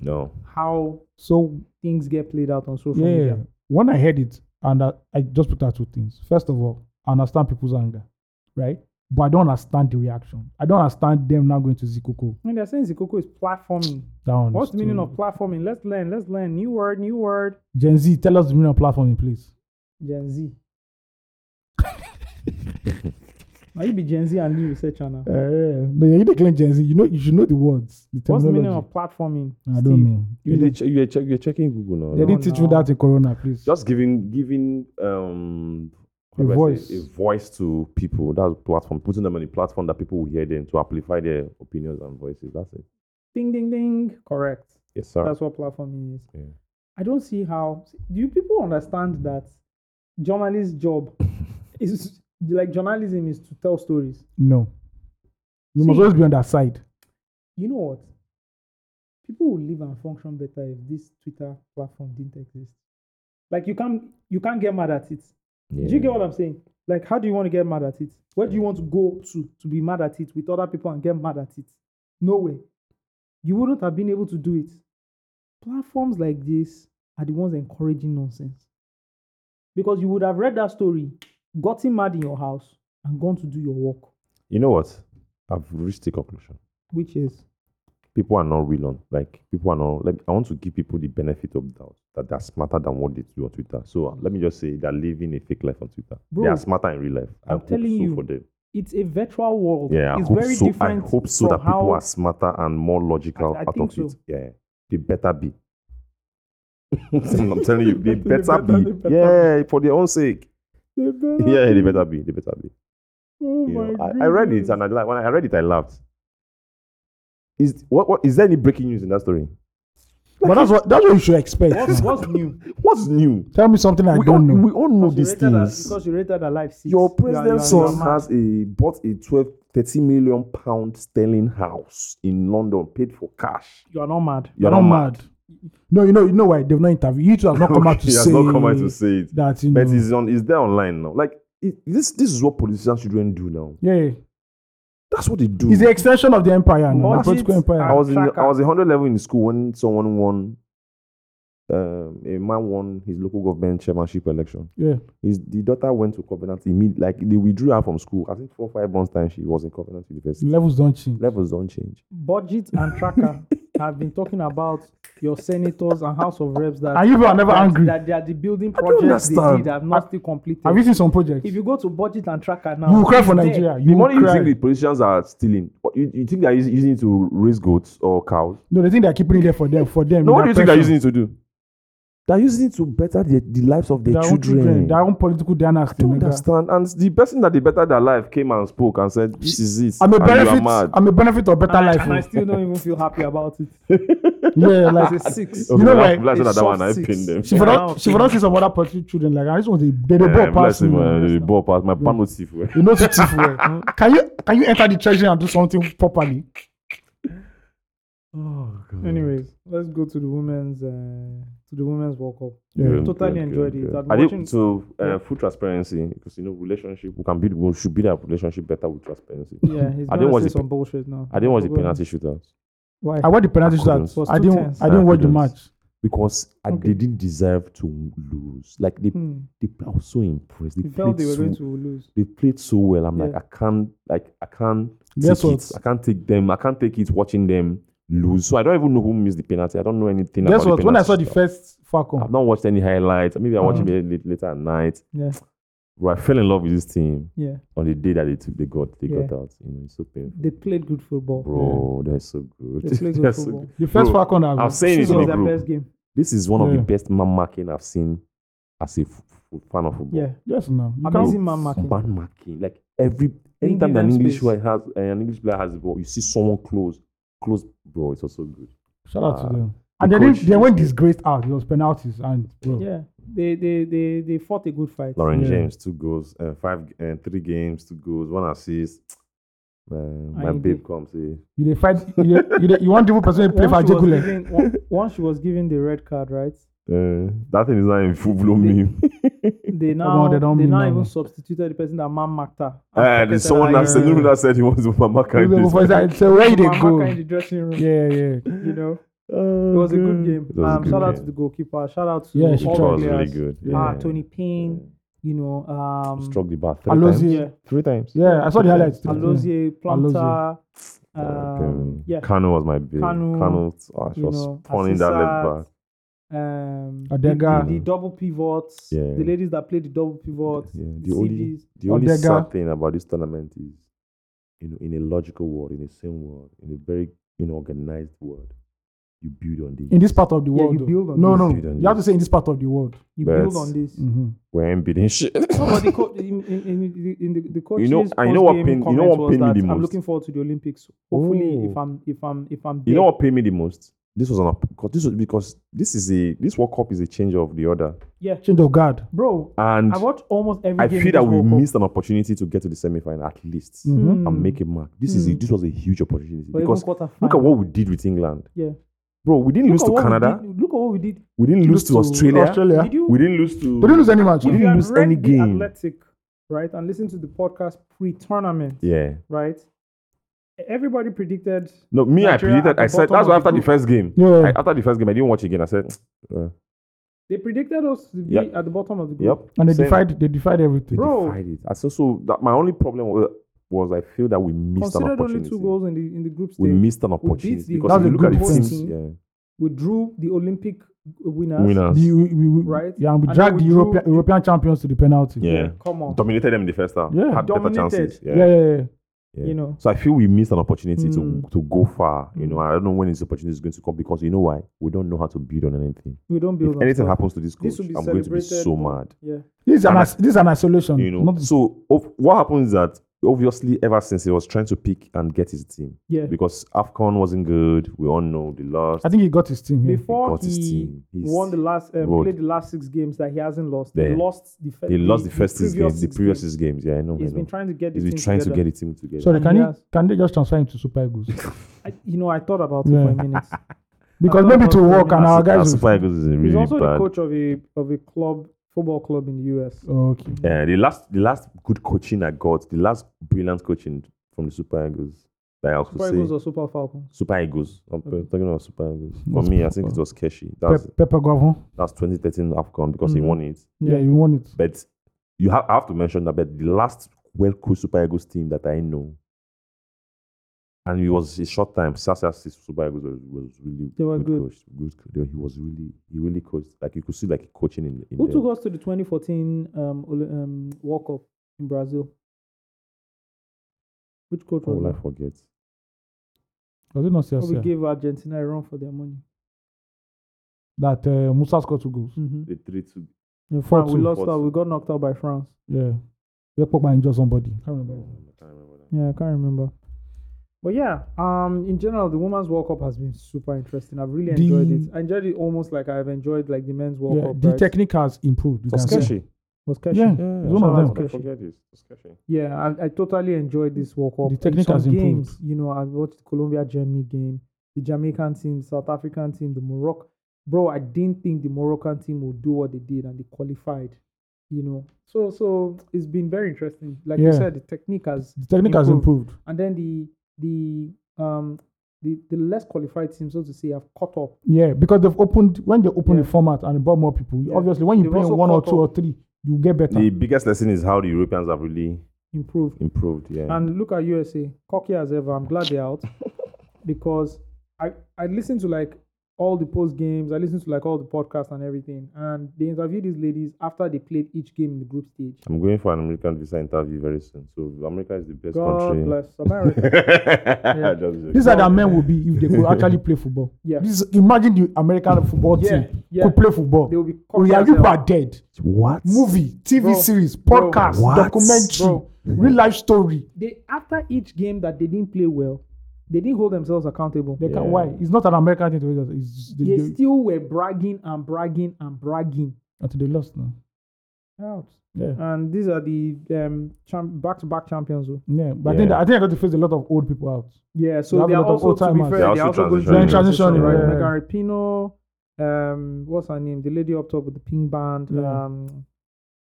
S4: no.
S1: how
S2: so
S1: things get played out on social
S2: yeah,
S1: media.
S2: when I heard it, and I, I just put out two things. First of all, I understand people's anger, right? But I don't understand the reaction. I don't understand them now going to Zikoko
S1: When they're saying Zikoko is platforming,
S2: down.
S1: what's the meaning
S2: to-
S1: of platforming? Let's learn. Let's learn. New word. New word.
S2: Gen Z? Tell us the meaning of platform in place.
S1: Gen Z. now you be Gen Z and new research channel.
S2: Uh, but you didn't claim Gen Z. You know, you should know the words. The
S1: What's the
S2: terminology.
S1: meaning of platforming?
S2: I
S1: Steve?
S2: don't know.
S4: You they che- you're, check, you're checking Google now.
S2: They
S4: no?
S2: didn't teach me
S1: now.
S2: that in Corona, please.
S4: Just giving giving um
S2: A
S4: how do I
S2: voice.
S4: say, a voice to people. That's platform. Putting them on a platform that people will hear them to amplify their opinions and voices. That's it.
S1: Ding ding ding. Correct.
S4: Yes, sir.
S1: That's what platforming is.
S4: Yeah.
S1: I don't see how. Do you people understand that journalist job is like journalism is to tell stories?
S2: no. You must
S1: See-
S2: always be on that side.
S1: You know what? People will live and function better if this Twitter platform didn't exist. Like you can't you can't get mad at it.
S4: yeah.
S1: Do you get what I'm saying? Like, how do you want to get mad at it? Where do you want to go to to be mad at it with other people and get mad at it? No way. You wouldn't have been able to do it. Platforms like this are the ones encouraging nonsense. Because you would have read that story, gotten mad in your house, and gone to do your work,
S4: You know what? I've reached the conclusion.
S1: which is
S4: people are not real on. Like people are not. Let me, I want to give people the benefit of doubt that they're smarter than what they do on Twitter. So uh, let me just say they're living a fake life on Twitter. they
S1: Bro,
S4: are smarter in real life. I
S1: I'm
S4: hope
S1: telling
S4: so
S1: you,
S4: for them.
S1: It's a virtual world.
S4: Yeah, I
S1: it's
S4: hope
S1: very
S4: so.
S1: different.
S4: I hope so
S1: from
S4: that
S1: how,
S4: people are smarter and more logical
S1: I
S4: out
S1: think
S4: of
S1: so.
S4: it. Yeah, they better be. I'm telling you, they
S1: They
S4: better
S1: better-
S4: be.
S1: they better be.
S4: yeah, for their own sake.
S1: They better
S4: Yeah, they
S1: be.
S4: better be. They better be.
S1: Oh
S4: You
S1: my
S4: know, I, I read it
S1: goodness.
S4: and I la- when I read it, I laughed. Is what, what is there any breaking news in that story?
S2: But that's what that's what you should expect.
S1: What's,
S2: man.
S1: what's new?
S4: What's new?
S2: Tell me something I
S4: we all,
S2: don't know.
S4: We all know
S1: Because you
S4: these
S1: rated her-
S4: things.
S1: because you rated her life six.
S4: Your
S1: You are- you are-
S4: president's
S1: you are
S4: son
S1: mad.
S4: has a bought a 12, 30 million pound sterling house in London, paid for cash.
S1: You are not mad.
S4: You're
S2: They're
S4: not
S2: No, you know, you know why they've not interviewed. You two have not come out to
S4: he
S2: say Hmm.
S4: has not come out to say it.
S2: that you know.
S4: But it's on it's there online now. Like it, this this is what politicians children do now.
S2: yeah,
S4: That's what they do.
S2: it's the extension of the empire now. The
S1: Budgets
S2: political empire.
S4: I was in I
S1: Tracker.
S4: was a hundred level in school when someone won um, a man won his local government chairmanship election.
S2: yeah,
S4: His the daughter went to Covenant immediately like they withdrew her from school. I think four five months time she was in Covenant University.
S2: levels don't change.
S4: Levels don't change.
S1: Budget and tracker have been talking about your senators and House of Reps that
S2: and you people are never
S1: that,
S2: angry.
S1: that they are the building projects they did
S4: understand.
S1: have not still completed.
S2: have you seen some projects?
S1: if you go to budget and tracker now,
S2: you will cry
S1: it's
S2: for
S1: there.
S2: Nigeria.
S4: The
S2: You
S4: money
S2: will
S4: you
S2: cry.
S4: think the politicians are stealing, what- you, you think they're us- using it to raise goats or cows?
S2: no, they think they're keeping it there for them. For them.
S4: No,
S2: their
S4: what do you think they're
S2: pressure.
S4: using it to do? They're using it to better the, the lives of their,
S2: Their own
S4: children.
S2: children, their own political dynasty.
S4: I don't
S2: nigga.
S4: understand. And the person that they better their life came and spoke and said, This is it.
S2: I'm a
S4: and you are
S2: benefit.
S4: mad."
S2: I'm a benefit of better
S1: And I,
S2: life.
S1: and I
S2: oh.
S1: still don't even feel happy about it.
S2: yeah, like
S1: It's a six.
S4: Okay,
S2: You know
S4: I'm
S2: why?
S4: glad I said
S1: It's
S4: that one. I
S1: soft
S4: pinned
S1: six.
S4: them.
S2: she for
S1: Yeah,
S2: not
S1: now
S2: she for not see some other political children like. And this one they they they
S4: Yeah,
S2: ball pass
S4: bless him,
S2: me.
S4: man. The ball pass my pan was safe, well.
S2: You know, it's where. Can you can you enter the treasury and do something properly?
S1: Anyways, let's go to the women's uh, to the women's World Cup.
S2: Yeah.
S4: Good,
S1: Totally
S4: good,
S1: enjoyed
S4: good,
S1: it.
S4: good.
S1: I've been
S4: I did-
S1: watching-
S4: so uh,
S1: Yeah.
S4: full transparency because you know relationship we can build we should build our relationship better with transparency.
S1: Yeah, he's
S4: I didn't
S1: gonna
S4: watch
S1: say
S4: the
S1: some
S4: pe-
S1: bullshit now.
S4: I didn't watch the
S1: Go ahead.
S4: penalty shootout.
S1: Why?
S2: I watched the penalty
S4: couldn't.
S2: shootout.
S1: It was
S2: I
S1: too
S2: didn't.
S1: tense.
S2: I didn't
S4: I
S2: watch the
S4: couldn't.
S2: match.
S4: because I,
S1: Okay.
S4: they didn't deserve to lose. Like they,
S1: Hmm.
S4: they I was so impressed. They
S1: You felt
S4: played,
S1: they were
S4: so,
S1: going to lose.
S4: they played so well. I'm
S1: Yeah.
S4: like, I can't, like, I can't
S2: Guess
S4: take
S2: what?
S4: it. I can't take them. I can't take it watching them lose. So I don't even know who missed the penalty. I don't know anything
S2: Guess
S4: about
S2: what?
S4: the penalty.
S2: When I saw the
S4: shootout.
S2: first Falcon,
S4: I've not watched any highlights. Maybe I watch
S1: Uh-huh.
S4: it late- later at night.
S1: Yeah.
S4: Bro, I fell in love with this team
S1: Yeah,
S4: on the day that they took, they got, they
S1: Yeah.
S4: got out. You know, it's so painful.
S1: they played good football.
S4: Bro, they're so good.
S1: They play good
S4: They're so
S1: football.
S2: the first
S4: Bro,
S2: Falcon, I
S4: I've
S2: was
S4: seen
S1: This
S4: it
S1: was
S4: in the
S1: their
S4: group.
S1: best game.
S4: This is one of
S2: Yeah.
S4: the best man marking I've seen as a f- f- fan of football.
S1: Yeah,
S2: Yes, no. You can't-
S1: amazing man marking.
S4: man marking. Like every
S1: Didn't
S4: anytime
S1: give
S4: an
S1: them
S4: English
S1: space.
S4: player has eh, an English player has the ball, you see someone close, close, bro. It's also good.
S2: Shout out
S4: Ah.
S2: to them. And
S4: The
S2: they didn't,
S4: coach
S2: they
S4: is
S2: went
S4: good.
S2: disgraced out. It was penalties and bro.
S1: Yeah, they they they they fought a good fight.
S4: Lauren
S2: Yeah.
S4: Hmm. James, two goals, uh, five, uh, three games, two goals, one assist. Man, my
S1: you
S4: babe
S1: did.
S4: comes here.
S2: You dey fight. You, dey, you, dey, you want people person to play for
S1: Once she was
S2: Ajegule.
S1: given- on- Once she was given the red card, right?
S4: Uh, that thing is not in full blown meme.
S1: They now
S2: on, they
S1: they,
S2: don't mean
S1: now
S2: that
S1: even
S2: one.
S1: substituted the person that man marked her. and
S4: Ah,
S1: protected
S4: there's someone
S1: her
S4: that said,
S1: in-
S4: that said he wants to mark
S2: You go for inside, Say where you dey
S1: Man marked her in
S2: go.
S1: the dressing room.
S2: Yeah, yeah.
S1: You know, it was a good game.
S4: It was a
S1: Um,
S4: Oh, good
S1: shout out to
S4: game.
S1: the goalkeeper. Shout out to
S2: Yeah,
S1: all
S2: she
S1: the
S2: tried.
S4: It was really
S1: players.
S4: good.
S1: Ah,
S4: Yeah.
S1: Tony Payne. You know, um,
S4: Struck the bar three
S2: Alozie.
S4: times.
S1: yeah,
S4: Three times.
S2: Yeah, I saw the highlights. too.
S1: Alozie, Planta, um,
S4: Uh, Oh, Okay.
S1: yeah,
S4: Kanu was my babe.
S1: Kanu,
S4: Kanu, oh, she
S1: you
S4: was
S1: know,
S4: spawning that
S1: Asisat,
S4: left back.
S1: um, the,
S2: Adega.
S1: the, the double pivots,
S4: Yeah.
S1: the ladies that play the double pivots,
S4: Yeah,
S1: the
S4: the only
S1: CBs.
S4: the only
S2: Odega.
S4: sad thing about this tournament is, you know, in a logical world, in a sane world, in a very you know organized world, you build
S2: In
S4: on the.
S2: this part of the
S1: Yeah,
S2: world.
S1: you
S2: though.
S1: build on
S2: no,
S1: this.
S2: no.
S4: You don't
S2: You have to say in this part of the world.
S1: You
S4: But- Mm.
S1: build on this.
S2: Mm-hmm.
S4: We're embeating shit.
S1: Nobody co- in, in, in, in the, in the coaches.
S4: You know- and you know what
S1: post-game
S4: pain- you know
S1: comment
S4: what
S1: was
S4: pained me
S1: that
S4: the
S1: I'm
S4: most?
S1: looking forward to the Olympics. Hopefully, if
S4: Oh.
S1: I'm if I'm if I'm
S4: You know
S1: there.
S4: what paid me the most? This was an because this was because this is a this World Cup is a change of the order,
S1: yeah,
S2: Change of guard.
S1: bro,
S4: and
S1: I watch almost every
S4: I
S1: game. this
S4: feel that we
S1: World Cup.
S4: missed an opportunity to get to the semifinal at least
S2: Mhm.
S1: Mm.
S4: and make a mark. This is a,
S1: Mm.
S4: this was a huge opportunity
S1: Or even
S4: because
S1: quarterfinal.
S4: look at what we did with England.
S1: Yeah.
S4: Bro, we didn't
S1: Look
S4: lose
S1: at
S4: to
S1: what we
S4: Canada.
S1: did- Look at what we did.
S4: We didn't lose to Australia.
S2: Australia.
S1: Did you
S4: We didn't lose to.
S2: We didn't lose any match.
S4: We
S1: if
S4: didn't
S1: you had
S4: lose
S1: read
S4: any
S1: The
S4: game.
S1: Athletic, right, and listen to the podcast pre-tournament,
S4: Yeah.
S1: right? Everybody predicted
S4: No, me,
S1: Nigeria
S4: I
S1: at
S4: predicted.
S1: the
S4: I said
S1: bottom
S4: that's
S1: of the
S4: why after the,
S1: group.
S4: first game.
S2: Yeah.
S4: I, after the first game, I didn't watch again. I said, uh,
S1: they predicted us to be
S4: Yep.
S1: at the bottom of the group.
S4: "Yep."
S2: and they
S4: Same.
S2: defied. They defied everything.
S1: Bro.
S4: Defied it. I said so. That my only problem was was I feel that we missed an
S1: Considered only
S4: opportunity.
S1: two goals in the in the group
S4: we
S1: stage.
S4: missed an
S1: beat
S4: opportunity
S1: the-
S4: because
S1: that's
S4: if you
S1: a
S4: look at
S1: good
S4: the
S1: point.
S4: teams, yeah,
S1: we drew the Olympic winners.
S4: winners,
S2: The, we, we, we,
S1: Right.
S2: Yeah, and
S1: And
S2: we
S1: then
S2: dragged
S1: we
S2: the European,
S1: drew-
S2: European champions to the penalty.
S4: yeah,
S1: Come on.
S4: dominated them in the first half.
S2: Yeah.
S4: had better
S1: Dominated.
S4: chances.
S2: Yeah, yeah, yeah. yeah.
S4: Yeah.
S1: You know.
S4: So I feel we missed an opportunity to
S1: Mm.
S4: to go far. You know, I don't know when this opportunity is going to come because you know why? We don't know how to build on anything.
S1: We don't build.
S4: if
S1: on
S4: anything
S1: squad.
S4: happens to this coach,
S1: This will be
S4: I'm going to be
S1: celebrated,
S4: so
S1: but-
S4: mad.
S1: Yeah.
S2: This is an
S4: And I-
S2: as, this is an isolation.
S4: You know.
S2: Not,
S4: so of, what happens is that obviously ever since he was trying to pick and get his team
S1: Yeah.
S4: because Afcon wasn't good. We all know the lost.
S2: I think he got his team here.
S1: Before
S4: got his
S1: he
S4: team. He's-
S1: won the last, uh,
S4: Road.
S1: played the last six games that he hasn't lost. He
S4: Yeah.
S1: lost the first.
S4: They lost the first six games, the
S1: six
S4: previous
S1: games.
S4: six games. Yeah, I know. I
S1: He's
S4: know.
S1: been trying to get.
S4: He's
S1: the
S4: been
S1: team
S4: trying
S1: together.
S4: to get the team together.
S2: Sorry,
S1: And
S2: can
S1: he
S2: you
S1: has-
S2: can they just transfer him to Super Eagles?
S1: I, you know, I thought about it for
S2: Yeah.
S1: a minute.
S2: Because
S1: thought
S2: maybe
S1: about
S2: to
S1: it for a
S2: work and
S1: minute.
S2: our
S4: And
S2: guys. will-
S4: Super Eagles is really
S1: He's also the
S4: bad.
S1: coach of a of a club football club in the US.
S2: Oh, Okay.
S4: Yeah, the last the last good coaching I got, the last brilliant coaching from the Super Eagles that I also
S1: Super
S4: say
S1: Eagles or Super Falcons.
S4: Super Eagles. I'm
S1: Okay.
S4: talking about Super Eagles. For
S2: What's
S4: me, I
S2: Super
S4: think it was Keshi. That's
S2: Pe- Pepe Guavon.
S4: that's 2013 Afcon because he
S1: Mhm.
S4: won it.
S2: Yeah,
S1: Yeah.
S2: you won it.
S4: But you have I have to mention that. But the last well coached Super Eagles team that I know, and it was a short time. Sasa Super Eagles was, was really
S1: They were good.
S4: coached. Good. co- they- He was really he really coached. Like you could see like coaching in. in
S1: Who
S4: them.
S1: took us to the 2014 um, Oli- um, World Cup in Brazil? Which coach
S4: How will
S1: was
S4: I forget?
S2: Was it not
S1: that? We
S2: CSC?
S1: gave Argentina a run for their money.
S2: That uh, Musa scored two goals.
S1: Mhm.
S4: The three two.
S1: In France, we
S2: 4-2.
S1: lost out.
S4: 4-2.
S1: We got knocked out by France.
S2: Yeah. Yeah, Pogba injured somebody. can't remember.
S4: I remember that.
S1: Yeah, I can't remember. But yeah, um, in general, the Women's World Cup has been super interesting. I've really
S2: The-
S1: enjoyed it. I enjoyed it almost like I've enjoyed like the Men's World
S2: Yeah,
S1: Cup.
S2: the
S1: right?
S2: technique has improved. You
S4: It was
S2: can see.
S4: Keshi.
S1: was catchy.
S2: Yeah,
S4: Yeah,
S2: it's one
S1: shout
S2: of
S1: out
S2: them.
S1: Keshi.
S4: I forget this. It's Keshi.
S1: Yeah, I, I totally enjoyed this World Cup.
S2: The
S1: In
S2: technique
S1: some
S2: has improved.
S1: games, You know, I watched the Colombia Germany game, the Jamaican team, South African team, the Morocco. Bro, I didn't think the Moroccan team would do what they did, and they qualified. You know, so so it's been very interesting. Like you
S2: Yeah.
S1: said, the technique has
S2: The technique has improved.
S1: and then the the um the the less qualified teams, so to say, have caught up.
S2: Yeah, because they've opened when they open
S1: Yeah.
S2: the format and brought more people.
S1: Yeah.
S2: Obviously, when you
S1: They've
S2: play
S1: also
S2: one or
S1: caught
S2: two or
S1: up.
S2: three, you get better.
S4: The biggest lesson is how the Europeans have really
S1: Improved.
S4: improved. Yeah.
S1: And look at USA, cocky as ever. I'm glad they're out because I I listened to like all the post games, I listened to like all the podcasts and everything. And they interviewed these ladies after they played each game in the group stage.
S4: I'm going for an American visa interview very soon. So America is the best
S1: God
S4: country.
S1: bless America.
S4: yeah.
S2: These are the men will be if they could actually play football.
S1: Yeah.
S2: This imagine the American football
S1: Yeah,
S2: team
S1: yeah.
S2: could play football.
S1: They will be cocky
S2: Oh, yeah,
S1: as
S2: people
S1: hell.
S2: are dead.
S4: What?
S2: Movie, TV
S1: Bro,
S2: series,
S1: bro,
S2: podcast,
S4: What?
S2: documentary,
S1: Bro.
S2: real life story.
S1: They after each game that they didn't play well, they didn't hold themselves accountable.
S2: They
S1: They,
S2: can,
S4: Yeah.
S2: why? It's not an American thing. to do that. It's they, they,
S1: still were bragging and bragging and bragging.
S2: until they lost now.
S1: Out.
S2: Yeah.
S1: And these are the um champ- back-to-back champions. oh.
S2: Yeah, but I think
S4: Yeah.
S2: that, I think I got to face a lot of old people out.
S1: Yeah,
S2: They
S1: so
S2: have
S1: they
S2: a
S1: are
S2: lot of
S1: also to be
S2: old-timers.
S1: fair,
S4: They're
S1: they are
S4: also
S1: also going
S4: transitioning.
S1: through
S2: They're transitioning,
S1: right?
S2: yeah.
S1: Megan Rapinoe, um, what's her name? The lady up top with the pink band.
S2: Yeah.
S1: Um,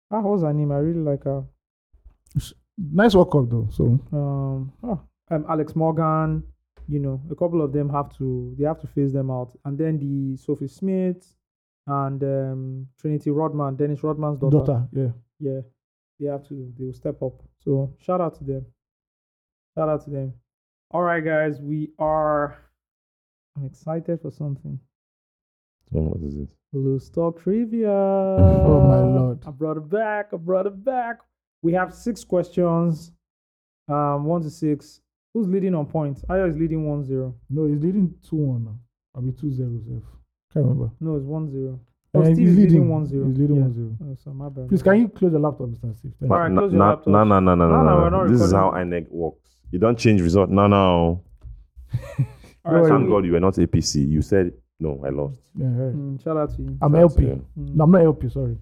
S1: ah, what's her name? I really like her.
S2: Nice World Cup though. So
S1: Um, ah, um, Alex Morgan. You know, a couple of them have to they have to phase them out, and then the Sophie Smith and um, Trinity Rodman, Dennis Rodman's daughter.
S2: daughter, yeah.
S1: Yeah, they have to. They will step up. So shout out to them. Shout out to them. All right, guys, we are. I'm excited for something.
S4: What is it?
S1: Loose talk trivia.
S2: Oh, my lord.
S1: I brought it back. I brought it back. We have six questions. Um, one to six. Who's leading on points? Ayo is leading 1 0.
S2: No, he's leading two one now. I'll be two zero zero. Can't remember.
S1: No, it's 1 0.
S2: Uh,
S1: Oh, Steve
S2: he's
S1: is leading
S2: leading.
S1: 1 0.
S2: He's leading 1-0.
S1: Oh, so my bad.
S2: Please, can you close the laptop, Mr. Steve? Thank you.
S1: All right,
S4: no,
S1: close your
S4: no,
S1: laptop.
S4: no, no, no,
S1: No, no,
S4: no,
S1: we're not
S4: no. This is how
S1: recording.
S4: INEC works. You don't change result. No, no.
S1: All right, so
S4: Thank
S1: we-
S4: God you were not APC. You said no. I lost.
S2: Yeah, all right.
S1: Mm, shout out to you.
S2: I'm
S4: Shout out to
S2: LP.
S4: you.
S1: Mm.
S2: No, I'm not LP. Sorry.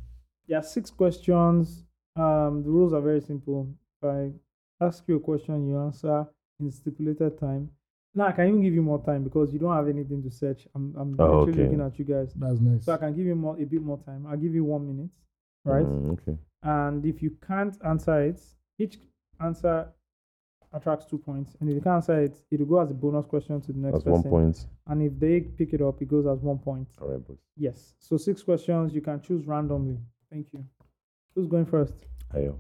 S1: There are six questions. Um, the rules are very simple. If I ask you a question, you answer in stipulated time. Now I can even give you more time because you don't have anything to search. I'm I'm
S4: Oh,
S1: literally
S4: okay.
S1: looking at you guys.
S2: That's nice.
S1: So I can give you more a bit more time. I'll give you one minute. Right?
S4: Mm, okay.
S1: And if you can't answer it, each answer attracts two points. And if you can't answer it, it'll go as a bonus question to the next
S4: That's
S1: person.
S4: one point.
S1: And if they pick it up, it goes as one point.
S4: All right, boys.
S1: Yes. So six questions. You can choose randomly. Thank you. Who's going first?
S4: Ayo.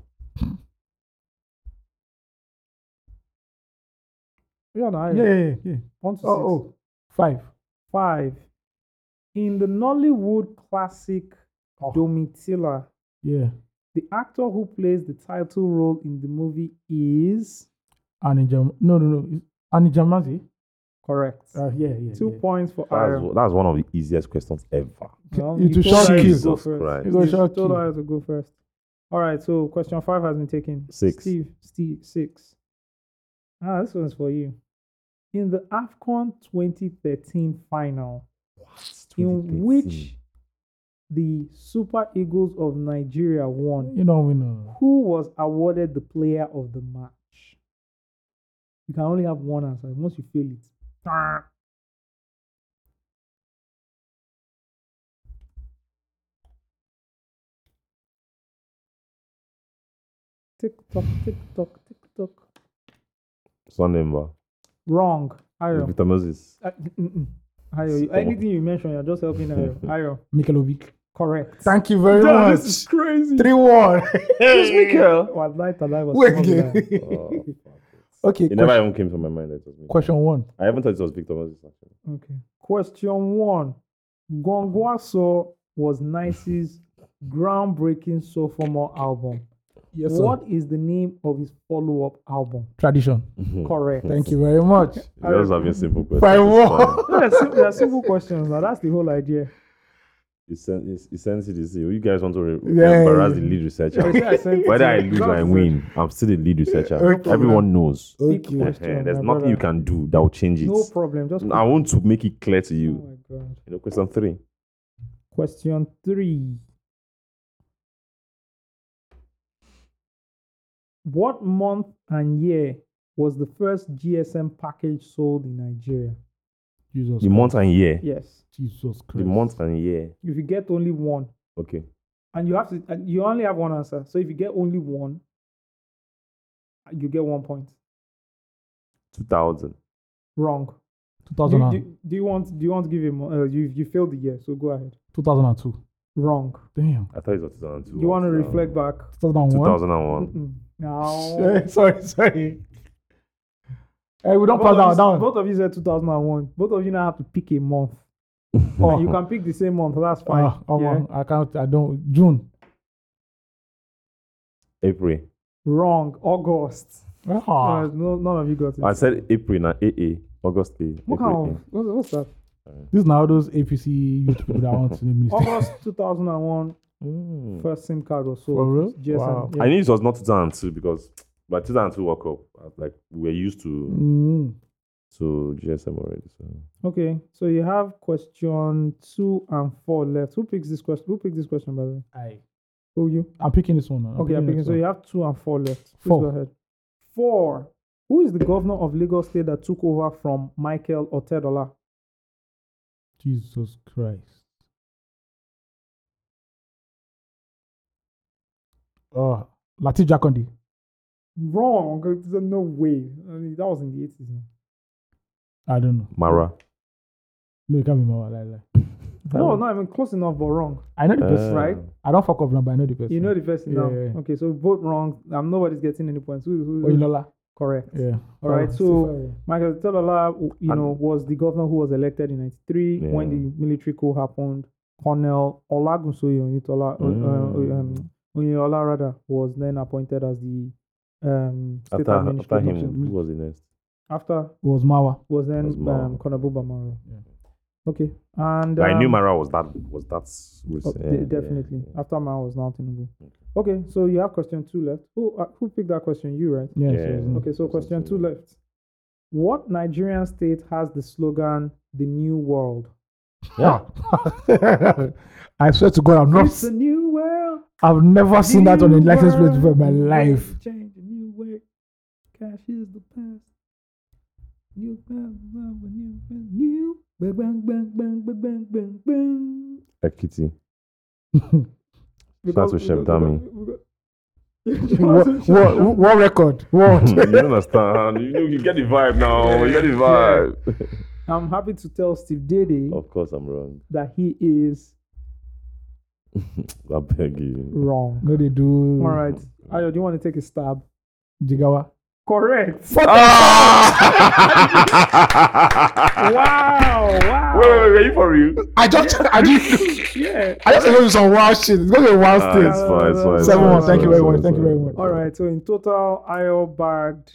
S1: Yeah, no,
S2: Yeah, yeah, yeah. yeah.
S1: One to
S2: Oh,
S1: six.
S2: oh, five.
S1: Five. In the Nollywood classic
S2: Oh.
S1: Domitila,
S2: Yeah.
S1: the actor who plays the title role in the movie is
S2: Anijam. No, no, no. Anijamazi.
S1: correct.
S2: Uh, yeah, yeah.
S1: Two
S2: yeah.
S1: points for
S4: That's,
S1: Ayo.
S4: that's one of the easiest questions ever.
S1: Well,
S2: It
S1: you
S2: will
S1: told her
S2: shock
S1: to
S2: you.
S1: go
S4: Jesus
S1: first.
S4: Christ.
S2: It will
S1: You
S2: shock
S1: told
S2: you.
S1: her to go first. All right, so question five has been taken.
S4: Six.
S1: Steve, Steve, six. Ah, this one's for you. In the AFCON 2013 final, in which the Super Eagles of Nigeria won,
S2: You know, we know.
S1: who was awarded the player of the match? You can only have one answer. Once you fail it, tick tock, tick tock, tick tock.
S4: Son number.
S1: Wrong. Ayo.
S4: Victor Moses.
S1: Uh, mm-mm. Ayo, you- anything you mention, you're just helping Ayo. Ayo,
S2: Mikelovic.
S1: correct.
S2: Thank you very
S1: Damn,
S2: much.
S1: this is crazy.
S2: 3 1.
S1: What light alive was
S2: Wait,
S1: wrong with that?
S4: Oh,
S2: again.
S4: fuck
S2: okay.
S4: it. it
S2: question,
S4: never even came to my mind. that It was me.
S2: question one.
S4: I haven't thought it was Victor Moses. Actually.
S1: Okay. Question one. Gongwaso was Nice's groundbreaking sophomore album.
S2: Yes,
S1: What is the name of his follow-up album?
S2: Tradition.
S4: Hmm.
S1: Correct.
S2: Thank you very much.
S4: Those have been simple questions.
S2: Five
S4: It's fine.
S2: one.
S1: They're sim- they're simple questions now. That's the whole idea.
S4: You send, you, you send CDC. You guys want to re-
S2: Yeah,
S4: embarrass
S2: yeah.
S4: the lead
S1: I said I
S4: researcher.
S1: sent it
S4: Whether
S1: to
S4: I
S1: you.
S4: lose or I
S1: That's
S4: win, I'm still the lead researcher.
S2: Okay.
S4: Everyone knows. Eh,
S1: the big
S2: Okay.
S1: question,
S4: There's
S1: my
S4: nothing
S1: brother.
S4: you can do that will change it.
S1: No problem. Just
S4: I want to make it clear to you.
S1: Oh my god.
S4: You know, question three.
S1: Question three. What month and year was the first GSM package sold in Nigeria?
S2: Jesus.
S4: The month and year.
S1: Yes.
S2: Jesus Christ.
S4: The month and year.
S1: If you get only one,
S4: Okay.
S1: and you have to, and you only have one answer. So if you get only one, you get one point.
S4: 2000.
S1: Wrong. Do,
S2: 2000 and-
S1: do- do you want? Do you want to give him? Uh, you you failed the year, so go ahead.
S2: 2002.
S1: Wrong.
S2: Damn.
S4: I thought it was 2002.
S1: Do you want to
S4: Uh,
S1: reflect back?
S2: 2001.
S4: 2001.
S1: Mm-mm. No.
S2: Eh, sorry, sorry. Hey, we don't
S1: Both
S2: pass
S1: of,
S2: out
S1: you,
S2: down.
S1: both of you said 2001. Both of you now have to pick a month.
S2: Oh.
S1: You can pick the same month. That's fine.
S2: Ah, oh,
S1: Yeah.
S2: wow. I can't. I don't. June.
S4: April.
S1: Wrong. August.
S2: Ah.
S1: Uh, no, none of you got it.
S4: I said April now. AA. August A.
S1: what kind
S4: April
S1: of, what's, what's that?
S2: This is now those APC youth people that want to name mistake.
S1: August 2001.
S4: A. Mm.
S1: First SIM card was sold.
S2: For real?
S1: GSM.
S2: Wow.
S1: Yeah.
S4: I knew it was not 2002 because by 2002 World Cup, I was like we were used to
S1: Mm-hmm.
S2: Mm.
S4: to GSM already. So
S1: Okay, so you have question two and four left. Who picks this question? Who picked this question, by the way?
S2: Aye.
S1: Who you?
S2: I'm picking this one now.
S1: okay, I'm picking.
S2: this
S1: So
S2: one.
S1: you have two and four left. Please
S2: Four.
S1: go ahead. Four. Who is the governor of Lagos State that took over from Michael Otedola?
S2: Jesus Christ. Uh, Latif Jacondi.
S1: Wrong. There's no way. I mean, that was in the eighties.
S2: I don't know.
S4: Mara.
S2: No, it can't be Mama. Like, like.
S1: No, not even close enough, but wrong.
S2: I know the person.
S4: Uh,
S1: right?
S2: I don't fuck up now, but I know the person.
S1: You know the person
S2: Yeah,
S1: now.
S2: yeah, yeah.
S1: Okay, so both wrong. Um, nobody's getting any points. Who, who,
S2: Oyilola.
S1: correct?
S2: Yeah.
S1: All right,
S2: Oh,
S1: so Michael Telola, you
S4: And-
S1: know, was the governor who was elected in '93 when
S4: Yeah.
S1: the military coup happened. Colonel Olagunsoye Oyintola, uh,
S4: Mm.
S1: uh, um, Oyinlola rather, was then appointed as the um, state
S4: after, after
S1: administrator.
S4: him, who was the next?
S1: After
S2: it was Mawa.
S1: was then
S4: Was Mao.
S1: um, Colonel Buba Maro.
S2: Yeah.
S1: Okay, and
S4: I knew
S1: um,
S4: Mara was that was that
S1: oh,
S4: recent.
S1: de-
S4: Yeah, yeah,
S1: definitely
S4: yeah.
S1: after Mao was now Tinubu. Okay. so you have question two left. Who uh, who picked that question? You right?
S2: Yes,
S4: Yeah.
S2: yes, yes.
S1: Okay, so
S4: Question
S1: question
S4: two
S1: two left. What Nigerian state has the slogan "The New World"?
S2: I swear to God, I've not,
S1: It's a new world.
S2: I've never seen that on a
S1: new
S2: license plate before in my
S1: world,
S2: life.
S1: Change a new way. Cash is the past. New world, world, world, new, world, new. Bang, bang, bang, bang, bang, bang, bang, bang.
S4: Ekiti.
S1: Because-
S4: to Chef Dami.
S2: what,
S1: because-
S2: what, what record?
S4: you
S2: What?
S4: understand? You know, you get the vibe now. You get the vibe.
S1: I'm happy to tell Steve Diddy
S4: Of course, I'm wrong.
S1: that he is
S4: I beg you.
S1: wrong.
S2: no, they do.
S1: All right. Ayo, do you want to take a stab?
S2: Jigawa.
S1: Correct.
S8: Ah!
S1: Wow. Wow.
S4: Wait, wait, wait, were you for real?
S8: I just, I just,
S1: Yeah.
S8: I just gave you some wild shit. It's gonna be wild
S4: Ah,
S8: things.
S4: it's fine, it's fine, it's
S8: Seven
S4: fine,
S8: one.
S4: it's
S8: Thank you
S4: fine,
S8: very
S4: it's
S8: much.
S4: fine,
S8: Thank
S4: it's
S8: you very
S4: fine.
S8: much.
S1: All right. So in total, Ayo bagged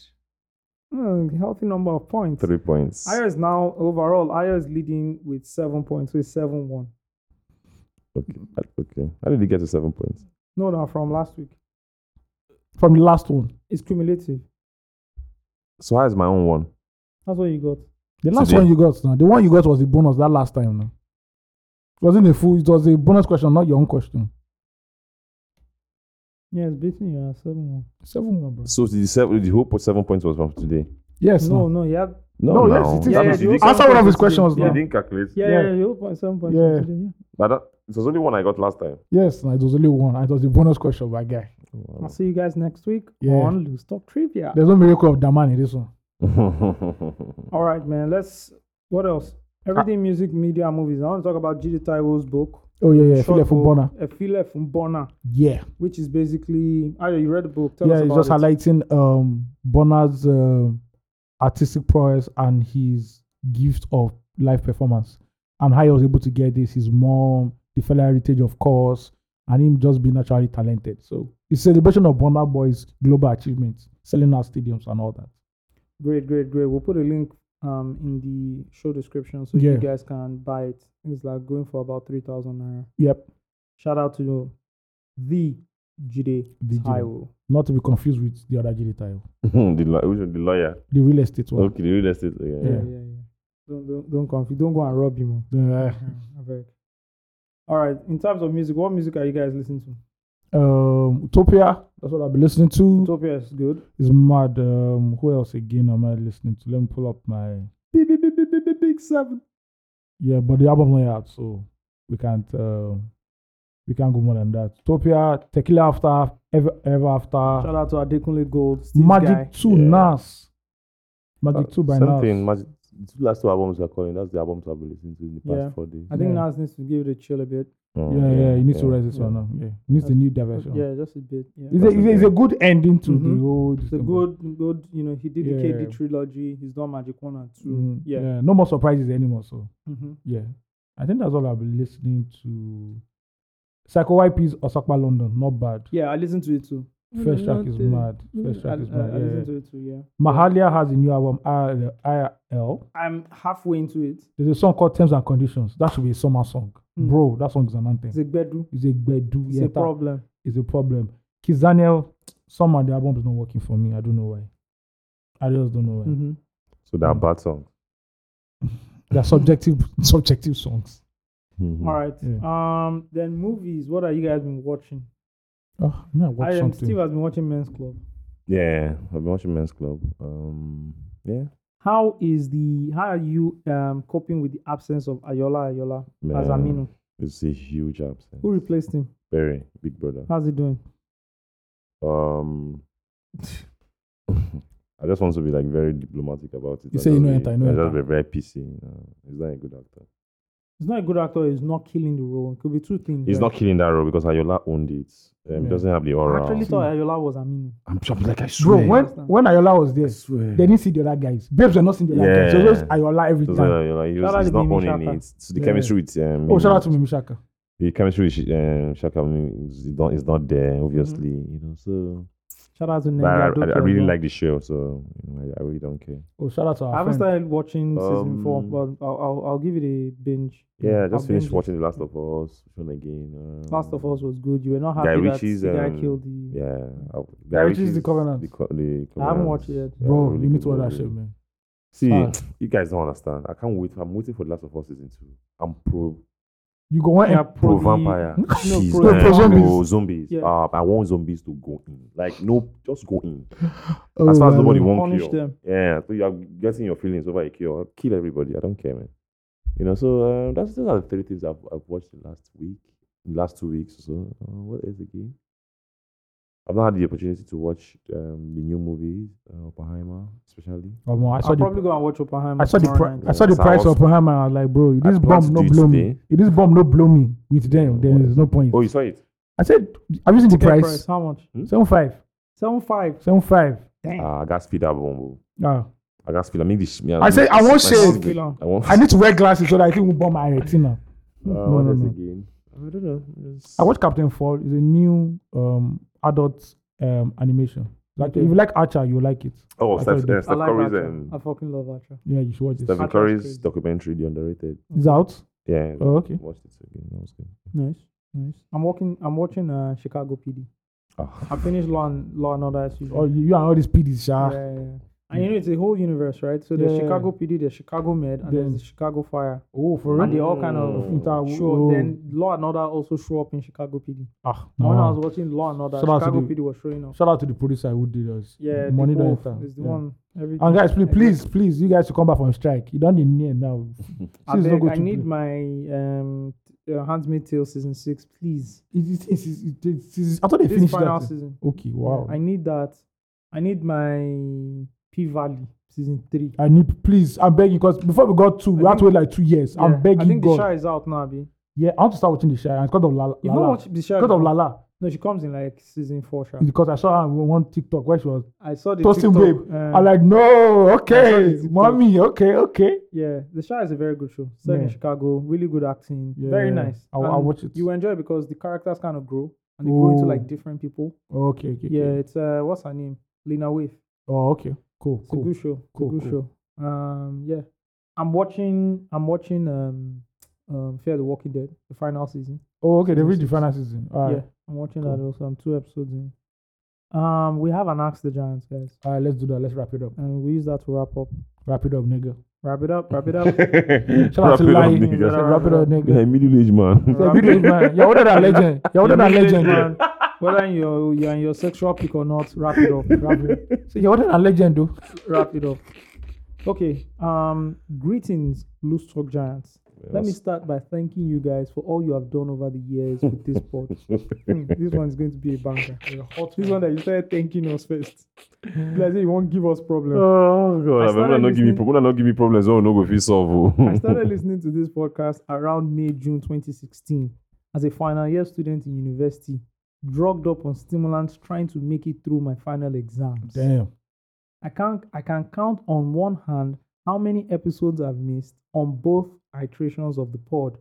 S1: hmm, healthy number of points.
S4: Three points.
S1: Ayo is now overall. Ayo is leading with seven points. So it's seven one.
S4: Okay. okay. How did you get to seven points?
S1: No, no, from last week.
S2: From the last one.
S1: It's cumulative.
S4: So how is my own one?
S1: That's what you got.
S2: The last
S4: Today.
S2: one you got now. The one you got was the bonus that last time now. It wasn't a full, it was a bonus question, not your own question.
S1: Yeah, it's beating you at seven one.
S2: Seven one, bro.
S4: So the seven, the whole po- seven points was from today.
S2: Yes.
S1: No, no,
S2: No.
S1: yeah,
S2: No,
S4: No,
S2: yes,
S4: now.
S2: it is.
S1: Yeah,
S4: That means
S1: yeah,
S4: you didn't,
S1: you
S2: Answer one of his
S1: Seven points
S2: questions
S4: you
S2: now.
S4: didn't calculate.
S1: yeah,
S2: Yeah.
S1: yeah, yeah, point seven points.
S2: Yeah.
S1: Today, yeah.
S4: But that, it was only one I got last time.
S2: Yes, no, it was only one. It was the bonus question by guy.
S1: I'll see you guys next week
S2: Yeah.
S1: on Loose Talk Trivia.
S2: There's no miracle of Daman in this one.
S1: All right, man. Let's. What else?
S2: Ah.
S1: Everything music, media, movies. I want to talk about Gigi Taiwo's book.
S2: Oh yeah, yeah.
S1: short
S2: Philip
S1: book,
S2: Bonner.
S1: Efile Fumbona,
S2: Yeah.
S1: which is basically. Ah, you read the book. Tell us
S2: yeah,
S1: about
S2: it's just
S1: it.
S2: highlighting um Bonner's uh, artistic prowess and his gift of live performance and how he was able to get this. His mom, the fellow heritage, of course, and him just being naturally talented. So it's a celebration of Bonner Boy's global achievements, selling out stadiums and all that.
S1: Great, great, great. We'll put a link um in the show description so
S2: Yeah.
S1: you guys can buy it. It's like going for about three thousand naira.
S2: Yep,
S1: Shout out to the Jide
S2: The Jide.
S1: Taiwo.
S2: not to be confused with the other Jiri Tayo,
S4: the, law- which one? the lawyer.
S2: the real estate one.
S4: Okay, the real estate lawyer.
S1: Yeah,
S2: Yeah.
S1: yeah, yeah. Don't don't don't confuse. Don't go and rob him. oh.
S2: Uh,
S1: I beg. All right. In terms of music, what music are you guys listening to?
S2: um, Utopia. That's what I've been listening to.
S1: Utopia is good.
S2: It's mad. Um, who else again am I listening to? Let me pull up my.
S1: Big, big, big, big, big, big, big seven.
S2: Yeah, but the album not out, so we can't uh, we can't go more than that. Topia, Tequila After, Ever Ever After,
S1: Shout out to Adekunle Gold, Steve
S2: Ah. Magic
S1: Guy.
S2: Two,
S4: Yeah.
S2: Nas,
S4: Uh,
S2: Magic Two by
S4: Something.
S2: Nas.
S4: Magic, the two last two albums are calling. That's the albums I've been listening to in the past
S1: Yeah.
S4: four days.
S1: I think
S2: Yeah.
S1: Nas needs to give it a chill a bit.
S4: Mm,
S2: Yeah, yeah, you need to
S4: yeah.
S2: raise this
S1: yeah.
S2: one now. Yeah, it needs a new diversion.
S1: Yeah, just a bit. Yeah.
S2: It's a,
S4: That's
S2: it's, a, it's
S4: okay.
S2: a good ending to
S1: Mhm.
S2: the whole.
S1: It's a
S2: thing.
S1: good, good. You know, he did the
S2: Yeah.
S1: KD trilogy. He's done Magic One and Two.
S2: Mm,
S1: Yeah.
S2: no more surprises anymore. So
S1: Mhm.
S2: yeah, I think that's all I've been listening to. Psycho YP's Osaka London, not bad.
S1: Yeah, I listened to it too.
S2: First track is mad. First
S1: I,
S2: track is
S1: I- I
S2: mad.
S1: listened
S2: yeah.
S1: to it too. Yeah.
S2: Mahalia has a new album, IRL. IRL.
S1: I'm halfway into it.
S2: There's a song called Terms and Conditions. That should be a summer song.
S1: Mm.
S2: Bro, that song is an
S1: It's
S2: anthem.
S1: a bedroom.
S2: It's a bedu.
S1: It's
S2: yeah,
S1: a
S2: that
S1: problem.
S2: is a problem. Kiss Daniel, some of the album is not working for me. I don't know why. I just don't know why.
S1: Mhm.
S4: So that bad song.
S2: They're subjective, subjective songs. Mm-hmm.
S4: Mhm.
S2: Mm,
S1: All right. Um. Then movies. What are you guys been watching?
S2: Oh, no, I watch
S1: I am
S2: something.
S1: Steve has been watching Men's Club.
S4: Yeah, I've been watching Men's Club. Um, yeah,
S1: How is the how are you um coping with the absence of Ayola Ayola as
S4: Man,
S1: Aminu?
S4: It's a huge absence.
S1: Who replaced him?
S4: Very big brother.
S1: How's he doing?
S4: Um, I just want to be like very diplomatic about it.
S2: You
S4: I
S2: say you
S4: just
S2: know
S4: be-
S2: enter, you know
S4: I just
S2: enter.
S4: be very PC. You know? He's not a good actor.
S1: He's not a good actor, he's not killing the role. It could be two things.
S4: He's
S1: right?
S4: not killing that role because Ayola owned it. Um, He
S2: Yeah.
S4: doesn't have the
S1: I
S4: aura.
S2: Oh,
S1: actually thought Ayola was Aminu.
S4: I'm just like I
S2: Bro,
S4: swear.
S2: when,
S1: Understand.
S2: when Ayola was there,
S4: swear.
S2: they didn't see the other guys. Babes were not seeing the other guys. So
S4: Yeah.
S2: it was Ayola every
S4: So,
S2: time.
S4: uh, Ayola, he was-
S1: Shout out
S4: he's
S1: to
S4: not
S1: Mimi
S4: owning
S1: Shaka.
S4: it. So the
S2: Yeah.
S4: chemistry with um,
S2: oh, shout
S4: Mimi-
S2: out to Mimi Shaka.
S4: the chemistry with Sh- um, Shaka Mimi is not is not there obviously. You know, so
S1: Shout out to
S4: But I,
S1: Nenga
S4: I,
S1: Adoke
S4: I
S1: as
S4: really
S1: well.
S4: like the show, so you know, I, I really don't care.
S2: Oh, shout out to
S1: I
S2: our
S1: haven't
S2: friend.
S1: started watching season four,
S4: Um,
S1: but I'll, I'll I'll give it a binge.
S4: Yeah, I
S1: I'll
S4: just finished
S1: binge it.
S4: watching The Last of Us, which one again. Um,
S1: Last of Us was good. You were not
S4: Guy
S1: happy that
S4: Ritchie's,
S1: the guy
S4: um,
S1: killed the.
S4: Yeah, I,
S2: Guy Ritchie's The Covenant.
S4: The, co- the
S1: I haven't
S4: Covenant.
S1: watched it yet.
S4: Yeah,
S2: Bro,
S4: really
S2: you need
S4: good
S2: to order that
S4: movie.
S2: shit, man.
S4: See,
S2: Ah.
S4: you guys don't understand. I can't wait. I'm waiting for The Last of Us season two. I'm pro
S2: You go one
S1: Yeah,
S4: pro
S1: the-
S4: vampire.
S1: no,
S4: Jeez,
S1: pro-
S4: man,
S2: pro zombies.
S4: pro zombies.
S1: Yeah.
S4: Uh, I want zombies to go in. Like, no, just go in.
S2: Oh,
S4: as far as
S2: my
S4: nobody
S2: Lord.
S4: won't
S1: Punish
S4: cure.
S1: them.
S4: Yeah, so you're getting your feelings over a cure. Kill everybody. I don't care, man. You know, so uh, that's those are the three things I've, I've watched in last week, in last two weeks or so. Uh, what is again? I've not had the opportunity to watch um, the new movies, uh, Oppenheimer, especially.
S2: Omo, I saw
S1: I'll
S2: the
S1: probably go and watch Oppenheimer.
S2: I saw the
S1: tomorrow
S2: pri-
S1: night.
S2: I saw the
S4: Yes, I
S2: price
S4: was-
S2: of Oppenheimer. I was like, bro,
S4: I
S2: this
S4: planned to
S2: bomb no
S4: do it
S2: blow
S4: today.
S2: me. If this bomb no blow me with them, then
S4: What?
S2: there's no point.
S4: Oh, you saw it?
S2: I said, have you seen the
S1: Ticket
S2: price?
S1: price. How much?
S2: Seven five,
S1: Seven five.
S2: seven five. Damn.
S4: Ah, I got speed up, Bombo.
S2: Ah.
S4: I got speed up. Make this. me-
S2: I say, I want shades.
S4: I want.
S2: I need to wear glasses so that I think will bomb my retina.
S4: Uh,
S2: No,
S4: what
S2: no,
S4: is
S2: no.
S4: it again? I don't know. It's-
S2: I watched Captain Fall. It's a new um adult um animation. Like
S1: Okay.
S2: if you like Archer, you like it.
S4: Oh,
S2: I
S4: Steph,
S2: thought
S4: uh,
S2: it-
S1: I
S4: Steph
S1: like
S4: Curry's
S1: Archer.
S4: um,
S1: I fucking love Archer.
S2: Yeah, you should watch it.
S4: Stephen
S1: Archer is
S4: Curry's
S1: crazy.
S4: documentary, The Underrated.
S2: It's out.
S4: Yeah.
S2: Oh, okay.
S4: Watched it again. That was good.
S1: Nice, nice. I'm walking. I'm watching uh, Chicago PD.
S4: Ah.
S1: I finished Law and Law and Order as
S2: Oh,
S1: usual.
S2: you, you and all these PDs,
S1: yeah,
S2: sha.
S1: yeah, yeah. And you know it's a whole universe, right? So there's
S2: Ah. Yeah.
S1: Chicago PD, there's Chicago Med, and there's
S2: Then-
S1: the Chicago Fire.
S2: Oh, for real.
S1: And they all kind of
S4: Mm.
S2: Inter-
S1: show.
S2: oh.
S1: Then Law and Order also show up in Chicago PD.
S2: ah,
S1: When I
S2: nah.
S1: was watching Law and Order,
S2: Shout out to
S1: Chicago
S2: the-
S1: PD was showing up.
S2: Shout out to the producer who did us.
S1: Yeah,
S2: money
S1: the
S2: don't
S1: wolf
S2: enter.
S1: is the
S2: Yeah.
S1: one. Everything.
S2: And guys, please, please, please, you guys should come back from strike. You don't need near now.
S1: I,
S2: This is
S1: beg,
S2: good
S1: I
S2: to
S1: need
S2: play.
S1: my um, t- uh, Handmaid's Tale season six, please.
S2: It- it- it- it- it- it- I thought they
S1: This
S2: finished
S1: final
S2: that.
S1: season.
S2: Okay, wow.
S1: I need that. I need my P Valley season three.
S2: I need please. I'm begging because before we got two, we
S1: I
S2: had to wait like two years.
S1: Yeah,
S2: I'm begging
S1: I think
S2: God.
S1: the show is out now, Abi.
S2: yeah, I want to start watching the show. and It's because of Lala.
S1: You've
S2: Lala.
S1: not watched the show.
S2: because of
S1: before?
S2: Lala.
S1: No, she comes in like season four. Sha.
S2: It's because I saw her on one TikTok where she was
S1: I saw the
S2: toasting
S1: TikTok,
S2: babe.
S1: uh,
S2: I'm like, no, okay,
S1: TikTok.
S2: mommy, okay, okay.
S1: yeah, the show is a very good show. Set in
S2: Yeah.
S1: Chicago, really good acting,
S2: Yeah,
S1: very
S2: yeah, yeah.
S1: nice.
S2: I'll- I'll
S1: And
S2: watch it.
S1: You enjoy it because the characters kind of grow and they grow into
S2: Oh.
S1: like different people.
S2: Okay, okay.
S1: Yeah,
S2: Okay.
S1: it's uh, what's her name? Lena Waif.
S2: Oh, okay. Cool,
S1: It's a
S2: cool.
S1: good show. It's
S2: Cool,
S1: a good
S2: cool.
S1: show. Um, yeah, I'm watching. I'm watching um, um, Fear the Walking Dead, the final season.
S2: Oh, okay. They reached the
S1: Season
S2: final season. All right.
S1: Yeah, I'm watching that
S2: Cool.
S1: also. I'm two episodes in. Um, we have an axe the giants, guys,
S2: All right, let's do that. Let's wrap it up.
S1: and we use that to wrap up.
S2: Wrap it up, nigga.
S1: Wrap it up. Wrap it up.
S2: Shout out
S4: Wrap
S2: to
S4: it up,
S2: Lai.
S4: nigga.
S2: Wrap it up,
S4: You're
S2: nigga.
S4: a middle-aged man.
S2: You're a middle-aged man. You're older than legend. You're older than
S1: Middle-aged
S2: legend.
S1: man, Whether you're you're in your sexual peak or not, wrap it up. Wrap it up.
S2: So you're older than legend, though.
S1: wrap it up. Okay. Um, greetings, loose talk giants. Let me
S4: Yes.
S1: start by thanking you guys for all you have done over the years with this pod. Hmm, this one is going to be a banger. This one that you started thanking us first. Let's say you won't give us problems.
S4: Oh God! I remember
S1: started
S4: not give me
S1: listening-
S4: problem. Not give me problems. Oh no, go feel solve. oh.
S1: I started listening to this podcast around May, June 2016 as a final year student in university, drugged up on stimulants trying to make it through my final exams.
S2: Damn.
S1: I can I can count on one hand how many episodes I've missed on both iterations of the pod.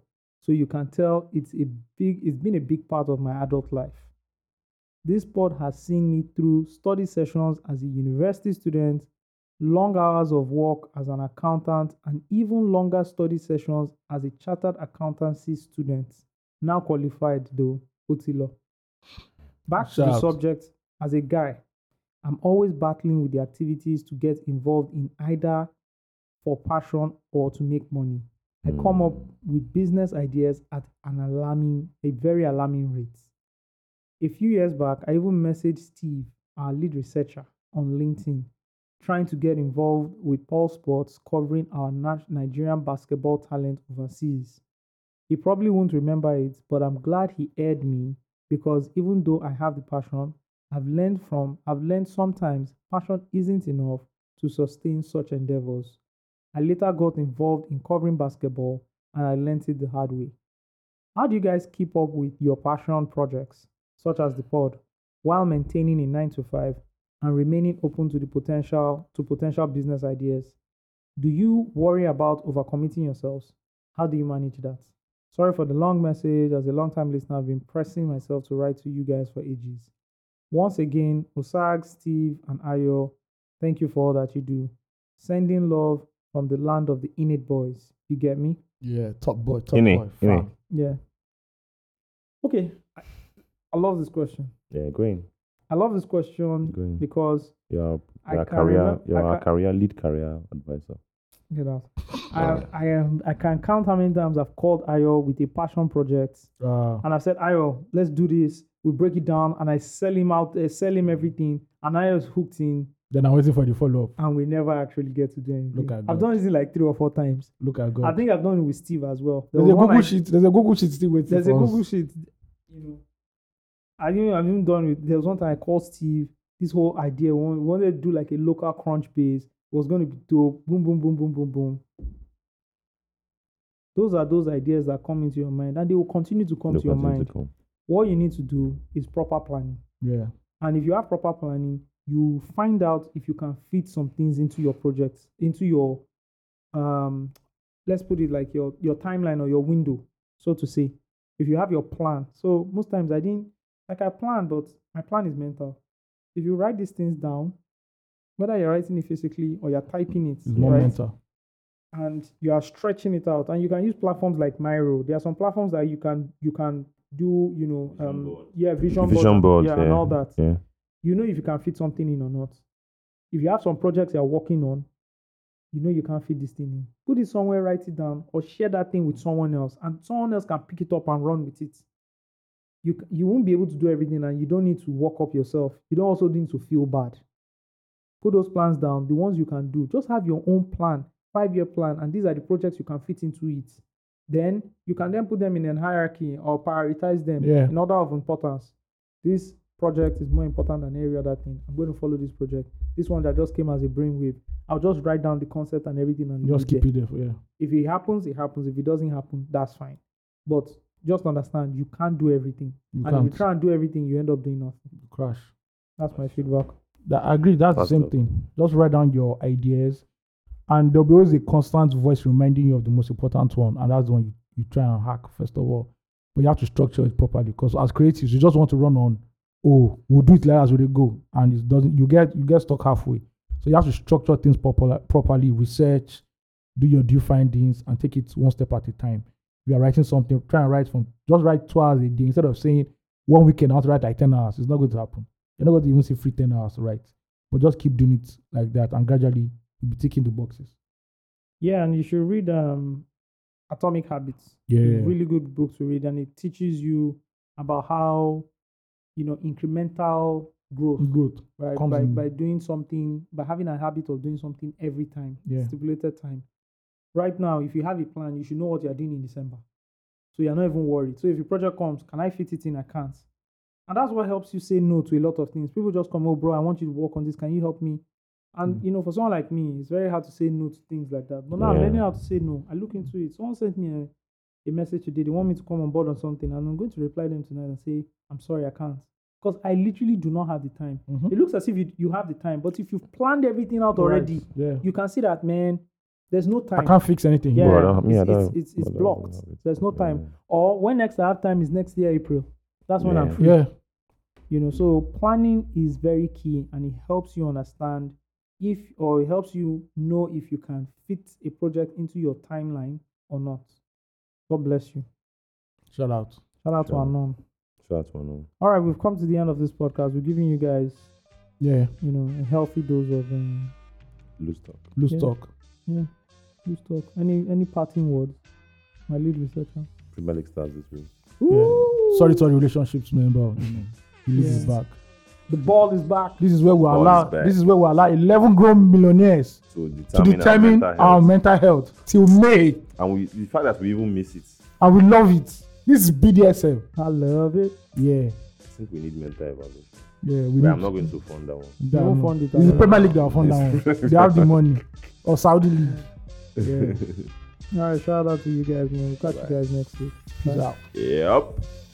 S1: So you can tell it's a big it's been a big part of my adult life. This pod has seen me through study sessions as a university student, long hours of work as an accountant, and even longer study sessions as a chartered accountancy student, now qualified though, Otilo. Back to the
S2: Shout.
S1: subject as a guy. I'm always battling with the activities to get involved in either for passion or to make money. I come up with business ideas at an alarming, a very alarming rate. A few years back, I even messaged Steve, our lead researcher, on LinkedIn, trying to get involved with Paul Sports covering our Nas- Nigerian basketball talent overseas. He probably won't remember it, but I'm glad he aired me because even though I have the passion, I've learned from I've learned sometimes passion isn't enough to sustain such endeavors. I later got involved in covering basketball and I learnt it the hard way. How do you guys keep up with your passion projects, such as the pod, while maintaining a 9 to 5 and remaining open to the potential to potential business ideas? Do you worry about overcommitting yourselves? How do you manage that? Sorry for the long message. As a long-time listener, I've been pressing myself to write to you guys for ages. Once again, Osag, Steve, and Ayo, thank you for all that you do. Sending love from the land of the Innit Boys. You get me?
S9: Yeah, top boy, top
S1: Oh,
S4: Innit,
S9: boy.
S4: innit.
S9: fam.
S1: Yeah. Okay. I, I love this question.
S4: Yeah, going,
S1: I love this question
S4: going.
S1: because
S4: Your
S1: I
S4: your
S1: can
S4: career,
S1: remem-
S4: your
S1: I
S4: our
S1: can-
S4: career lead career advisor.
S1: you know, I I am I can count how many times I've called Ayo with a passion project
S2: Uh,
S1: and I've said Ayo, let's do this. We break it down and I sell him out, I sell him everything, and Ayo's hooked in,
S2: then I'm waiting for the follow up.
S1: and we never actually get to do anything.
S2: Look at
S1: I've
S2: God.
S1: done this like three or four times.
S2: Look at
S1: I
S2: God.
S1: think I've done it with Steve as well. There
S2: There's a
S1: was one
S2: Google
S1: I-
S2: sheet. There's a Google sheet still waiting.
S1: There's a
S2: for us.
S1: Google sheet. You know, I didn't. I've even done with. There was one time I called Steve. This whole idea. We wan- we wanted to do like a local crunch base. It was going to be dope. Boom, boom, boom, boom, boom, boom. Those are those ideas that come into your mind, and they will continue to come
S4: Look
S1: to your
S4: at him to
S1: mind.
S4: come.
S1: What you need to do is proper planning,
S2: Yeah.
S1: and if you have proper planning, you find out if you can fit some things into your project, into your um, let's put it like your your timeline or your window, so to say. If you have your plan, so most times I didn't like I planned, but my plan is mental. If you write these things down, whether you're writing it physically or you're typing it,
S2: It's more
S1: right?
S2: mental.
S1: and you are stretching it out and you can use platforms like Miro. There are some platforms that you can you can do, you know, um, yeah, vision,
S4: Vision board,
S1: yeah,
S4: yeah,
S1: and all that.
S4: yeah.
S1: You know if you can fit something in or not. If you have some projects you're working on, you know you can't fit this thing in. Put it somewhere, write it down, or share that thing with someone else, and someone else can pick it up and run with it. You c- you won't be able to do everything, and you don't need to work up yourself. You don't also need to feel bad. Put those plans down, the ones you can do. Just have your own plan, five year plan, and these are the projects you can fit into it. Then you can then put them in a hierarchy or prioritize them
S2: Yeah.
S1: in order of importance. This project is more important than every other thing. I'm going to follow this project. This one that just came as a brainwave. I'll just write down the concept and everything and leave
S2: Just
S1: it
S2: keep
S1: there.
S2: it there. For, yeah.
S1: If it happens, it happens. If it doesn't happen, that's fine. But just understand you can't do everything.
S2: You
S1: and if
S2: can't.
S1: you try and do everything, you end up doing nothing.
S2: Crash.
S1: That's my feedback.
S2: That, I agree. That's,
S4: That's
S2: the same
S4: all.
S2: thing. Just write down your ideas, and there'll be always a constant voice reminding you of the most important one, and that's the one you, you try and hack first of all. But you have to structure it properly because as creatives, you just want to run on. Oh, we'll do it like as we they go, and it doesn't. You get you get stuck halfway. So you have to structure things properly, properly research, do your due findings, and take it one step at a time. If you are writing something, try and write from just write two hours a day instead of saying one weekend I have to write like ten hours. It's not going to happen. You're not going to even see free ten hours, to write. But just keep doing it like that, and gradually you'll be ticking the boxes.
S1: Yeah, and you should read um, Atomic Habits.
S2: Yeah.
S1: It's a really good book to read, and it teaches you about how you know incremental growth
S2: Good.
S1: right?
S2: comes
S1: by,
S2: in.
S1: by doing something, by having a habit of doing something every time,
S2: Yeah.
S1: stipulated time. Right now, if you have a plan, you should know what you are doing in December. So you're not even worried. So if a project comes, can I fit it in? I can't. And that's what helps you say no to a lot of things. People just come, oh, bro, I want you to work on this. Can you help me? And,
S2: Mm.
S1: you know, for someone like me, it's very hard to say no to things like that. But now I'm
S4: Yeah.
S1: learning how to say no. I look into it. Someone sent me a a message today. They want me to come on board on something, and I'm going to reply them tonight and say, I'm sorry, I can't. Because I literally do not have the time.
S4: Mm-hmm.
S2: Mhm.
S1: It looks as if you, you have the time, but if you've planned everything out already,
S2: Yeah.
S1: you can see that, man, there's no time.
S2: I can't fix anything.
S1: yeah,
S2: here.
S4: Well, I don't- me, I
S1: it's, it's,
S4: don't-
S1: it's,
S4: I
S1: it's
S4: don't
S1: blocked.
S4: have it.
S1: There's no time.
S4: Yeah.
S1: Or when next I have time is next year, April. That's when I'm
S4: Yeah.
S1: free.
S2: Yeah.
S1: You know, so planning is very key and it helps you understand if or it helps you know if you can fit a project into your timeline or not. God bless you.
S2: Shout out.
S1: Shout out
S4: Sure.
S1: to Anon.
S4: So that's one. oh.
S1: All right, we've come to the end of this podcast. We're giving you guys,
S2: Yeah.
S1: you know, a healthy dose of um,
S4: Loose talk.
S2: Loose
S1: Yeah.
S2: talk.
S1: loose talk. Any any parting words? My lead researcher.
S4: Premier League stars this week.
S2: Yeah. Sorry to all the relationships, man, bro. You know, the league is
S1: Yeah.
S2: back.
S1: The ball is back.
S2: This is where we
S4: Ball
S2: allow.
S4: is back.
S2: this is where we allow eleven grown millionaires
S4: So
S2: to
S4: determine,
S2: determine
S4: our mental
S2: our
S4: health.
S2: mental health till May,
S4: and we, the fact that we even miss it,
S2: and we love it. This is BDSM.
S1: I love it.
S2: Yeah.
S4: I think we need mental evaluation.
S2: Yeah. We
S4: But
S2: need
S4: I'm not going to fund that one.
S2: that
S1: won't
S2: one.
S1: fund it
S2: It's the
S1: out.
S2: Premier League that will fund that one. They have the money. Or Saudi League. Yeah.
S1: All right, shout out to you guys, man. We'll catch you guys next week.
S2: Peace out.
S4: Yep.